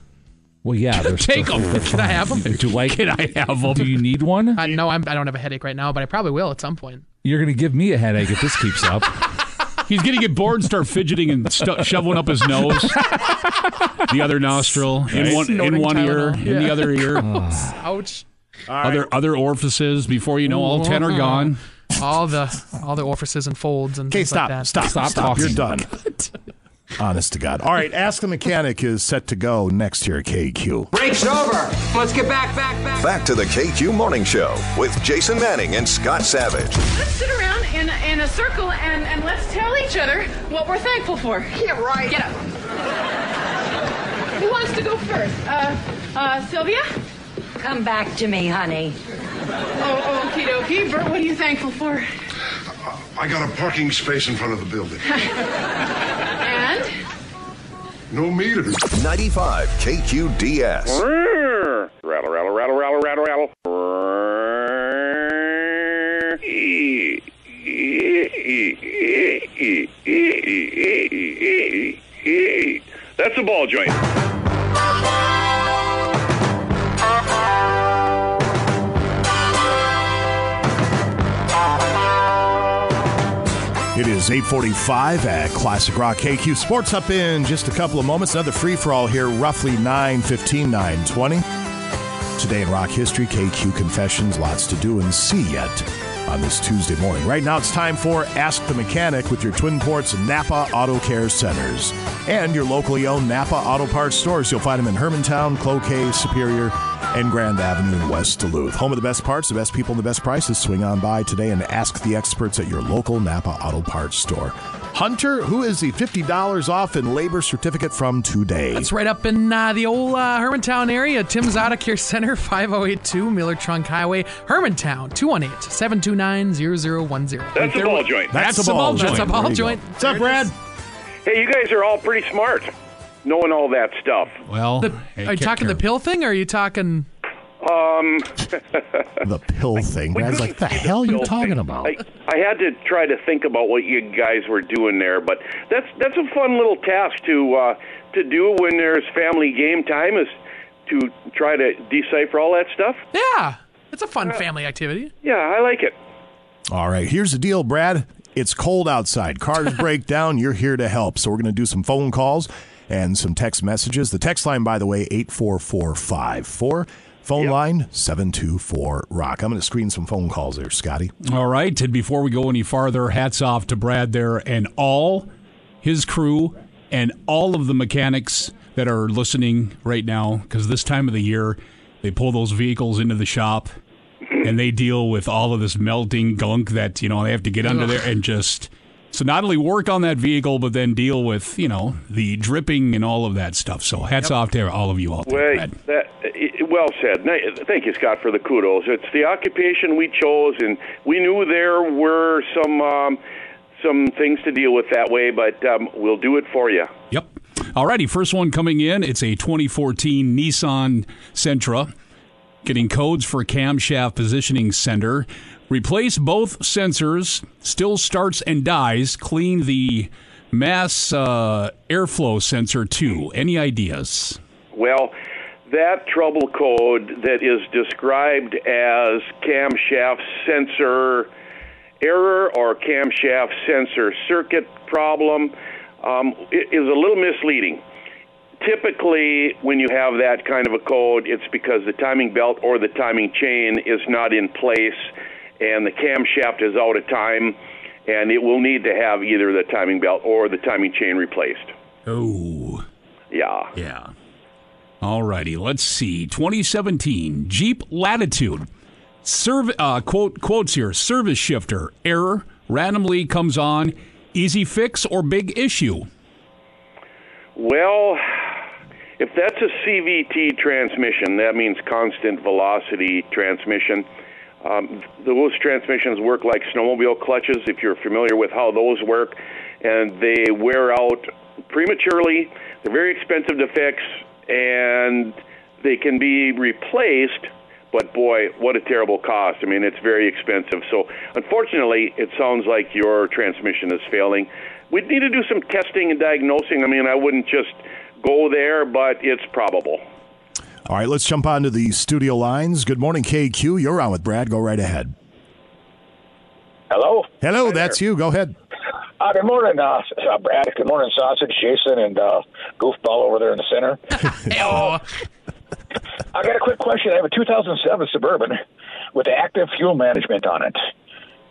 Speaker 14: Well, yeah. they're
Speaker 15: Take
Speaker 14: still-
Speaker 15: 'em.
Speaker 14: they're
Speaker 15: Can I have
Speaker 14: fine.
Speaker 15: 'em?
Speaker 14: Do you like
Speaker 15: Can I have 'em?
Speaker 14: Do you need one?
Speaker 17: I know I'm, I don't have a headache right now, but I probably will at some point.
Speaker 14: You're going to give me a headache if this keeps up.
Speaker 15: He's going to get bored and start fidgeting and stu- shoveling up his nose, the other nostril, in
Speaker 14: Right.
Speaker 15: one, in
Speaker 14: Snorting
Speaker 15: one ear,
Speaker 14: Tylenol.
Speaker 15: in the
Speaker 14: Yeah.
Speaker 15: other ear,
Speaker 17: Ouch.
Speaker 15: other other orifices. Before you know, all
Speaker 17: Mm-hmm.
Speaker 15: ten are gone.
Speaker 17: All the all the orifices and folds and.
Speaker 13: Okay,
Speaker 17: things
Speaker 13: stop,
Speaker 17: Like that.
Speaker 13: stop, stop, You're done. Honest to God. All right, Ask the Mechanic is set to go next here at KQ.
Speaker 7: Break's over. Let's get back, back, back.
Speaker 2: Back to the KQ Morning Show with Jason Manning and Scott Savage.
Speaker 12: Let's sit around in, in a circle and, and let's tell each other what we're thankful for. Yeah, right. Get up. Who wants to go first? Uh, uh, Sylvia?
Speaker 20: Come back to me, honey.
Speaker 12: Oh, okie dokie. Bert, what are you thankful for?
Speaker 21: I got a parking space in front of the building.
Speaker 12: And?
Speaker 2: No meter. 95 KQDS.
Speaker 22: Rattle, rattle, rattle, rattle, rattle, rattle. That's a ball joint.
Speaker 13: It is 8:45 at Classic Rock KQ Sports up in just a couple of moments. Another free for all here, roughly 9:15, 9:20. Today in rock history, KQ confessions, lots to do and see yet on this Tuesday morning. Right now, it's time for Ask the Mechanic with your Twin Ports Napa Auto Care Centers and your locally owned Napa Auto Parts stores. You'll find them in Hermantown, Cloquet, Superior, and Grand Avenue in West Duluth. Home of the best parts, the best people, and the best prices. Swing on by today and ask the experts at your local Napa Auto Parts store. Hunter, who is the $50 off in labor certificate from today?
Speaker 17: It's right up in uh, the old uh, Hermantown area. Tim's out Care Center, 5082 Miller Trunk Highway, Hermantown, 218 729 0010.
Speaker 22: That's a ball joint.
Speaker 17: That's, a ball joint. That's a ball
Speaker 22: There you go.
Speaker 17: joint.
Speaker 13: What's up, Brad?
Speaker 22: Hey, you guys are all pretty smart, knowing all that stuff.
Speaker 15: Well,
Speaker 17: Are you talking the pill thing or are you talking.
Speaker 22: Um,
Speaker 13: The pill thing. Brad's like, the hell are you talking about?
Speaker 22: I, I had to try to think about what you guys were doing there, but that's that's a fun little task to uh, to do when there's family game time is to try to decipher all that stuff.
Speaker 17: Yeah, it's a fun family activity.
Speaker 22: Uh, Yeah, I like it.
Speaker 13: All right, here's the deal, Brad. It's cold outside. Cars break down. You're here to help. So we're going to do some phone calls and some text messages. The text line, by the way, 84454. Phone line 724 Rock. I'm going to screen some phone calls there, Scotty.
Speaker 15: All right. And before we go any farther, hats off to Brad there and all his crew and all of the mechanics that are listening right now because this time of the year, they pull those vehicles into the shop and they deal with all of this melting gunk that, you know, they have to get under there and just. So not only work on that vehicle, but then deal with you know the dripping and all of that stuff. So hats off to all of you all.
Speaker 22: Well, that, i- well said. Na- Thank you, Scott, for the kudos. It's the occupation we chose, and we knew there were some um, some things to deal with that way, but um, we'll do it for you.
Speaker 15: Yep. Alrighty, first one coming in. It's a 2014 Nissan Sentra. Getting codes for camshaft positioning center. Replace both sensors. Still starts and dies. Clean the mass uh, airflow sensor too. Any ideas?
Speaker 22: Well, that trouble code that is described as camshaft sensor error or camshaft sensor circuit problem um, i- is a little misleading. Typically, when you have that kind of a code, it's because the timing belt or the timing chain is not in place and the camshaft is out of time, and it will need to have either the timing belt or the timing chain replaced.
Speaker 15: Oh.
Speaker 22: Yeah.
Speaker 15: Yeah. Alrighty, let's see. 2017 Jeep Latitude. Serv- uh, quote quotes here. Service shifter error randomly comes on. Easy fix or big issue.
Speaker 22: Well, if that's a CVT transmission, that means constant velocity transmission. Um, those transmissions work like snowmobile clutches, if you're familiar with how those work, and they wear out prematurely. They're very expensive to fix, and they can be replaced. But boy, what a terrible cost! I mean, it's very expensive. So, unfortunately, it sounds like your transmission is failing. We'd need to do some testing and diagnosing. I mean, I wouldn't just go there, but it's probable.
Speaker 13: All right, let's jump onto the studio lines. Good morning, KQ. You're on with Brad. Go right ahead.
Speaker 1: Hello.
Speaker 13: Hello, that's you. Go ahead.
Speaker 1: Uh, good morning, uh, s- uh, Brad. Good morning, Sausage, Jason, and uh, Goofball over there in the center. Uh,
Speaker 17: oh.
Speaker 1: I got a quick question. I have a 2007 Suburban with active fuel management on it,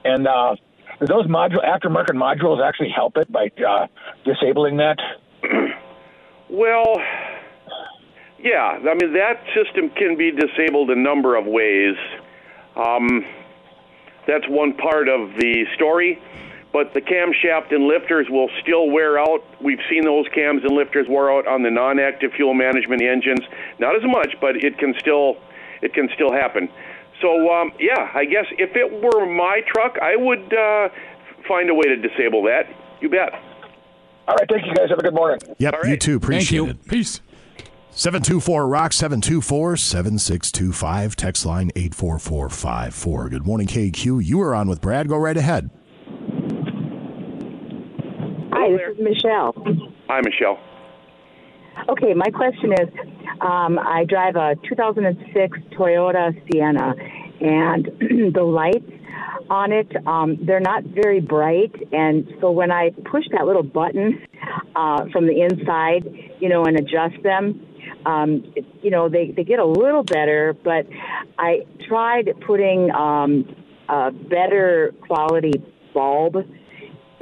Speaker 1: and uh, do those module aftermarket modules actually help it by uh, disabling that?
Speaker 22: Well, yeah, I mean, that system can be disabled a number of ways. Um, that's one part of the story. But the camshaft and lifters will still wear out. We've seen those cams and lifters wear out on the non-active fuel management engines. Not as much, but it can still it can still happen. So um, yeah, I guess if it were my truck, I would uh, find a way to disable that. You bet.
Speaker 1: All right, thank you guys. Have a good morning.
Speaker 13: Yep, you too. Appreciate
Speaker 1: you.
Speaker 13: it. Peace. 724 Rock 724 7625. Text line 84454. Good morning, KQ. You are on with Brad. Go right ahead.
Speaker 6: Hi, this is Michelle.
Speaker 22: Hi, Michelle.
Speaker 6: Okay, my question is um, I drive a 2006 Toyota Sienna, and the lights on it. Um, they're not very bright, and so when I push that little button uh, from the inside, you know, and adjust them, um, it- you know, they they get a little better. But I tried putting um, a better quality bulb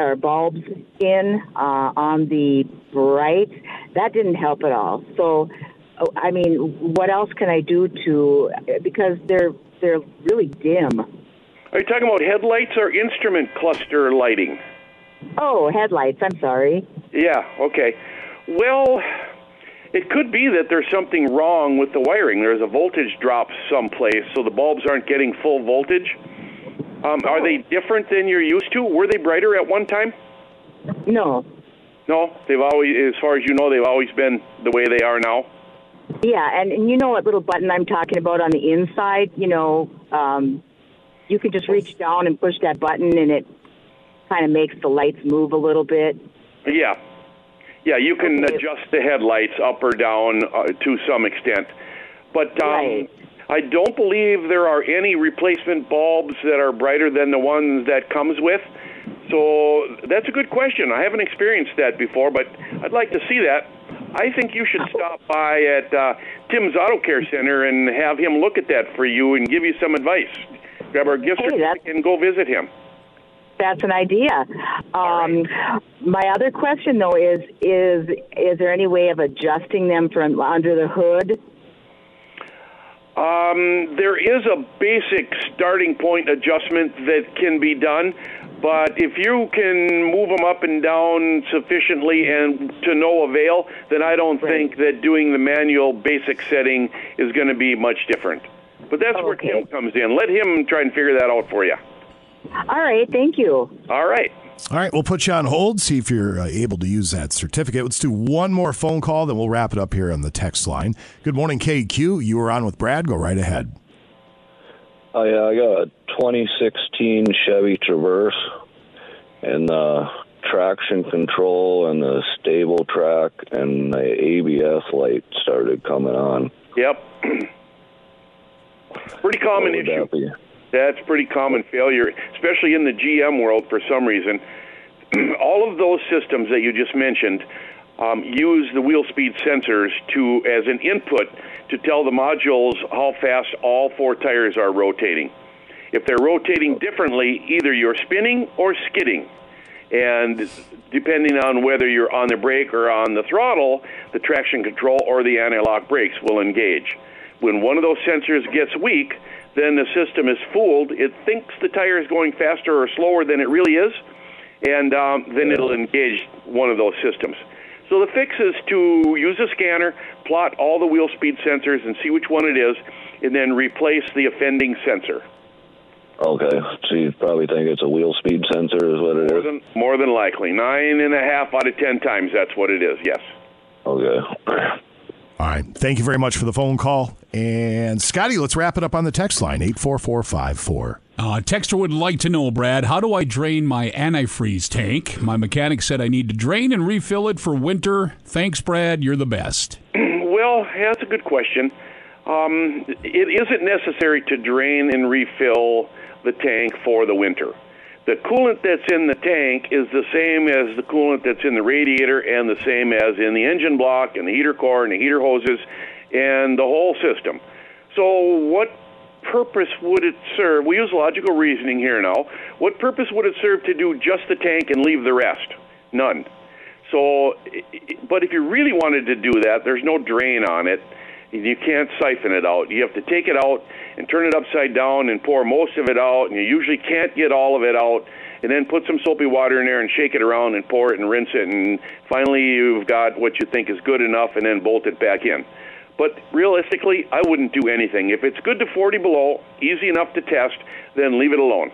Speaker 6: or bulbs in uh, on the bright. That didn't help at all. So, oh, I mean, what else can I do to because they're they're really dim.
Speaker 22: Are you talking about headlights or instrument cluster lighting?
Speaker 6: Oh, headlights. I'm sorry.
Speaker 22: Yeah, okay. Well, it could be that there's something wrong with the wiring. There's a voltage drop someplace, so the bulbs aren't getting full voltage. Um, Are they different than you're used to? Were they brighter at one time?
Speaker 6: No.
Speaker 22: No, they've always, as far as you know, they've always been the way they are now.
Speaker 6: Yeah, and, and you know what little button I'm talking about on the inside? You know, um, you can just reach down and push that button, and it kind of makes the lights move a little bit.
Speaker 22: Yeah. Yeah, you can adjust the headlights up or down uh, to some extent. But um, I don't believe there are any replacement bulbs that are brighter than the ones that comes with. So that's a good question. I haven't experienced that before, but I'd like to see that. I think you should stop by at uh, Tim's Auto Care Center and have him look at that for you and give you some advice. Grab our gift certificate and go visit him.
Speaker 6: That's an idea. Um, My other question, though, is is is there any way of adjusting them from under the hood?
Speaker 22: Um, there is a basic starting point adjustment that can be done, but if you can move them up and down sufficiently and to no avail, then I don't think that doing the manual basic setting is going to be much different. But that's where Tim comes in. Let him try and figure that out for you.
Speaker 6: All right, thank you.
Speaker 22: All right.
Speaker 13: All right, we'll put you on hold, see if you're uh, able to use that certificate. Let's do one more phone call, then we'll wrap it up here on the text line. Good morning, KQ. You were on with Brad. Go right ahead.
Speaker 8: Oh, yeah, I got a 2016 Chevy Traverse, and the traction control and the stable track and the ABS light started coming on.
Speaker 22: Yep. Pretty common issue. That's pretty common failure, especially in the GM world for some reason. All of those systems that you just mentioned um, use the wheel speed sensors to as an input to tell the modules how fast all four tires are rotating. If they're rotating differently, either you're spinning or skidding. And depending on whether you're on the brake or on the throttle, the traction control or the anti lock brakes will engage. When one of those sensors gets weak, then the system is fooled. It thinks the tire is going faster or slower than it really is, and um, then it'll engage one of those systems. So the fix is to use a scanner, plot all the wheel speed sensors, and see which one it is, and then replace the offending sensor.
Speaker 8: Okay, so you probably think it's a wheel speed sensor, is what it
Speaker 22: More
Speaker 8: is.
Speaker 22: than, more than likely, nine and a half out of ten times, that's what it is. Yes.
Speaker 8: Okay.
Speaker 13: All right, thank you very much for the phone call. And Scotty, let's wrap it up on the text line 84454.
Speaker 15: Uh, texter would like to know, Brad, how do I drain my antifreeze tank? My mechanic said I need to drain and refill it for winter. Thanks, Brad. You're the best.
Speaker 22: well, that's a good question. Um, it isn't necessary to drain and refill the tank for the winter. The coolant that's in the tank is the same as the coolant that's in the radiator and the same as in the engine block and the heater core and the heater hoses and the whole system. So, what purpose would it serve? We use logical reasoning here now. What purpose would it serve to do just the tank and leave the rest? None. So, i- i- but if you really wanted to do that, there's no drain on it. You can't siphon it out. You have to take it out and turn it upside down and pour most of it out, and you usually can't get all of it out. And then put some soapy water in there and shake it around and pour it and rinse it, and finally you've got what you think is good enough, and then bolt it back in. But realistically, I wouldn't do anything. If it's good to 40 below, easy enough to test, then leave it alone.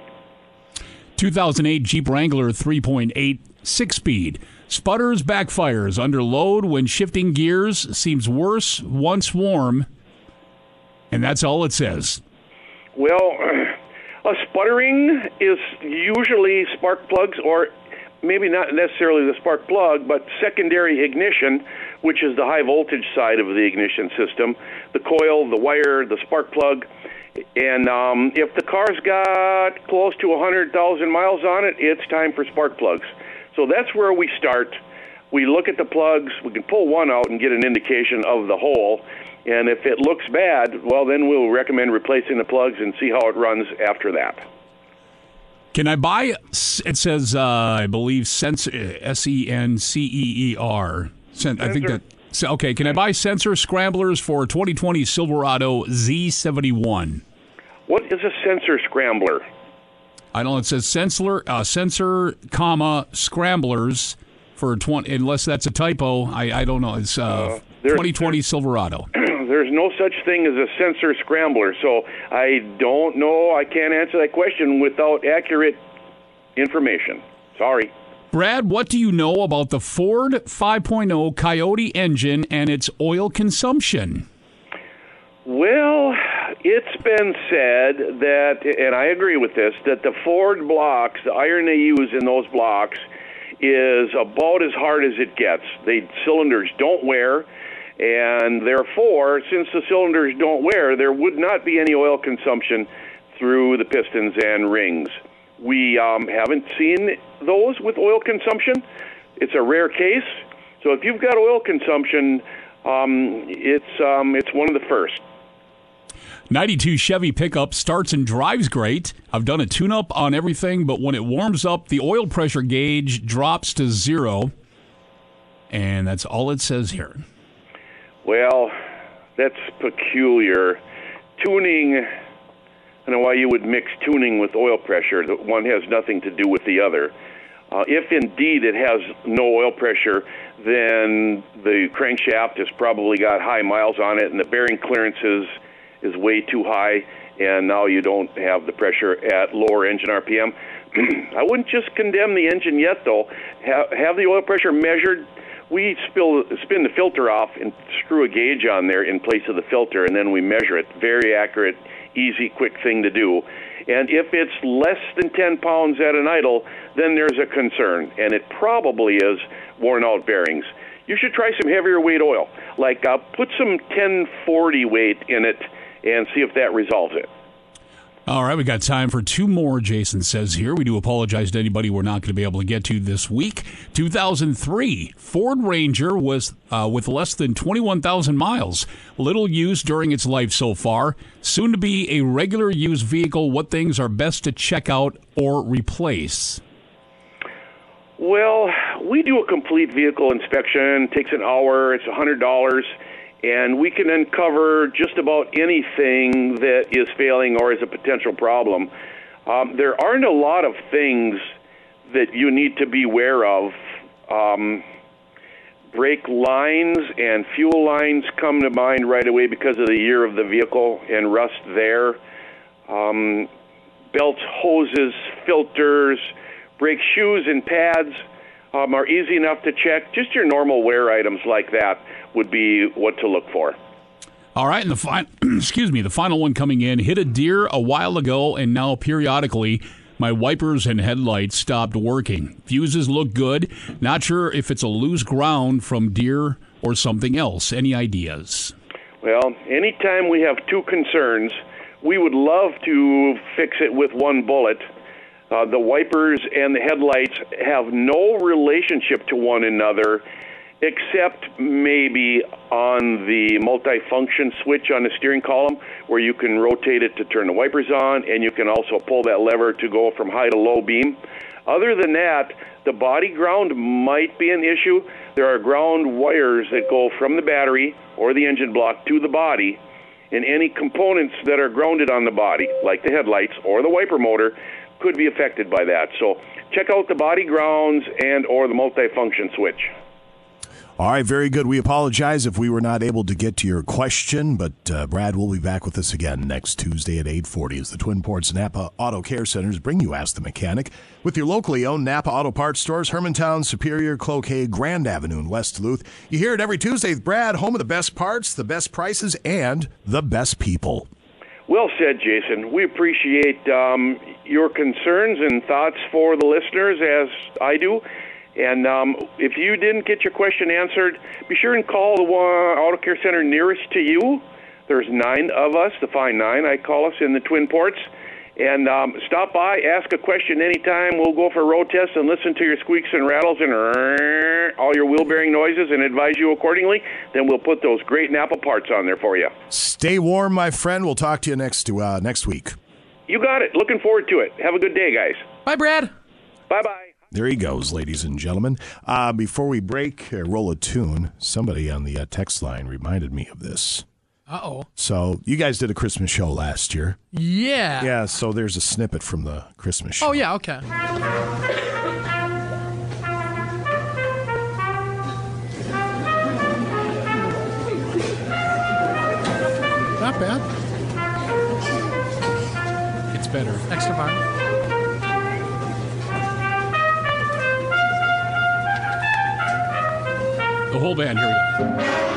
Speaker 15: 2008 Jeep Wrangler 3.8 six speed. Sputters, backfires under load when shifting gears. Seems worse once warm. And that's all it says.
Speaker 22: Well, a sputtering is usually spark plugs, or maybe not necessarily the spark plug, but secondary ignition, which is the high voltage side of the ignition system the coil, the wire, the spark plug. And um, if the car's got close to 100,000 miles on it, it's time for spark plugs. So that's where we start. We look at the plugs. We can pull one out and get an indication of the hole. And if it looks bad, well, then we'll recommend replacing the plugs and see how it runs after that.
Speaker 15: Can I buy? It says, uh, I believe, sens- S E N C E E R. Sen- I think that. so- Okay, can I buy sensor scramblers for 2020 Silverado Z71?
Speaker 22: What is a sensor scrambler?
Speaker 15: I don't know. It says sensor, uh, sensor, comma scramblers for 20. Unless that's a typo, I, I don't know. It's uh,
Speaker 22: there's-
Speaker 15: 2020 Silverado.
Speaker 22: There's no such thing as a sensor scrambler, so I don't know. I can't answer that question without accurate information. Sorry.
Speaker 15: Brad, what do you know about the Ford 5.0 Coyote engine and its oil consumption?
Speaker 22: Well, it's been said that, and I agree with this, that the Ford blocks, the iron they use in those blocks, is about as hard as it gets. The cylinders don't wear, and therefore, since the cylinders don't wear, there would not be any oil consumption through the pistons and rings. We um, haven't seen those with oil consumption. It's a rare case. So if you've got oil consumption, um, it's um, it's one of the first.
Speaker 15: 92 Chevy pickup starts and drives great. I've done a tune up on everything, but when it warms up, the oil pressure gauge drops to zero. And that's all it says here.
Speaker 22: Well, that's peculiar. Tuning, I don't know why you would mix tuning with oil pressure. The One has nothing to do with the other. Uh, if indeed it has no oil pressure, then the crankshaft has probably got high miles on it, and the bearing clearance is, is way too high, and now you don't have the pressure at lower engine RPM. I wouldn't just condemn the engine yet, though. Have, have the oil pressure measured we spill, spin the filter off and screw a gauge on there in place of the filter, and then we measure it. Very accurate, easy, quick thing to do. And if it's less than 10 pounds at an idle, then there's a concern, and it probably is worn out bearings. You should try some heavier weight oil, like uh, put some 1040 weight in it and see if that resolves it.
Speaker 15: All right, we got time for two more, Jason says here. We do apologize to anybody we're not going to be able to get to this week. 2003 Ford Ranger was uh, with less than 21,000 miles. Little use during its life so far. Soon to be a regular use vehicle. What things are best to check out or replace?
Speaker 22: Well, we do a complete vehicle inspection. Takes an hour. It's hundred dollars, and we can uncover just about anything that is failing or is a potential problem. Um, there aren't a lot of things that you need to be aware of. Um, brake lines and fuel lines come to mind right away because of the year of the vehicle and rust there. Um, belts, hoses, filters, brake shoes, and pads um, are easy enough to check. Just your normal wear items like that would be what to look for.
Speaker 15: All right, and the final, excuse me, the final one coming in hit a deer a while ago, and now periodically my wipers and headlights stopped working. Fuses look good. Not sure if it's a loose ground from deer or something else. Any ideas?
Speaker 22: Well, anytime we have two concerns, we would love to fix it with one bullet. Uh, the wipers and the headlights have no relationship to one another except maybe on the multifunction switch on the steering column where you can rotate it to turn the wipers on and you can also pull that lever to go from high to low beam. Other than that, the body ground might be an issue. There are ground wires that go from the battery or the engine block to the body, and any components that are grounded on the body, like the headlights or the wiper motor, could be affected by that. So check out the body grounds and or the multifunction switch.
Speaker 13: All right, very good. We apologize if we were not able to get to your question, but uh, Brad will be back with us again next Tuesday at 8:40 as the Twin Ports Napa Auto Care Centers bring you Ask the Mechanic with your locally owned Napa Auto Parts stores, Hermantown, Superior, Cloquet, Grand Avenue, and West Duluth. You hear it every Tuesday with Brad, home of the best parts, the best prices, and the best people.
Speaker 22: Well said, Jason. We appreciate um, your concerns and thoughts for the listeners, as I do. And um, if you didn't get your question answered, be sure and call the uh, auto care center nearest to you. There's nine of us, the fine nine, I call us, in the Twin Ports. And um, stop by, ask a question anytime. We'll go for a road test and listen to your squeaks and rattles and all your wheel bearing noises and advise you accordingly. Then we'll put those great Napa parts on there for you.
Speaker 13: Stay warm, my friend. We'll talk to you next to uh, next week.
Speaker 22: You got it. Looking forward to it. Have a good day, guys.
Speaker 17: Bye, Brad.
Speaker 22: Bye bye.
Speaker 13: There he goes, ladies and gentlemen. Uh, before we break, uh, roll a tune. Somebody on the uh, text line reminded me of this.
Speaker 17: Uh oh.
Speaker 13: So you guys did a Christmas show last year.
Speaker 17: Yeah.
Speaker 13: Yeah. So there's a snippet from the Christmas show.
Speaker 17: Oh, yeah, okay.
Speaker 3: Not bad.
Speaker 15: It's better.
Speaker 17: Extra bar.
Speaker 15: The whole band. Here we go.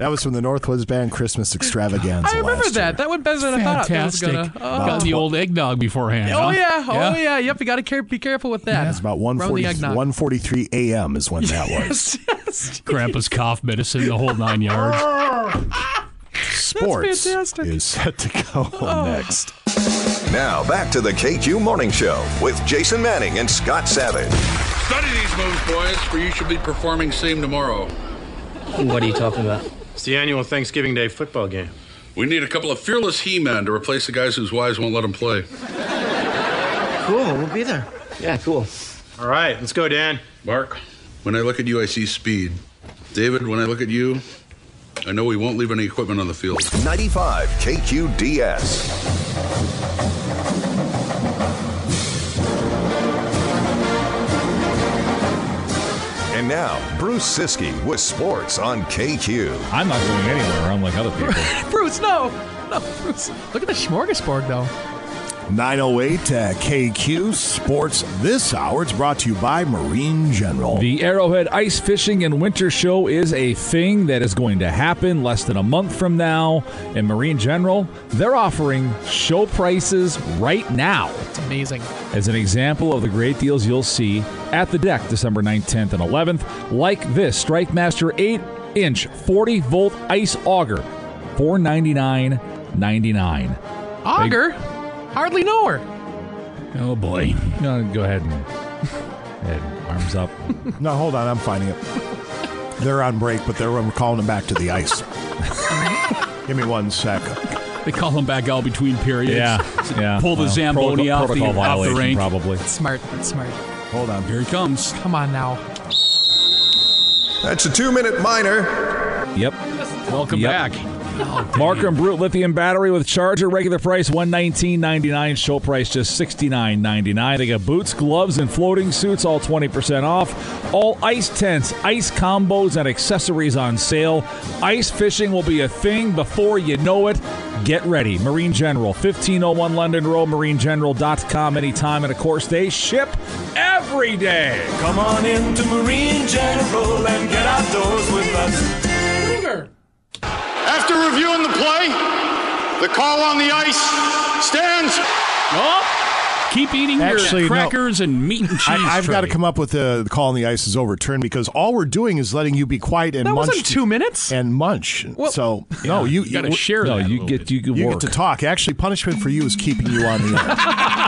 Speaker 13: That was from the Northwoods Band Christmas Extravaganza.
Speaker 17: I remember
Speaker 13: last year.
Speaker 17: that. That went better than
Speaker 15: Fantastic.
Speaker 17: I thought. That was gonna, oh.
Speaker 15: Got the old eggnog beforehand.
Speaker 17: Oh
Speaker 15: huh?
Speaker 17: yeah, oh yeah. Yep, you got to care- be careful with that.
Speaker 13: That's about 140,
Speaker 17: Rounding eggnog.
Speaker 13: 1.43 a.m. is when that was.
Speaker 17: yes.
Speaker 15: Grandpa's cough medicine, the whole nine yards.
Speaker 13: Sports is set to go
Speaker 17: Oh.
Speaker 13: next.
Speaker 2: Now back to the KQ Morning Show with Jason Manning and Scott Savage.
Speaker 9: Study these moves, boys, for you should be performing same tomorrow.
Speaker 11: What are you talking about?
Speaker 9: It's the annual Thanksgiving Day football game. We need a couple of fearless he men to replace the guys whose wives won't let them play.
Speaker 11: Cool, we'll be there. Yeah, cool.
Speaker 9: All right, let's go, Dan. Mark, when I look at you, I see speed. David, when I look at you, I know we won't leave any equipment on the field.
Speaker 2: 95 KQDS. And now, Bruce Siski with sports on KQ.
Speaker 14: I'm not going anywhere, unlike other people.
Speaker 17: Bruce, no, no, Bruce. Look at the smorgasbord, though.
Speaker 13: 908 uh, KQ Sports this hour. It's brought to you by Marine General.
Speaker 14: The Arrowhead Ice Fishing and Winter Show is a thing that is going to happen less than a month from now. And Marine General, they're offering show prices right now.
Speaker 17: It's amazing.
Speaker 14: as an example of the great deals you'll see at the deck December 9th, 10th, and 11th, like this Strike Master 8 inch 40 volt ice auger, $499.99.
Speaker 17: Auger, hardly know her.
Speaker 14: Oh boy. No, go ahead and, and arms up.
Speaker 13: No, hold on. I'm finding it. They're on break, but they're we're calling them back to the ice. Give me one sec.
Speaker 15: They call them back out between periods.
Speaker 14: yeah.
Speaker 15: Pull the
Speaker 14: Well,
Speaker 15: Zamboni
Speaker 14: protocol-
Speaker 15: off the-
Speaker 14: protocol
Speaker 15: off the
Speaker 14: violation,
Speaker 15: range.
Speaker 14: Probably.
Speaker 17: Smart, smart.
Speaker 13: Hold on.
Speaker 15: Here he comes.
Speaker 17: Come on now.
Speaker 2: That's a two minute minor.
Speaker 14: Yep.
Speaker 15: Welcome
Speaker 14: Yep.
Speaker 15: back.
Speaker 14: Marker and Brute lithium battery with charger, regular price one nineteen ninety nine, show price just sixty nine ninety nine. They got boots, gloves, and floating suits, all twenty percent off. All ice tents, ice combos, and accessories on sale. Ice fishing will be a thing before you know it. Get ready. Marine General, fifteen oh one London Road, MarineGeneral.com anytime, and of course they ship every day.
Speaker 16: Come on in to Marine General and get outdoors with us.
Speaker 4: After reviewing the play, the call on the ice stands.
Speaker 17: Oh,
Speaker 15: Keep eating
Speaker 13: Actually,
Speaker 15: your
Speaker 13: no.
Speaker 15: crackers and meat and cheese.
Speaker 13: I, I've got to
Speaker 15: Trey.
Speaker 13: come up with the, the call on the ice is overturned because all we're doing is letting you be quiet and
Speaker 17: That
Speaker 13: munch.
Speaker 17: wasn't two minutes.
Speaker 13: And munch.
Speaker 17: Well-
Speaker 13: so no, you,
Speaker 15: you gotta share
Speaker 14: No,
Speaker 15: that a
Speaker 14: you
Speaker 15: little
Speaker 14: get you can
Speaker 13: You
Speaker 14: work.
Speaker 13: get to talk. Actually, punishment for you is keeping you on the air.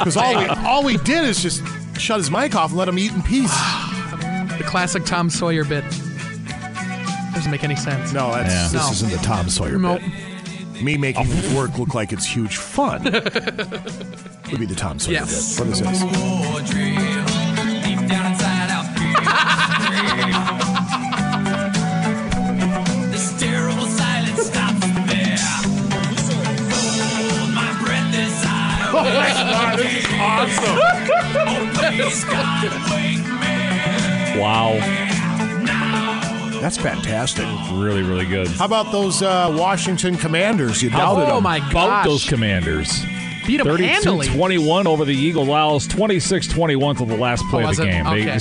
Speaker 13: Because all we all we did is just shut his mic off and let him eat in peace.
Speaker 17: The classic Tom Sawyer bit. Doesn't make any sense.
Speaker 13: No, that's
Speaker 14: Yeah.
Speaker 13: this
Speaker 17: No.
Speaker 13: isn't the Tom Sawyer
Speaker 17: Nope.
Speaker 13: bit. Me making
Speaker 17: Oh.
Speaker 13: work look like it's huge fun would be the Tom Sawyer
Speaker 17: Yes.
Speaker 13: bit. What is this?
Speaker 14: Wow,
Speaker 13: That's fantastic.
Speaker 14: really, really good.
Speaker 13: How about those uh, Washington Commanders? You
Speaker 14: How
Speaker 13: doubted
Speaker 17: Oh
Speaker 13: them.
Speaker 17: my
Speaker 14: About
Speaker 17: gosh.
Speaker 14: those commanders.
Speaker 17: Beat 'em
Speaker 14: 32
Speaker 17: handily.
Speaker 14: 21 over the Eagle Owls. 26 21 till the last play of
Speaker 17: Oh, was
Speaker 14: the
Speaker 17: it?
Speaker 14: game. They-
Speaker 17: Okay.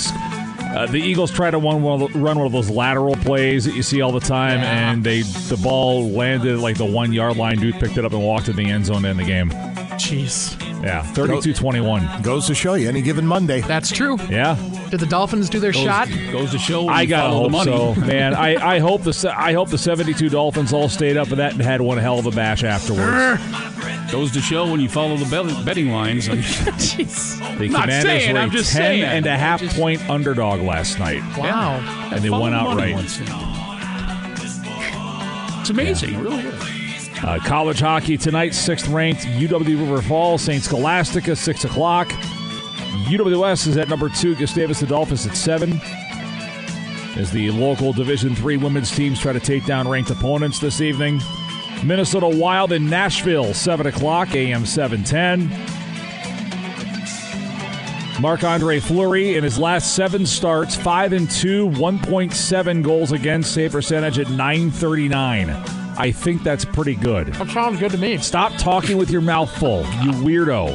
Speaker 14: uh, the Eagles try to run one, of the, run one of those lateral plays that you see all the time, and they the ball landed at, like the one yard line. Dude picked it up and walked in the end zone to end the game.
Speaker 17: Jeez.
Speaker 14: Yeah, 32 21.
Speaker 13: Goes to show you any given Monday.
Speaker 17: That's true.
Speaker 14: Yeah.
Speaker 17: Did the Dolphins do their
Speaker 14: Goes-
Speaker 17: shot?
Speaker 15: Goes to show
Speaker 14: I got hope so, man. I, I hope the se- I hope the seventy two Dolphins all stayed up for that and had one hell of a bash afterwards.
Speaker 15: Goes to show when you follow the bet- betting lines. on-
Speaker 14: The
Speaker 15: Not
Speaker 14: Commanders
Speaker 15: saying,
Speaker 14: were
Speaker 15: I'm
Speaker 14: a
Speaker 15: just
Speaker 14: 10
Speaker 15: saying.
Speaker 14: and a half
Speaker 15: Just-
Speaker 14: point underdog last night.
Speaker 15: Wow.
Speaker 14: And they
Speaker 15: Follow
Speaker 14: won
Speaker 15: the money
Speaker 14: outright.
Speaker 15: once It's amazing. It really is.
Speaker 14: Uh, college hockey tonight, sixth ranked UW River Falls, St. Scholastica, 6 o'clock. UWS is at number two, Gustavus Adolphus at 7. As the local Division Three women's teams try to take down ranked opponents this evening, Minnesota Wild in Nashville, 7 o'clock, AM 710. Marc Andre Fleury in his last seven starts, 5 and 2, 1.7 goals against, save percentage at 939. I think that's pretty good. That
Speaker 17: sounds good to me.
Speaker 14: Stop talking with your mouth full, you weirdo.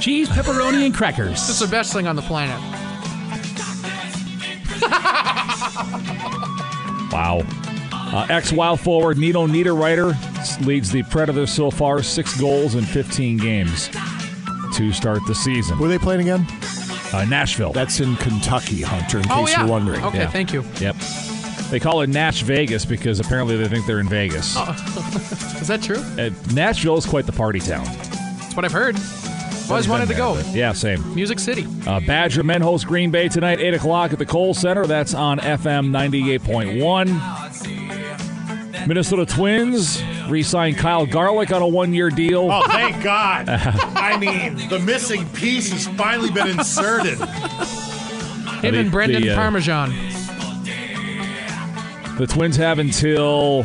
Speaker 15: Cheese, pepperoni, and crackers.
Speaker 17: This is the best thing on the planet.
Speaker 14: Wow. Uh, Ex Wild forward Nino Niederreiter leads the Predators so far, six goals in 15 games to start the season. Where
Speaker 13: are they playing again?
Speaker 14: Uh, Nashville.
Speaker 13: That's in Kentucky, Hunter, in
Speaker 17: Oh,
Speaker 13: case
Speaker 17: yeah.
Speaker 13: you're wondering.
Speaker 17: Okay, thank you.
Speaker 14: Yep. They call it Nash Vegas because apparently they think they're in Vegas.
Speaker 17: Oh. Is that true?
Speaker 14: Uh, Nashville is quite the party town.
Speaker 17: That's what I've heard. Always wanted to
Speaker 14: been
Speaker 17: go.
Speaker 14: there, but- Yeah, same.
Speaker 17: Music City.
Speaker 14: Uh, Badger men host Green Bay tonight, 8 o'clock at the Cole Center. That's on FM 98.1. Minnesota Twins re signed Kyle Garlick on a one year deal.
Speaker 10: Oh, thank God. I mean, the missing piece has finally been inserted.
Speaker 17: Him
Speaker 14: the-
Speaker 17: and Brendan
Speaker 14: the, uh,
Speaker 17: Parmesan.
Speaker 14: The Twins have until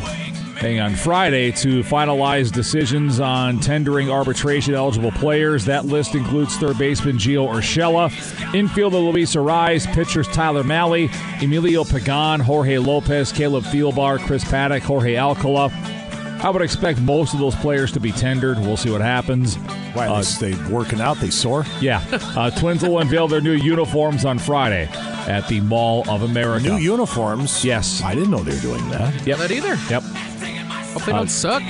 Speaker 14: hang on Friday to finalize decisions on tendering arbitration eligible players. That list includes third baseman Gio Urshela, infielder Luis Ariz, pitchers Tyler Malley, Emilio Pagan, Jorge Lopez, Caleb Thielbar, Chris Paddock, Jorge Alcala. I would expect most of those players to be tendered. We'll see what happens. Uh,
Speaker 13: Why? they working out. They sore.
Speaker 14: Yeah. Uh, Twins will unveil their new uniforms on Friday at the Mall of America.
Speaker 13: New uniforms?
Speaker 14: Yes.
Speaker 13: I didn't know they were doing that.
Speaker 14: Yep.
Speaker 17: That either.
Speaker 14: Yep.
Speaker 17: Hope they
Speaker 14: Uh,
Speaker 17: don't suck.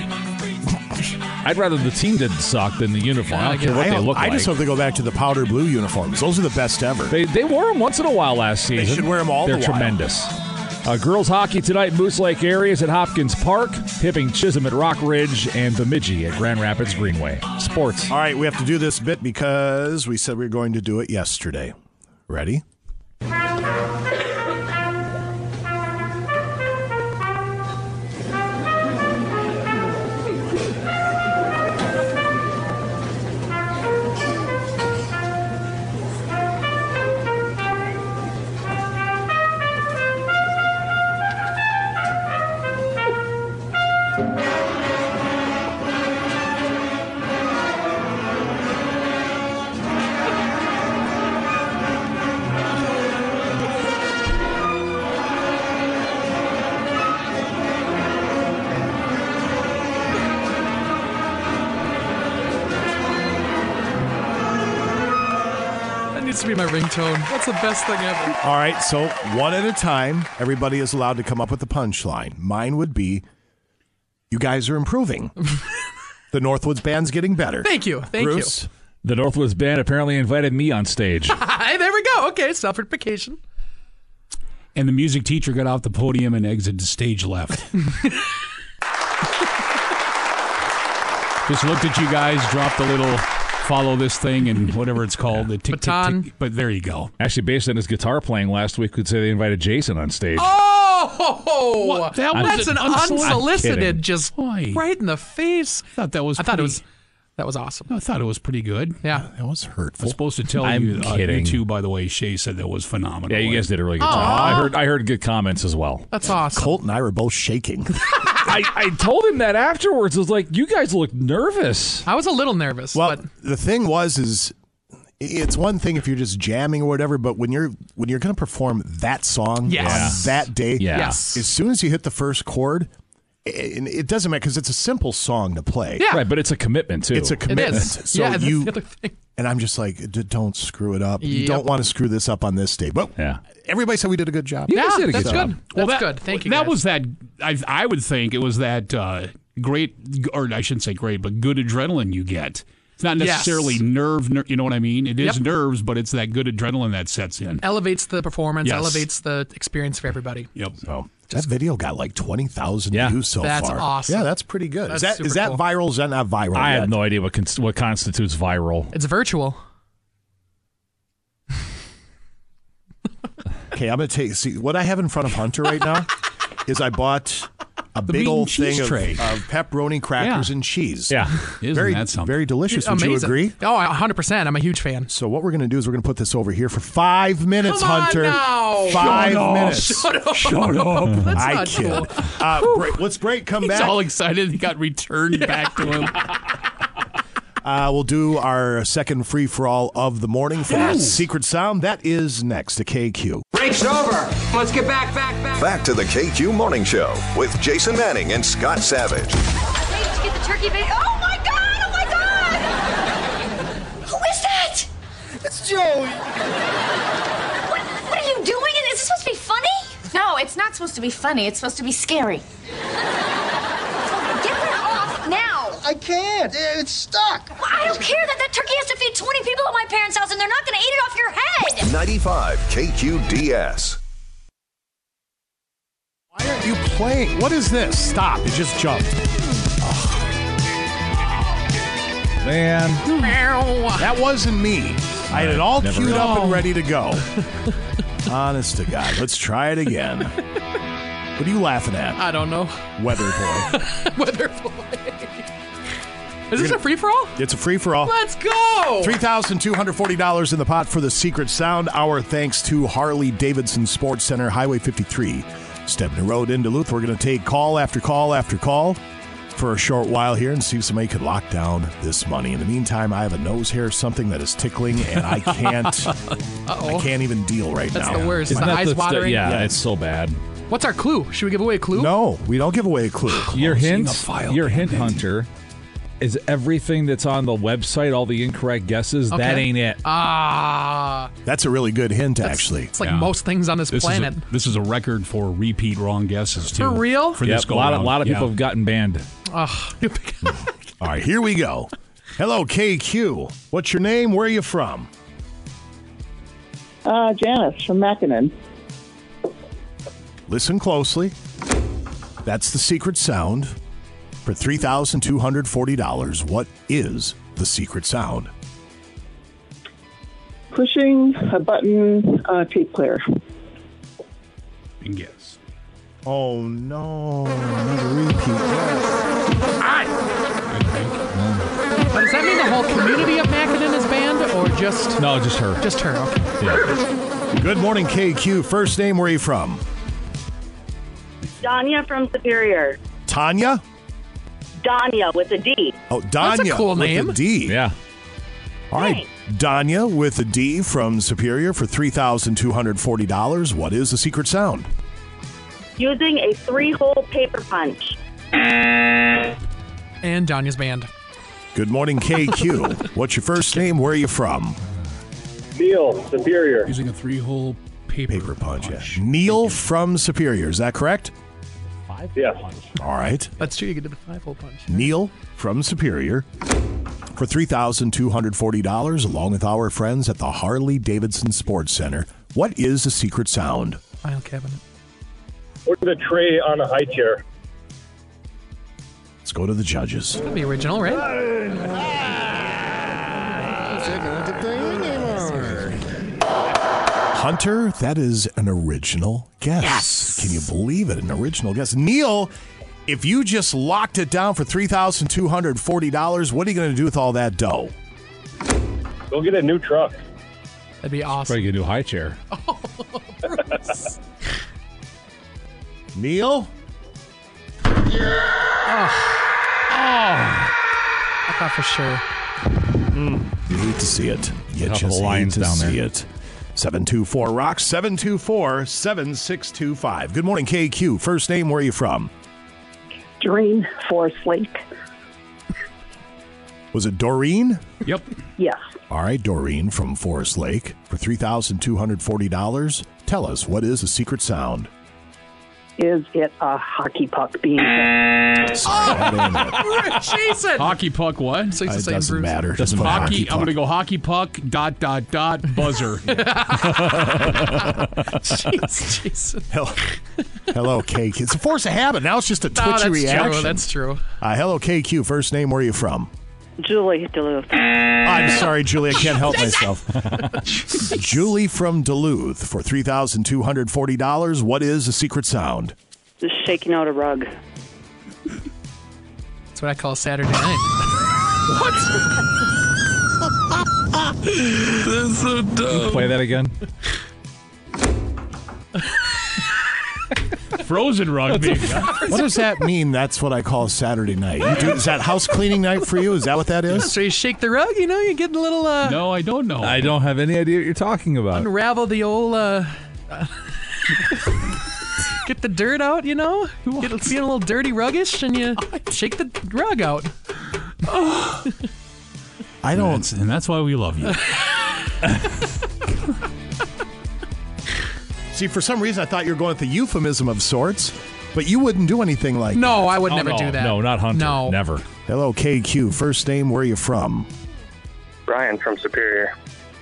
Speaker 14: I'd rather the team didn't suck than the uniform. I don't care what
Speaker 13: I,
Speaker 14: they
Speaker 13: hope-
Speaker 14: look
Speaker 13: I
Speaker 14: like.
Speaker 13: just hope they go back to the powder blue uniforms. Those are the best ever.
Speaker 14: They, they wore them once in a while last season.
Speaker 13: should wear 'em all
Speaker 14: They're
Speaker 13: the while.
Speaker 14: tremendous. Uh, girls hockey tonight: Moose Lake areas at Hopkins Park, Hipping Chisholm at Rock Ridge, and Bemidji at Grand Rapids Greenway. Sports.
Speaker 13: All right, we have to do this bit because we said we were going to do it yesterday. Ready?
Speaker 17: That needs to be my ringtone. That's the best thing ever.
Speaker 13: All right, so one at a time, everybody is allowed to come up with a punchline. Mine would be you guys are improving. the Northwoods band's getting better.
Speaker 17: Thank you. Thank
Speaker 13: Bruce?
Speaker 14: The Northwoods band apparently invited me on stage.
Speaker 17: you. Hi, there we go. Okay, self-replication.
Speaker 15: And the music teacher got off the podium and exited stage left. Just looked at you guys, dropped a little follow this thing and whatever it's called. The tick, Baton. Tick, but there you go.
Speaker 14: Actually, based on his guitar playing last week, could say they invited Jason on stage.
Speaker 17: Oh,
Speaker 15: What? That was
Speaker 17: that's
Speaker 15: an unsolicited-
Speaker 17: an
Speaker 14: I'm kidding.
Speaker 17: unsolicited, just
Speaker 15: Why?
Speaker 17: right in the face. I
Speaker 15: thought that was.
Speaker 17: I thought
Speaker 15: pretty-
Speaker 17: it was. That was awesome.
Speaker 15: I thought it was pretty good.
Speaker 17: Yeah,
Speaker 13: that was
Speaker 15: I
Speaker 13: hurtful.
Speaker 15: was supposed to tell
Speaker 14: I'm
Speaker 15: you, uh, you
Speaker 14: kidding.
Speaker 15: two, by the way, Shay said that was phenomenal.
Speaker 14: Yeah, you guys did a really good job.
Speaker 15: Aw.
Speaker 14: I heard I heard good comments as well.
Speaker 17: That's awesome.
Speaker 13: Colt and I were both shaking.
Speaker 14: I, I told him that afterwards. I was like, you guys look nervous.
Speaker 17: I was a little nervous.
Speaker 13: Well, the thing was is it's one thing if you're just jamming or whatever, but when you're when you're going to perform that song
Speaker 17: Yes.
Speaker 13: on that day,
Speaker 17: Yeah. Yes.
Speaker 13: as soon as you hit the first chord, and it doesn't matter because it's a simple song to play.
Speaker 14: Right, but it's a commitment too.
Speaker 13: It's a commitment. So
Speaker 14: yeah,
Speaker 13: you and I'm just like, "D- don't screw it up. You
Speaker 14: Yep.
Speaker 13: don't want to screw this up on this day. But
Speaker 14: yeah.
Speaker 13: everybody said we did a good job.
Speaker 15: You guys did a good job.
Speaker 13: Well,
Speaker 15: that,
Speaker 17: good. Thank you,
Speaker 15: That
Speaker 17: guys.
Speaker 15: was that. I, I would think it was that uh, great, or I shouldn't say great, but good adrenaline you get. It's not
Speaker 17: Yes.
Speaker 15: necessarily nerve, ner- you know what I mean? It is
Speaker 17: Yep.
Speaker 15: nerves, but it's that good adrenaline that sets in.
Speaker 17: Elevates the performance,
Speaker 15: Yes.
Speaker 17: elevates the experience for everybody.
Speaker 15: Yep.
Speaker 13: So that video got like twenty thousand views so
Speaker 17: That's
Speaker 13: far.
Speaker 17: awesome.
Speaker 13: Yeah, that's pretty good. is
Speaker 17: That's
Speaker 13: that is
Speaker 17: super
Speaker 13: that
Speaker 17: cool.
Speaker 13: viral? Is that not viral?
Speaker 14: I
Speaker 13: yet?
Speaker 14: have no idea what cons- what constitutes viral.
Speaker 17: It's virtual.
Speaker 13: Okay, I'm gonna take. See what I have in front of Hunter right now is I bought
Speaker 15: The
Speaker 13: a
Speaker 15: meat
Speaker 13: big
Speaker 15: and
Speaker 13: old
Speaker 15: cheese
Speaker 13: thing of,
Speaker 15: tray.
Speaker 13: of pepperoni crackers
Speaker 15: Yeah.
Speaker 13: and cheese.
Speaker 14: Yeah,
Speaker 15: Isn't
Speaker 13: very
Speaker 15: that something?
Speaker 13: very delicious.
Speaker 17: Dude,
Speaker 13: Would
Speaker 17: amazing.
Speaker 13: you agree?
Speaker 17: Oh, 100%. I'm a huge fan.
Speaker 13: So what we're gonna do is we're gonna put this over here for five minutes,
Speaker 17: Come on
Speaker 13: Hunter.
Speaker 17: now. Oh, Shut
Speaker 13: Five
Speaker 17: up.
Speaker 13: minutes.
Speaker 17: Shut up. Shut
Speaker 15: up.
Speaker 17: That's
Speaker 13: I
Speaker 17: not
Speaker 13: kid.
Speaker 17: cool.
Speaker 13: Uh, break, let's break. Come
Speaker 15: He's
Speaker 13: back.
Speaker 15: all excited. He got returned back to him.
Speaker 13: Uh, we'll do our second free for all of the morning for our
Speaker 7: Ooh.
Speaker 13: secret sound. That is next to KQ.
Speaker 7: Break's over. Let's get back, back, back.
Speaker 2: Back to the KQ Morning Show with Jason Manning and Scott Savage.
Speaker 18: Wait, did you get the turkey bait? Oh my god! Oh my god! Who is that? It's Joey. What, what are you doing? Is this supposed to be funny?
Speaker 12: No, it's not supposed to be funny. It's supposed to be scary.
Speaker 18: Get that off now! I can't. It's stuck. Well, I don't care that that turkey has to feed 20 people at my parents' house and they're not gonna eat it off your head!
Speaker 2: 95 KQDS.
Speaker 13: Why aren't you playing? What is this? Stop. It just jumped. Man. That wasn't me. I had it all
Speaker 14: Never
Speaker 13: queued
Speaker 14: really-
Speaker 13: up and ready to go. Honest to God. Let's try it again. what are you laughing at?
Speaker 17: I don't know.
Speaker 13: Weather boy.
Speaker 17: Weather boy. Is this a free for all?
Speaker 13: It's a free for all.
Speaker 17: Let's go.
Speaker 13: $3,240 in the pot for the Secret Sound Hour, thanks to Harley Davidson Sports Center, Highway 53, Stebner Road in Duluth. We're going to take call after call after call for a short while here and see if somebody could lock down this money. In the meantime, I have a nose hair, something that is tickling, and I can't, I can't even deal right
Speaker 17: That's
Speaker 13: now.
Speaker 17: the worst. Is Isn't the that eyes the- watering?
Speaker 14: yeah,
Speaker 13: Yeah.
Speaker 14: it's so bad.
Speaker 17: What's our clue? Should we give away a clue?
Speaker 13: No, we don't give away a clue.
Speaker 14: Your hint,
Speaker 13: the file,
Speaker 14: your hint, Hunter, is everything that's on the website. All the incorrect guesses. That
Speaker 17: Okay.
Speaker 14: ain't it.
Speaker 17: Ah.
Speaker 13: That's a really good hint, actually.
Speaker 17: it's like most things on this,
Speaker 15: This
Speaker 17: planet.
Speaker 15: is a, this is a record for repeat wrong guesses too.
Speaker 17: For real?
Speaker 15: For
Speaker 14: Yep,
Speaker 15: this
Speaker 14: a
Speaker 15: go
Speaker 14: lot, of,
Speaker 15: round.
Speaker 14: lot of
Speaker 15: Yeah.
Speaker 14: people have gotten banned.
Speaker 17: Ugh.
Speaker 13: All right, here we go. Hello, KQ. What's your name? Where are you from?
Speaker 19: Uh, Janice from Mackinnon.
Speaker 13: Listen closely. That's the secret sound. For $3,240, what is the secret sound?
Speaker 19: Pushing a button, uh, tape player.
Speaker 15: Yes.
Speaker 13: Oh, no. Another repeat.
Speaker 17: But does that mean the whole community of Mackinnon is banned, or just
Speaker 14: no, just her?
Speaker 17: Just her. Okay.
Speaker 13: Good morning, KQ. First name, where are you from?
Speaker 23: Danya from Superior.
Speaker 13: Tanya?
Speaker 23: Danya with a D.
Speaker 13: Oh, Danya.
Speaker 23: That's a cool
Speaker 13: with
Speaker 23: name.
Speaker 13: A D.
Speaker 14: Yeah.
Speaker 13: All right. Danya with a D from Superior for $3,240. What is the secret sound?
Speaker 23: Using a three-hole paper punch.
Speaker 17: And Danya's banned.
Speaker 13: Good morning, KQ. What's your first name? Where are you from?
Speaker 19: Neil, Superior.
Speaker 15: Using a three-hole paper,
Speaker 13: punch. yeah. Neil from Superior. Is that correct?
Speaker 17: Five.
Speaker 13: All right.
Speaker 17: That's true. You could do the five-hole punch.
Speaker 13: Neil from Superior for $3,240, along with our friends at the Harley Davidson Sports Center. What is the secret sound?
Speaker 17: File cabinet.
Speaker 19: Put the tray on a high chair.
Speaker 13: Let's go to the judges.
Speaker 17: That'd be original, right?
Speaker 13: Hunter, that is an original guess. Can you believe it? An original guess. Neil, if you just locked it down for $3,240, what are you going to do with all that dough?
Speaker 19: Go get a new truck.
Speaker 17: That'd be Oh, awesome.
Speaker 14: Probably get a new high chair.
Speaker 13: Neil?
Speaker 17: Oh. I thought for sure.
Speaker 13: You hate to see it. You
Speaker 14: Top of the
Speaker 13: just
Speaker 14: lines
Speaker 13: hate to
Speaker 14: down there.
Speaker 13: see it. 724 Rock, 724 7625. Good morning, KQ. First name, where are you from?
Speaker 5: Doreen Forslake.
Speaker 13: Was it Doreen?
Speaker 15: Yep.
Speaker 5: Yes.
Speaker 13: All right, Doreen from Forest Lake for $3,240. Tell us, what is a secret sound?
Speaker 5: Is it a hockey puck being?
Speaker 17: Oh, Jason!
Speaker 15: Hockey puck what? It
Speaker 13: It doesn't matter.
Speaker 15: Just
Speaker 13: Just put
Speaker 15: hockey,
Speaker 13: hockey
Speaker 15: I'm
Speaker 13: puck.
Speaker 15: going to go hockey puck, dot, dot, dot, buzzer.
Speaker 17: Jeez, Jason.
Speaker 13: Hello, hello, KQ. It's a force of habit. Now it's just a
Speaker 17: No,
Speaker 13: twitchy
Speaker 17: that's true.
Speaker 13: reaction.
Speaker 17: That's true.
Speaker 13: Uh, hello, KQ. First name, where are you from?
Speaker 5: Julie Duluth.
Speaker 13: I'm sorry, Julie. I can't help myself. Julie from Duluth for $3,240. What is a secret sound?
Speaker 5: Just shaking out a rug.
Speaker 17: That's what I call Saturday night.
Speaker 14: That's so dumb. Play that again.
Speaker 15: Frozen rugby.
Speaker 13: What does that mean? That's what I call Saturday night. You do, is that house cleaning night for you? Is that what that is?
Speaker 17: so you shake the rug, you know, you get a little uh,
Speaker 15: no, I don't know.
Speaker 14: I don't have any idea what you're talking about.
Speaker 17: unravel the old uh, uh, get the dirt out, you know? Get feeling a little dirty ruggish and you shake the rug out.
Speaker 13: I don't.
Speaker 15: and that's why we love you.
Speaker 13: See, for some reason, I thought you were going with a euphemism of sorts, but you wouldn't do anything like
Speaker 17: No, I would
Speaker 14: Oh,
Speaker 17: never
Speaker 14: no,
Speaker 17: do that.
Speaker 14: No, not Hunter.
Speaker 17: No.
Speaker 14: Never.
Speaker 13: Hello, KQ. First name, where are you from?
Speaker 19: Brian from Superior.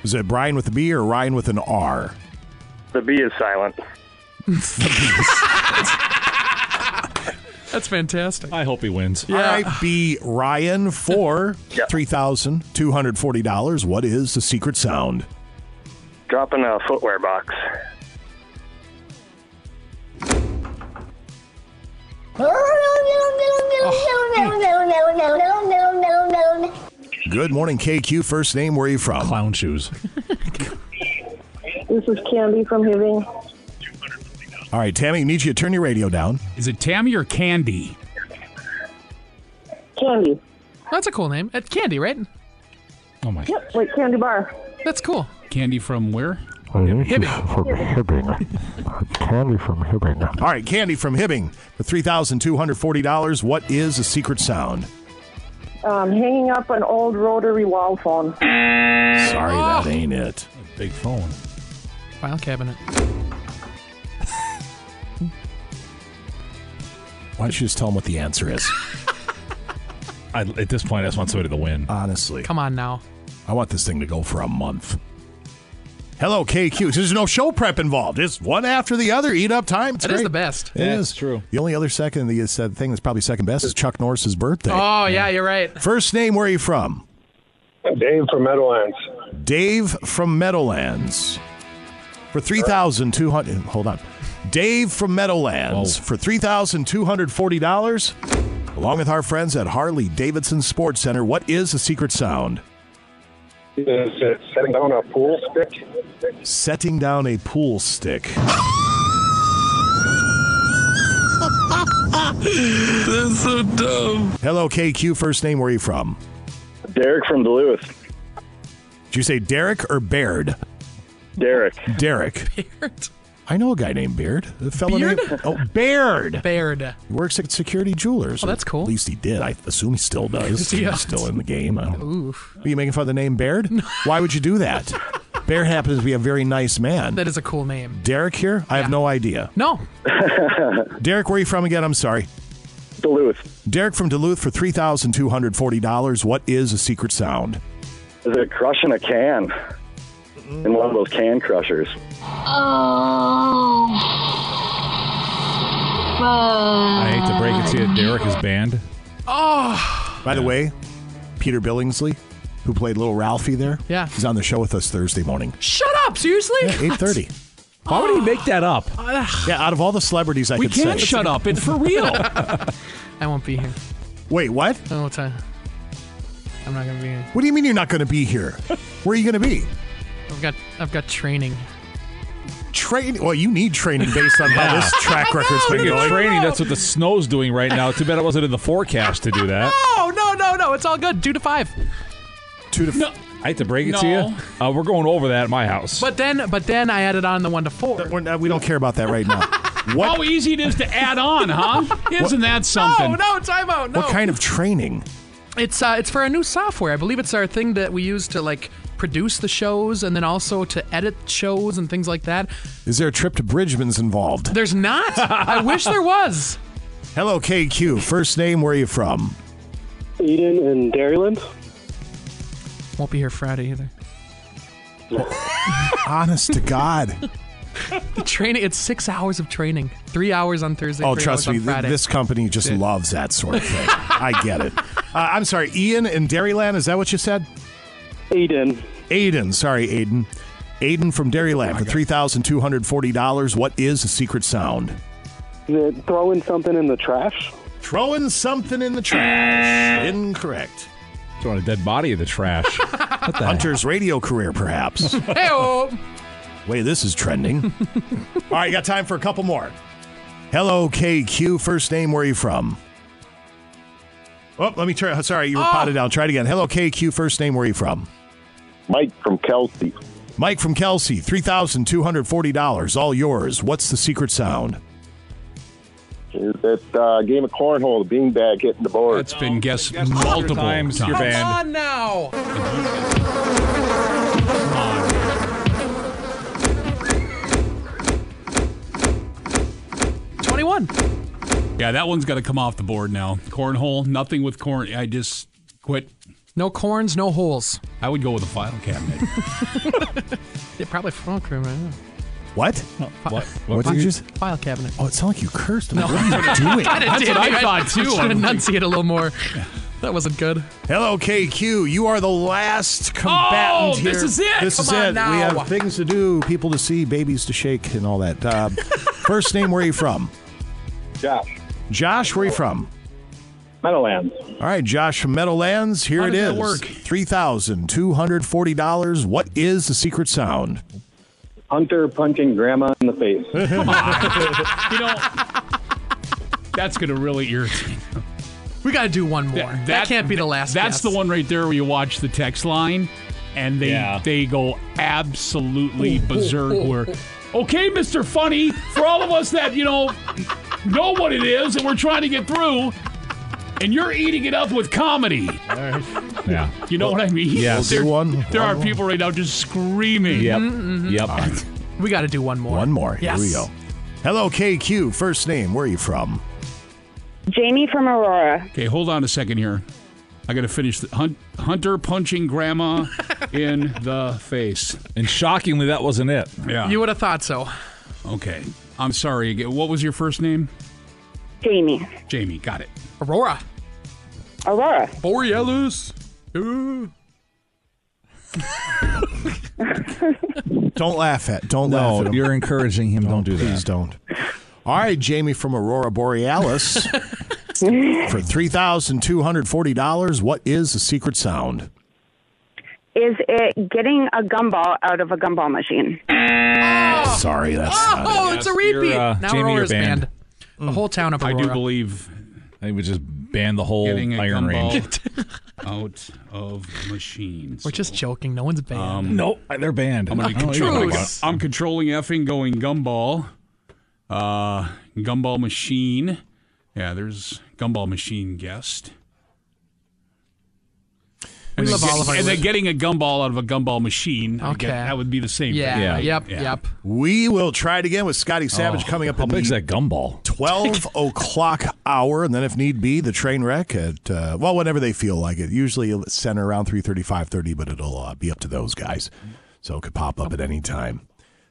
Speaker 13: Is it Brian with a B or Ryan with an R?
Speaker 19: The B is silent.
Speaker 17: That's fantastic.
Speaker 14: I hope he wins.
Speaker 13: All right, B. Ryan for $3,240. What is the secret sound?
Speaker 19: Dropping a footwear box.
Speaker 6: Oh.
Speaker 13: Good morning, KQ. First name, where are you from?
Speaker 15: Clown shoes.
Speaker 5: This is Candy from Hibbing.
Speaker 13: All right, Tammy, need you to turn your radio down.
Speaker 15: Is it Tammy or Candy?
Speaker 5: Candy.
Speaker 17: That's a cool name. It's Candy, right?
Speaker 15: Oh, my.
Speaker 5: Yep, like Candy Bar.
Speaker 17: That's cool.
Speaker 15: Candy from where?
Speaker 17: Hibbing.
Speaker 13: Candy from Hibbing. All right, Candy from Hibbing for $3,240. What is a secret sound?
Speaker 5: Um, hanging up an old rotary wall phone.
Speaker 13: Sorry, that ain't it.
Speaker 15: Big phone.
Speaker 17: File cabinet.
Speaker 13: Why don't you just tell them what the answer is?
Speaker 14: I, at this point, I just want somebody to win.
Speaker 13: Honestly,
Speaker 17: Come on now.
Speaker 13: I want this thing to go for a month. Hello, KQ. There's no show prep involved. It's one after the other. Eat up time. It's
Speaker 17: That is
Speaker 13: great.
Speaker 17: the best.
Speaker 13: It is true. The only other second, the uh, thing that's probably second best is Chuck Norris's birthday.
Speaker 17: Oh, yeah, you're right.
Speaker 13: First name, where are you from?
Speaker 19: Dave from Meadowlands.
Speaker 13: Dave from Meadowlands for three thousand two hundred. Hold on, Dave from Meadowlands for three thousand two hundred forty dollars, along with our friends at Harley Davidson Sports Center. What is the secret sound?
Speaker 19: Is it setting down a pool stick?
Speaker 13: Setting down a pool stick.
Speaker 15: That's so dumb.
Speaker 13: Hello, KQ. First name, where are you from?
Speaker 19: Derek from Duluth.
Speaker 13: Did you say Derek or Baird?
Speaker 19: Derek.
Speaker 13: Derek. I know a guy named Beard. A fellow
Speaker 17: Beard?
Speaker 13: named oh Baird.
Speaker 17: Baird.
Speaker 13: He works at Security Jewelers.
Speaker 17: Oh, that's cool.
Speaker 13: At least he did. I assume he still does.
Speaker 17: Yeah.
Speaker 13: He's still in the game. I don't-
Speaker 17: Oof.
Speaker 13: Are you making fun of the name Baird? Why would you do that? Baird happens to be a very nice man.
Speaker 17: That is a cool name.
Speaker 13: Derek here? I have no idea.
Speaker 17: No.
Speaker 13: Derek, where are you from again? I'm sorry.
Speaker 19: Duluth.
Speaker 13: Derek from Duluth for $3,240. What is a secret sound?
Speaker 19: Is it crushing a can? In one of those can crushers.
Speaker 14: I hate to break it
Speaker 5: Um,
Speaker 14: to you. Derek is banned.
Speaker 17: Oh,
Speaker 13: By the way, Peter Billingsley, who played Little Ralphie there,
Speaker 17: Yeah.
Speaker 13: he's on the show with us Thursday morning.
Speaker 17: shut up. Seriously?
Speaker 13: 8.30.
Speaker 15: Why would he make that up?
Speaker 13: Yeah, out of all the celebrities I
Speaker 15: Ah. we
Speaker 13: could
Speaker 15: can't
Speaker 13: say.
Speaker 15: shut up. It's for real.
Speaker 17: I won't be here.
Speaker 13: Wait, what?
Speaker 17: I don't know what time. I'm not gonna be here.
Speaker 13: What do you mean you're not going to be here? Where are you going to be?
Speaker 17: I've got I've got training.
Speaker 13: Train? Well, you need training based on how this track record's been
Speaker 14: Speaking of
Speaker 13: going.
Speaker 14: training, that's what the snow's doing right now. Too bad it wasn't in the forecast to do that.
Speaker 17: Oh no no no! It's all good. Two to five.
Speaker 13: Two to
Speaker 15: No.
Speaker 14: I hate to break it to
Speaker 15: No.
Speaker 14: you. Uh, we're going over that at my house.
Speaker 17: But then but then I added on the one to four.
Speaker 13: uh,
Speaker 17: Oh,
Speaker 13: We're not, we don't care about that right now.
Speaker 15: How easy it is to add on, huh? Isn't that something?
Speaker 17: No, no, time out. No.
Speaker 13: What kind of training?
Speaker 17: It's uh, it's for a new software. I believe it's our thing that we use to like produce the shows and then also to edit shows and things like that.
Speaker 13: Is there a trip to Bridgman's involved?
Speaker 17: There's not. I wish there was.
Speaker 13: Hello, KQ. First name, where are you from?
Speaker 1: Eden and Dairyland.
Speaker 17: Won't be here Friday either.
Speaker 13: Honest to God.
Speaker 17: The training. It's six hours of training. Three hours on Thursday.
Speaker 13: Oh,
Speaker 17: three hours
Speaker 13: trust
Speaker 17: on
Speaker 13: me, th-
Speaker 17: Friday.
Speaker 13: this company just loves that sort of thing. I get it. Uh, I'm sorry, Ian in Dairyland. Is that what you said?
Speaker 1: Aiden.
Speaker 13: Aiden. Sorry, Aiden. Aiden from
Speaker 17: Oh
Speaker 13: Dairyland for three thousand two hundred forty dollars. What is a secret sound?
Speaker 1: They're throwing something in the trash.
Speaker 13: Throwing something in the trash. Incorrect.
Speaker 14: Uh, Throwing a dead body in the trash.
Speaker 13: Hunter's radio career, perhaps.
Speaker 17: Hey,
Speaker 13: Way this is trending. All right, you got time for a couple more. Hello, KQ. First name, where are you from? Oh, let me try. Sorry, you
Speaker 17: Ah.
Speaker 13: were potted down. Try it again. Hello, KQ. First name, where are you from?
Speaker 1: Mike from Kelsey.
Speaker 13: Mike from Kelsey. $3,240. All yours. What's the secret sound?
Speaker 1: Is that uh, game of cornhole, the beanbag hitting the board?
Speaker 15: It's been guessed multiple times.
Speaker 14: you're
Speaker 17: Come on now. Twenty-one.
Speaker 15: Yeah, that one's got to come off the board now. Cornhole, nothing with corn. I just quit.
Speaker 17: No corns, no holes.
Speaker 15: I would go with a file cabinet.
Speaker 17: Yeah, probably phone crew right now.
Speaker 13: What?
Speaker 15: what?
Speaker 13: What did you just?
Speaker 17: File cabinet.
Speaker 13: Oh, it sounded like you cursed.
Speaker 17: No.
Speaker 13: What are you doing?
Speaker 17: Kinda
Speaker 15: That's
Speaker 17: did.
Speaker 15: what I
Speaker 17: Maybe
Speaker 15: thought, too.
Speaker 17: I should
Speaker 15: I'm
Speaker 17: enunciate a little more. That wasn't good.
Speaker 13: Hello, KQ. You are the last combatant
Speaker 17: Oh,
Speaker 13: here.
Speaker 17: this is it.
Speaker 13: This
Speaker 17: Come
Speaker 13: is
Speaker 17: on
Speaker 13: it.
Speaker 17: now.
Speaker 13: We have things to do, people to see, babies to shake, and all that. Uh, first name, where are you from?
Speaker 1: Josh.
Speaker 13: Josh, where are you from?
Speaker 1: Meadowlands.
Speaker 13: All right, Josh from Meadowlands. Here
Speaker 15: How
Speaker 13: it
Speaker 15: does
Speaker 13: is.
Speaker 15: that work?
Speaker 13: Three thousand two hundred forty dollars. What is the secret sound?
Speaker 1: Hunter punching grandma in the face.
Speaker 15: you know, that's going to really irritate.
Speaker 17: We got to do one more. That, can't be the last.
Speaker 15: That's
Speaker 17: guess.
Speaker 15: the one right there where you watch the text line, and they
Speaker 14: Yeah.
Speaker 15: they go absolutely
Speaker 14: Ooh, ooh,
Speaker 15: berserk.
Speaker 14: ooh,
Speaker 15: where, okay, Mister Funny, for all of us that you know know what it is and we're trying to get through, and you're eating it up with comedy.
Speaker 14: yeah.
Speaker 15: You know what I mean?
Speaker 13: Yes.
Speaker 15: There,
Speaker 13: One-
Speaker 15: there
Speaker 13: one
Speaker 15: are
Speaker 13: more.
Speaker 15: people right now just screaming.
Speaker 14: Yep.
Speaker 15: Mm-hmm,
Speaker 14: Yep.
Speaker 17: We got to do one more.
Speaker 13: One more.
Speaker 17: Yes.
Speaker 13: Here we go. Hello, KQ. First name, where are you from?
Speaker 23: Jamie from Aurora.
Speaker 15: Okay, hold on a second here. I got to finish the hunt, Hunter punching Grandma in the face.
Speaker 14: And shockingly, that wasn't it.
Speaker 15: Yeah.
Speaker 17: You would have thought so.
Speaker 15: okay. I'm sorry. again. What was your first name?
Speaker 23: Jamie.
Speaker 15: Jamie. Got it.
Speaker 17: Aurora.
Speaker 23: Aurora.
Speaker 17: Borealis. Ooh.
Speaker 13: Don't laugh at. Don't laugh
Speaker 14: No,
Speaker 13: at him.
Speaker 14: you're encouraging him. Don't do that.
Speaker 13: Please don't. All right, Jamie from Aurora Borealis. For $3,240, what is the secret sound?
Speaker 23: Is it getting a gumball out of a gumball machine?
Speaker 15: Oh.
Speaker 13: Sorry, that's not
Speaker 17: Oh, it's a repeat.
Speaker 14: You're, uh,
Speaker 17: now
Speaker 14: Jamie, you're
Speaker 17: Aurora's
Speaker 14: banned.
Speaker 17: banned. The whole town of
Speaker 15: I
Speaker 17: Aurora.
Speaker 15: do believe
Speaker 14: I think we just ban the whole
Speaker 15: getting a
Speaker 14: Iron
Speaker 15: gumball
Speaker 14: Range.
Speaker 15: out of machines.
Speaker 17: We're just joking. No one's banned.
Speaker 14: Nope, they're banned.
Speaker 15: I'm gonna be
Speaker 14: I don't even know
Speaker 15: controlling.
Speaker 14: about it.
Speaker 15: I'm controlling effing going gumball. Uh, gumball machine. Yeah, there's gumball machine guest. And, then
Speaker 17: We love
Speaker 15: get-
Speaker 17: all of our
Speaker 15: and then
Speaker 17: listeners.
Speaker 15: getting a gumball out of a gumball machine. I
Speaker 17: Okay.
Speaker 15: guess that would be the same.
Speaker 17: yeah,
Speaker 15: thing.
Speaker 17: Yep.
Speaker 15: Yeah.
Speaker 17: Yep.
Speaker 13: We will try it again with Scotty Savage coming up
Speaker 14: How
Speaker 13: at
Speaker 14: big's
Speaker 13: the
Speaker 14: Oh, that gumball?
Speaker 13: 12 o'clock hour, and then if need be, the train wreck at, uh, well, whenever they feel like it. Usually it'll center around 335, 30, but it'll uh, be up to those guys. So it could pop up at any time.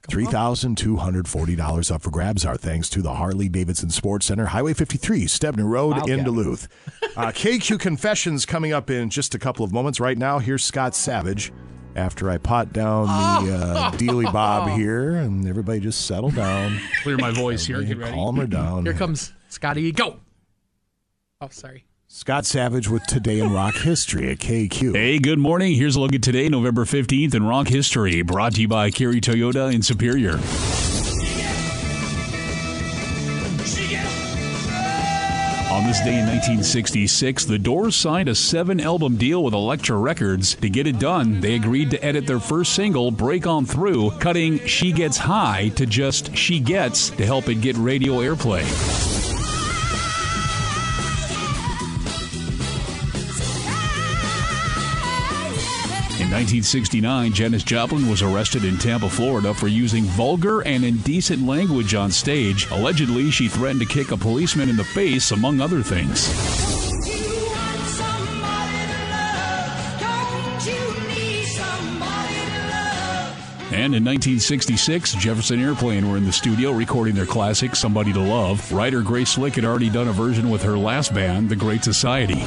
Speaker 13: $3,240 up for grabs are thanks to the Harley Davidson Sports Center, Highway 53, Stebner Road
Speaker 14: Wildcat.
Speaker 13: in Duluth. Uh, KQ Confessions coming up in just a couple of moments. Right now, here's Scott Savage after I pot down the uh, Dealey Bob here, and everybody just settle down.
Speaker 15: Clear my voice here. Get ready.
Speaker 13: Calm her down.
Speaker 17: Here comes Scotty. Go. Oh, sorry.
Speaker 13: Scott Savage with Today in Rock History at KQ.
Speaker 15: Hey, good morning. Here's a look at today, November 15th in Rock History, brought to you by Kerry Toyota in Superior. On this day in 1966, the Doors signed a seven album deal with Elektra Records. To get it done, they agreed to edit their first single, Break On Through, cutting She Gets High to just She Gets to help it get radio airplay. In 1969, Janis Joplin was arrested in Tampa, Florida for using vulgar and indecent language on stage. Allegedly, she threatened to kick a policeman in the face, among other things. And in 1966, Jefferson Airplane were in the studio recording their classic, Somebody to Love. Writer Grace Slick had already done a version with her last band, The Great Society.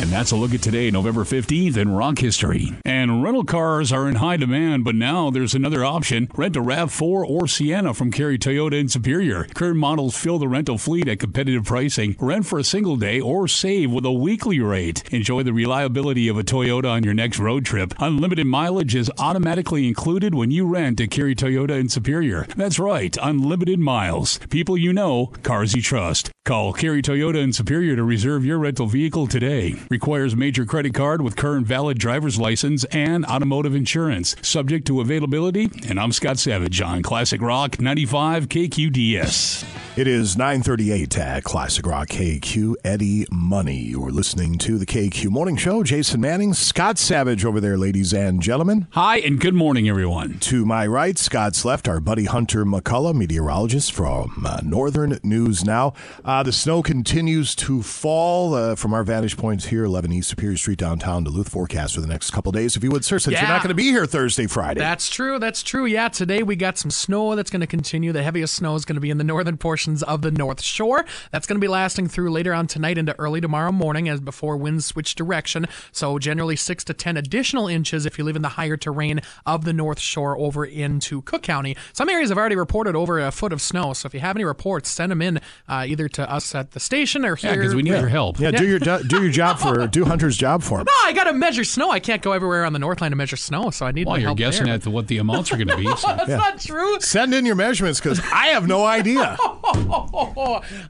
Speaker 15: And that's a look at today, November 15th, in rock history. And rental cars are in high demand, but now there's another option. Rent a RAV4 or Sienna from Carry Toyota in Superior. Current models fill the rental fleet at competitive pricing. Rent for a single day or save with a weekly rate. Enjoy the reliability of a Toyota on your next road trip. Unlimited mileage is automatically included when you rent at Carry Toyota in Superior. That's right, unlimited miles. People you know, cars you trust. Call Carry Toyota in Superior to reserve your rental vehicle today. Requires major credit card with current valid driver's license and automotive insurance. Subject to availability. And I'm Scott Savage on Classic Rock 95 KQDS.
Speaker 13: It is 938 at Classic Rock KQ. Eddie Money. You're listening to the KQ Morning Show. Jason Manning, Scott Savage over there, ladies and gentlemen.
Speaker 15: Hi, and good morning, everyone.
Speaker 13: To my right, Scott's left, our buddy Hunter McCullough, meteorologist from uh, Northern News Now. Uh, the snow continues to fall uh, from our vantage points here, 11 East Superior Street, downtown Duluth. Forecast for the next couple days, if you would, sir, since you're
Speaker 17: Yeah.
Speaker 13: not going to be here Thursday, Friday.
Speaker 17: That's true. That's true. Yeah, today we got some snow that's going to continue. The heaviest snow is going to be in the northern portions of the North Shore. That's going to be lasting through later on tonight into early tomorrow morning as before winds switch direction. So, generally 6 to 10 additional inches if you live in the higher terrain of the North Shore over into Cook County. Some areas have already reported over a foot of snow. So, if you have any reports, send them in uh, either to us at the station or here.
Speaker 15: Yeah, 'cause we need your help.
Speaker 13: Yeah, do your do, do your job for do Hunter's job for him.
Speaker 17: No, I got to measure snow. I can't go everywhere on the Northland to measure snow, so I need
Speaker 15: Well,
Speaker 17: my
Speaker 15: you're
Speaker 17: help
Speaker 15: guessing
Speaker 17: there.
Speaker 15: at the, what the amounts are going to be. so-
Speaker 17: That's not true.
Speaker 13: Send in your measurements because I have no idea.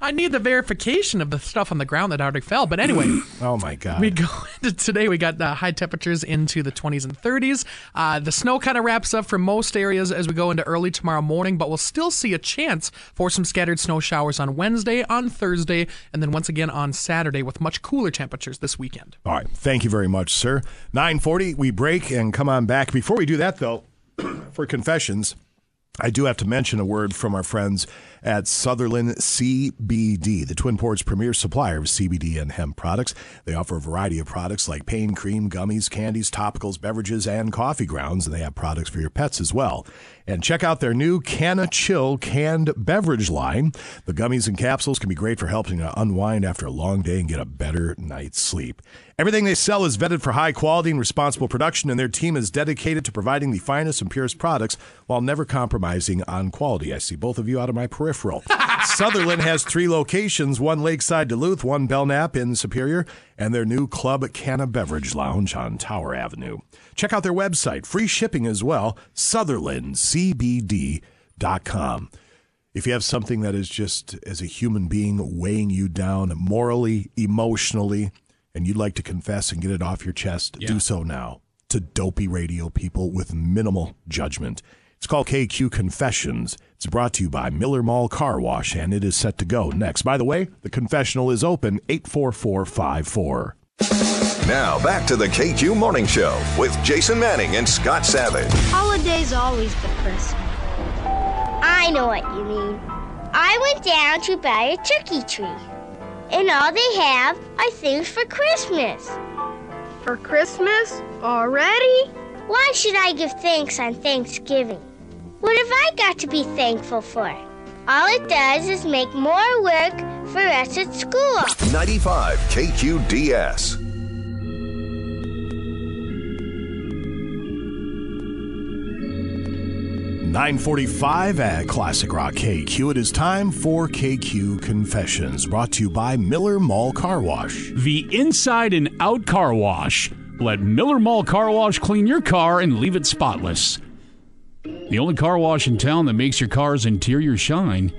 Speaker 17: I need the verification of the stuff on the ground that already fell. But anyway,
Speaker 13: oh my god,
Speaker 17: we go into today. We got uh, high temperatures into the 20s and 30s. Uh, the snow kind of wraps up for most areas as we go into early tomorrow morning, but we'll still see a chance for some scattered snow showers on Wednesday, on Thursday, and then once again on Saturday with much cooler temperatures this weekend.
Speaker 13: All right. Thank you very much, sir. 940, we break and come on back. Before we do that, though, for confessions, I do have to mention a word from our friends at Sutherland CBD, the Twin Ports' premier supplier of CBD and hemp products. They offer a variety of products like pain cream, gummies, candies, topicals, beverages, and coffee grounds, and they have products for your pets as well. And check out their new Canna Chill canned beverage line. The gummies and capsules can be great for helping to unwind after a long day and get a better night's sleep. Everything they sell is vetted for high quality and responsible production, and their team is dedicated to providing the finest and purest products while never compromising on quality. I see both of you out of my peripheral. Sutherland has three locations one Lakeside Duluth, one Belknap in Superior, and their new Club Canna Beverage Lounge on Tower Avenue. Check out their website, free shipping as well, sutherlandcbd.com. If you have something that is just as a human being weighing you down morally, emotionally, and you'd like to confess and get it off your chest, do so now to dopey radio people with minimal judgment. It's called KQ Confessions. It's brought to you by Miller Mall Car Wash, and it is set to go next. By the way, the confessional is open 84454.
Speaker 2: Now back to the KQ Morning Show with Jason Manning and Scott Savage.
Speaker 6: Holidays always depressing. I know what you mean. I went down to buy a turkey tree, and all they have are things for Christmas. For Christmas? Already? Why should I give thanks on Thanksgiving? What have I got to be thankful for? All it does is make more work for us at school.
Speaker 2: 95 KQDS.
Speaker 13: Nine forty-five at Classic Rock KQ. It is time for KQ Confessions, brought to you by Miller Mall Car Wash.
Speaker 15: The inside and out car wash. Let Miller Mall Car Wash clean your car and leave it spotless. The only car wash in town that makes your car's interior shine.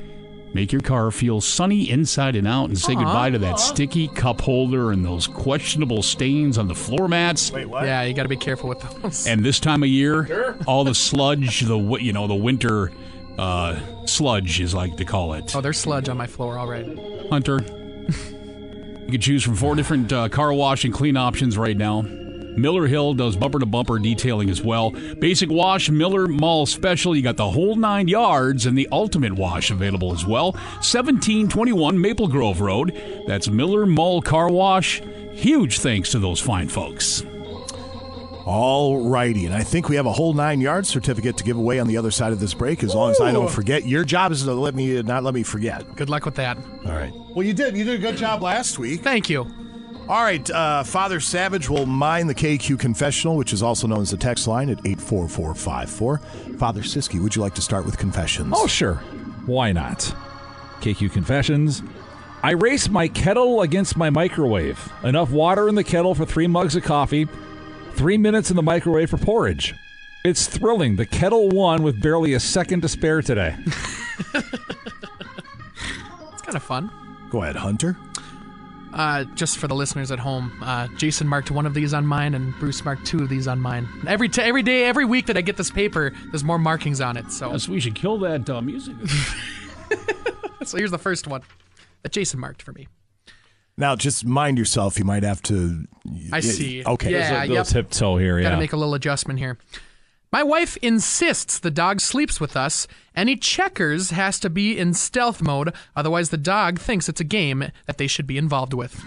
Speaker 15: Make your car feel sunny inside and out and say
Speaker 17: Uh-huh.
Speaker 15: goodbye to that sticky cup holder and those questionable stains on the floor mats. Wait,
Speaker 17: what? Yeah, you got to be careful with those.
Speaker 15: And this time of year, all the sludge, the wi- you know, the winter uh, sludge is like to call it.
Speaker 17: Oh, there's sludge on my floor already.
Speaker 15: Hunter. you can choose from four different uh, car wash and clean options right now. Miller Hill does bumper to bumper detailing as well. Basic wash, Miller Mall special. You got the whole nine yards and the ultimate wash available as well. 1721 Maple Grove Road. That's Miller Mall Car Wash. Huge thanks to those fine folks.
Speaker 13: All righty. And I think we have a whole nine yard certificate to give away on the other side of this break, as long as I don't
Speaker 10: Ooh.
Speaker 13: forget. Your job is to let me not let me forget.
Speaker 17: Good luck with that.
Speaker 13: All right.
Speaker 10: Well, you did. You did a good job last week.
Speaker 17: Thank you.
Speaker 13: All right, uh, Father Savage will mine the KQ confessional, which is also known as the text line at 84454. Father Siski, would you like to start with confessions?
Speaker 14: Oh, sure. Why not? KQ Confessions. I race my kettle against my microwave. Enough water in the kettle for three mugs of coffee, three minutes in the microwave for porridge. It's thrilling. The kettle won with barely a second to spare today.
Speaker 17: It's kind of fun.
Speaker 13: Go ahead, Hunter.
Speaker 17: Uh, just for the listeners at home, uh, Jason marked one of these on mine, and Bruce marked two of these on mine. Every t- every day, every week that I get this paper, there's more markings on it. So,
Speaker 15: we should kill that uh, music.
Speaker 17: so here's the first one that Jason marked for me.
Speaker 13: Now, just mind yourself. You might have to.
Speaker 17: I see.
Speaker 13: Okay.
Speaker 17: Yeah, There's a little yep.
Speaker 14: tiptoe here.
Speaker 17: Got to make a little adjustment here. My wife insists the dog sleeps with us. Any checkers has to be in stealth mode, otherwise the dog thinks it's a game that they should be involved with.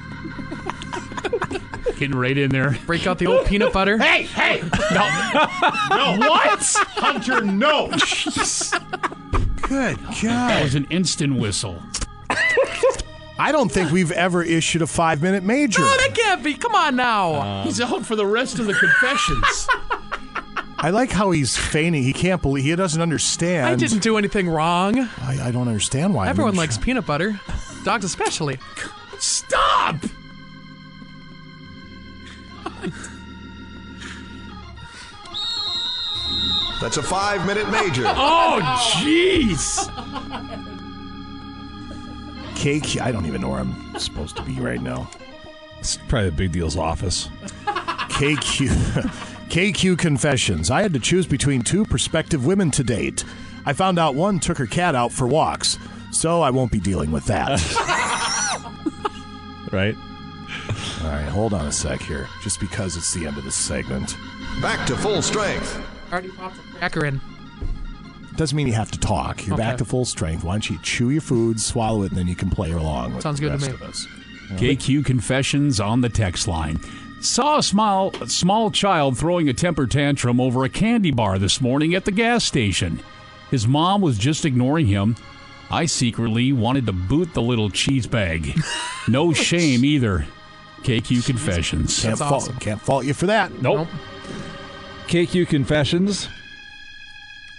Speaker 15: Getting right in there.
Speaker 17: Break out the old peanut butter.
Speaker 10: Hey, hey! No. no.
Speaker 15: What?
Speaker 10: Hunter, no.
Speaker 13: Good God.
Speaker 15: That was an instant whistle.
Speaker 13: I don't think we've ever issued a five minute major.
Speaker 17: Oh, that can't be. Come on now.
Speaker 15: He's out for the rest of the confessions.
Speaker 13: I like how he's feigning. He can't believe he doesn't understand.
Speaker 17: I didn't do anything wrong.
Speaker 13: I, I don't understand why.
Speaker 17: Everyone
Speaker 13: I'm
Speaker 17: likes peanut butter, dogs especially.
Speaker 15: Stop!
Speaker 2: That's a five minute major.
Speaker 15: Oh, jeez.
Speaker 13: cake. I don't even know where I'm supposed to be right now.
Speaker 14: It's probably the big deal's office.
Speaker 13: KQ KQ confessions. I had to choose between two prospective women to date. I found out one took her cat out for walks, so I won't be dealing with that.
Speaker 14: right?
Speaker 13: All right, hold on a sec here, just because it's the end of the segment.
Speaker 2: Back to full strength.
Speaker 17: Already popped a cracker in.
Speaker 13: Doesn't mean you have to talk. You're
Speaker 17: Okay.
Speaker 13: back to full strength. Why don't you chew your food, swallow it, and then you can play along with
Speaker 17: Sounds
Speaker 13: the
Speaker 17: good to
Speaker 13: rest
Speaker 17: me.
Speaker 13: of us.
Speaker 15: KQ confessions on the text line. Saw a small, a small child throwing a temper tantrum over a candy bar this morning at the gas station. His mom was just ignoring him. I secretly wanted to boot the little cheese bag. No shame either. KQ confessions.
Speaker 13: Can't fault can't fault you for that.
Speaker 14: Nope. KQ Confessions.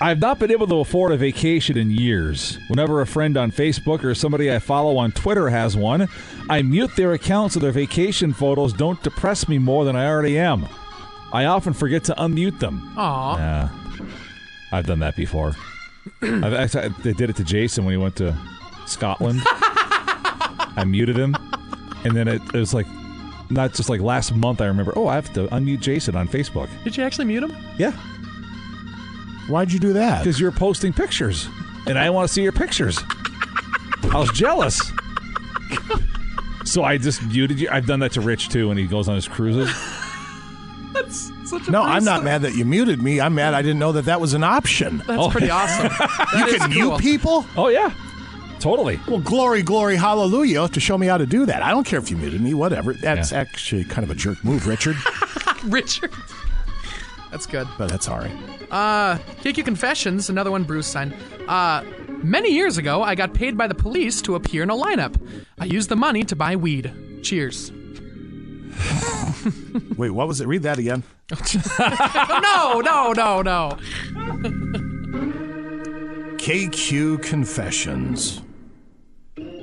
Speaker 14: I've not been able to afford a vacation in years. Whenever a friend on Facebook or somebody I follow on Twitter has one, I mute their account so their vacation photos don't depress me more than I already am. I often forget to unmute them.
Speaker 17: Aw.
Speaker 14: Yeah. I've done that before. I've actually, I did it to Jason when he went to Scotland. I muted him, and then it, it was like, not just like last month. I remember. Oh, I have to unmute Jason on Facebook.
Speaker 17: Did you actually mute him?
Speaker 14: Yeah,
Speaker 13: Why'd you do that?
Speaker 14: because you're posting pictures, and I want to see your pictures. I was jealous, so I just muted you. I've done that to Rich too when he goes on his cruises.
Speaker 17: That's such a
Speaker 13: No,
Speaker 17: Bruce
Speaker 13: I'm not
Speaker 17: thing.
Speaker 13: mad that you muted me. I'm mad I didn't know that that was an option.
Speaker 17: That's pretty awesome. That
Speaker 13: you
Speaker 17: is
Speaker 13: can
Speaker 17: cool.
Speaker 13: mute people?
Speaker 14: Oh yeah, totally.
Speaker 13: Well, glory, glory, hallelujah to show me how to do that. I don't care if you muted me, whatever. That's actually kind of a jerk move, Richard,
Speaker 17: Richard. That's good.
Speaker 13: but that's all right.
Speaker 17: Uh, KQ Confessions, another one Bruce signed. Uh, many years ago, I got paid by the police to appear in a lineup. I used the money to buy weed. Cheers.
Speaker 13: Wait, what was it? Read that again.
Speaker 17: no, no, no, no.
Speaker 13: KQ Confessions.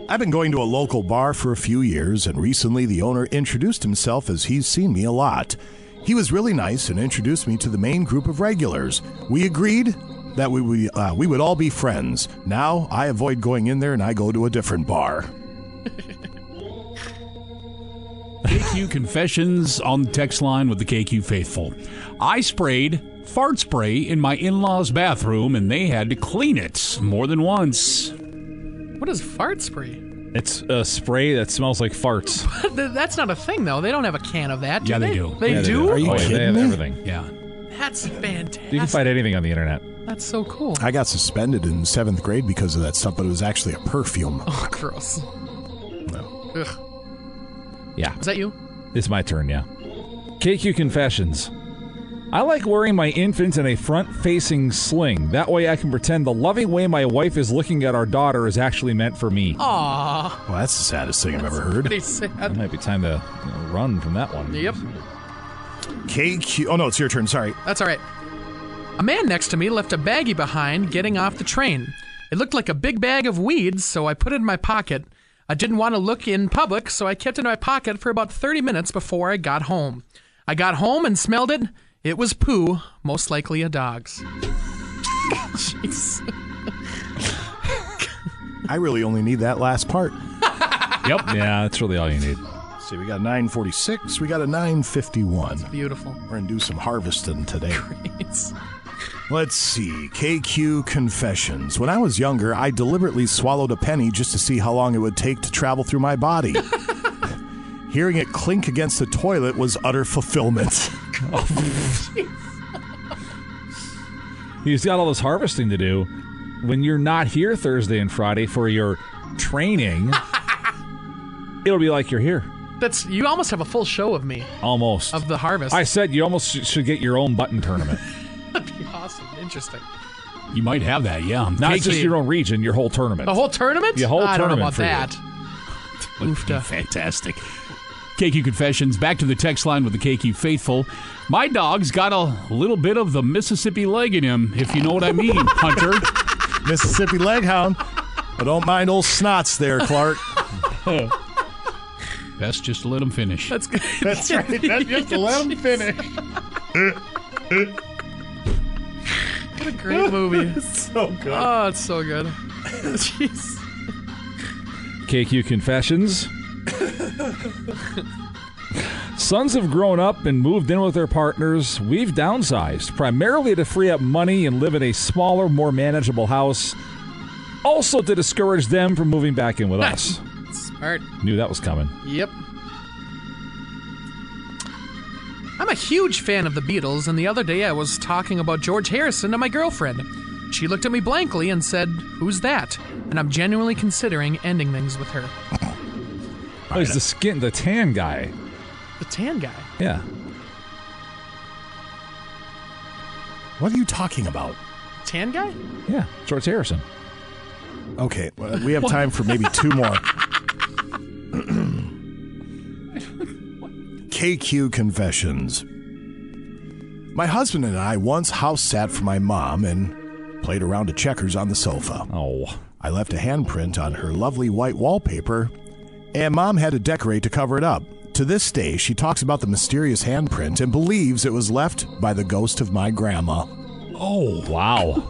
Speaker 13: I've been going to a local bar for a few years, and recently the owner introduced himself as he's seen me a lot. He was really nice and introduced me to the main group of regulars. We agreed, that we we, uh, we would all be friends. Now I avoid going in there and I go to a different bar.
Speaker 15: KQ confessions on the text line with the KQ faithful. I sprayed fart spray in my in law's bathroom and they had to clean it more than once.
Speaker 17: What is fart spray?
Speaker 14: It's a spray that smells like farts.
Speaker 17: That's not a thing, though. They don't have a can of that. Do
Speaker 15: Yeah, they
Speaker 17: they
Speaker 15: do.
Speaker 17: They
Speaker 14: Yeah,
Speaker 17: do.
Speaker 14: Are you oh, yeah, they have everything.
Speaker 15: Yeah.
Speaker 17: That's fantastic.
Speaker 14: You can find anything on the internet.
Speaker 17: That's so cool.
Speaker 13: I got suspended in seventh grade because of that stuff, but it was actually a perfume.
Speaker 17: Oh, gross. Ugh.
Speaker 14: Yeah.
Speaker 17: Is that you?
Speaker 14: It's my turn, yeah. KQ Confessions. I like wearing my infant in a front facing sling. That way I can pretend the loving way my wife is looking at our daughter is actually meant for me.
Speaker 17: Aw.
Speaker 13: Well, that's the saddest thing I've ever heard.
Speaker 17: Pretty sad.
Speaker 14: It might be time to you know, run from that one.
Speaker 17: Yep.
Speaker 13: KQ. Oh, no, it's your turn. Sorry.
Speaker 17: That's all right. A man next to me left a baggie behind getting off the train. It looked like a big bag of weeds, so I put it in my pocket. I didn't want to look in public, so I kept it in my pocket for about 30 minutes before I got home. I got home and smelled it. It was poo, most likely a dog's. Jeez.
Speaker 13: I really only need that last part.
Speaker 14: yep. Yeah, that's really all you need.
Speaker 13: See, we got 946. We got a 951.
Speaker 17: Beautiful.
Speaker 13: We're going to do some harvesting today. Let's see. KQ Confessions. When I was younger, I deliberately swallowed a penny just to see how long it would take to travel through my body. Hearing it clink against the toilet was utter fulfillment.
Speaker 14: He's got all this harvesting to do. When you're not here Thursday and Friday for your training, it'll be like you're here.
Speaker 17: That's you almost have a full show of me
Speaker 14: Almost.
Speaker 17: of the harvest.
Speaker 14: I said you almost sh- should get your own button tournament.
Speaker 17: That'd be awesome. Interesting.
Speaker 15: You might have that, yeah.
Speaker 14: Not
Speaker 15: KQ
Speaker 14: just your own region, your whole tournament.
Speaker 17: The whole tournament?
Speaker 14: Your whole
Speaker 17: I don't know
Speaker 14: tournament
Speaker 17: about
Speaker 14: for you.
Speaker 17: that.
Speaker 15: would be fantastic. KQ Confessions, back to the text line with the KQ Faithful. My dog's got a little bit of the Mississippi leg in him, if you know what I mean, Hunter.
Speaker 13: Mississippi Leghound. But don't mind old snots there, Clark.
Speaker 15: Best just to let him finish.
Speaker 17: That's good.
Speaker 10: That's right. That's just let him finish.
Speaker 17: What a great movie.
Speaker 10: so good.
Speaker 17: Oh, it's so good. Jeez.
Speaker 14: KQ Confessions. Sons have grown up and moved in with their partners. We've downsized, primarily to free up money and live in a smaller, more manageable house. Also, to discourage them from moving back in with us.
Speaker 17: Smart.
Speaker 14: Knew that was coming.
Speaker 17: Yep. I'm a huge fan of the Beatles, and the other day I was talking about George Harrison to my girlfriend. She looked at me blankly and said, Who's that? And I'm genuinely considering ending things with her.
Speaker 14: Oh, he's the skin, the tan guy.
Speaker 17: The tan guy.
Speaker 14: Yeah.
Speaker 13: What are you talking about?
Speaker 17: Tan guy?
Speaker 14: Yeah. George Harrison.
Speaker 13: Okay, well, we have time for maybe two more. KQ Confessions. My husband and I once house sat for my mom and played a round of checkers on the sofa.
Speaker 14: Oh.
Speaker 13: I left a handprint on her lovely white wallpaper, and mom had to decorate to cover it up. To this day, she talks about the mysterious handprint and believes it was left by the ghost of my grandma.
Speaker 15: Oh,
Speaker 14: wow.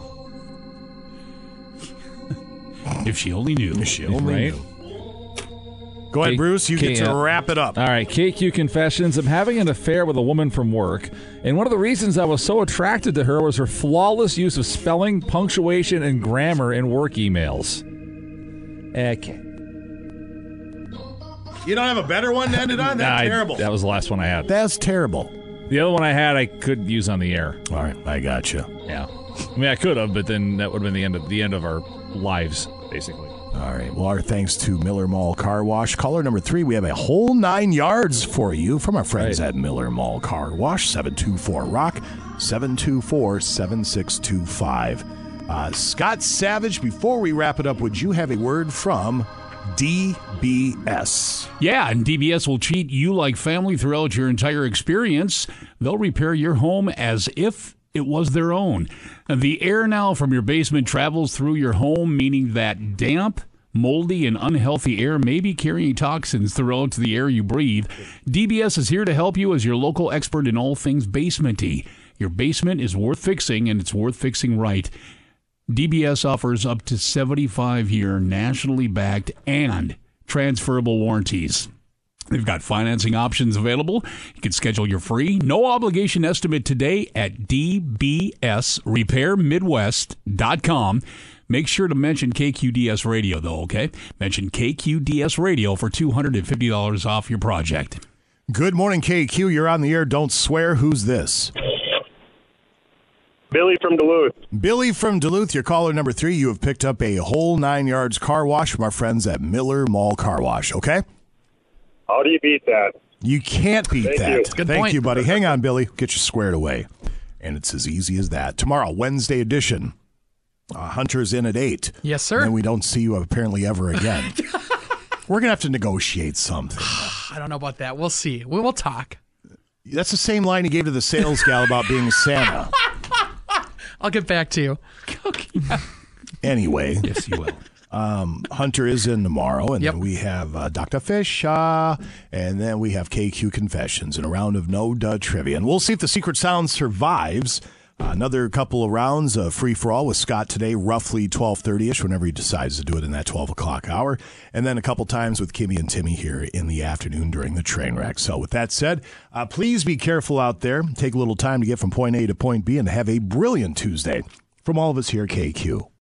Speaker 15: if she only knew. If
Speaker 13: she only
Speaker 14: Right?
Speaker 13: knew. Go ahead,
Speaker 14: K-
Speaker 13: Bruce. You get
Speaker 14: K-
Speaker 13: to
Speaker 14: uh,
Speaker 13: wrap it up.
Speaker 14: All right, KQ confessions. I'm having an affair with a woman from work, and one of the reasons I was so attracted to her was her flawless use of spelling, punctuation, and grammar in work emails. Okay.
Speaker 13: You don't have a better one to end it on?
Speaker 14: Nah,
Speaker 13: That's
Speaker 14: I-
Speaker 13: terrible.
Speaker 14: that was the last one I had.
Speaker 13: That's terrible.
Speaker 14: The other one I had, I could use on the air.
Speaker 13: All right, I got you.
Speaker 14: Yeah, I mean, I could have, but then that would have been the end of the end of our lives, basically.
Speaker 13: All right. Well, our thanks to Miller Mall Car Wash. Caller number three, we have a whole nine yards for you from our friends at Miller Mall Car Wash, 724 Rock, 724 7625. Uh, Scott Savage, before we wrap it up, would you have a word from DBS?
Speaker 15: Yeah, and DBS will treat you like family throughout your entire experience. They'll repair your home as if it was their own. The air now from your basement travels through your home, meaning that damp, moldy, and unhealthy air may be carrying toxins throughout the air you breathe. DBS is here to help you as your local expert in all things basementy. Your basement is worth fixing, and it's worth fixing right. DBS offers up to 75 year nationally backed and transferable warranties. They've got financing options available. You can schedule your free, no obligation estimate today at dbsrepairmidwest.com. Make sure to mention KQDS Radio, though, okay? Mention KQDS Radio for $250 off your project.
Speaker 13: Good morning, KQ. You're on the air. Don't swear. Who's this?
Speaker 17: Uh,
Speaker 8: Billy from Duluth.
Speaker 13: Billy from Duluth, your caller number three. You have picked up a whole nine yards car wash from our friends at Miller Mall Car Wash, okay?
Speaker 8: How do you beat that?
Speaker 13: You can't beat
Speaker 8: Thank
Speaker 13: that.
Speaker 8: you. Good
Speaker 13: Thank
Speaker 8: point.
Speaker 13: you, buddy. Hang on, Billy. Get you squared away. And it's as easy as that. Tomorrow, Wednesday edition. Uh, Hunter's in at eight.
Speaker 17: Yes, sir.
Speaker 13: And then we don't see you apparently ever again. We're gonna have to negotiate something.
Speaker 17: I don't know about that. We'll see. We will talk.
Speaker 13: That's the same line he gave to the sales gal about being Santa.
Speaker 17: I'll get back to you.
Speaker 13: Anyway,
Speaker 15: yes, you will.
Speaker 13: Um, Hunter is in tomorrow, and then we have uh, Dr. Fish, uh, and then we have KQ Confessions and a round of no duh trivia. And we'll see if the secret sound survives. Uh, another couple of rounds of free for all with Scott today, roughly twelve thirty ish, whenever he decides to do it in that twelve o'clock hour, and then a couple times with Kimmy and Timmy here in the afternoon during the train wreck. So, with that said, uh, please be careful out there. Take a little time to get from point A to point B, and have a brilliant Tuesday from all of us here at KQ.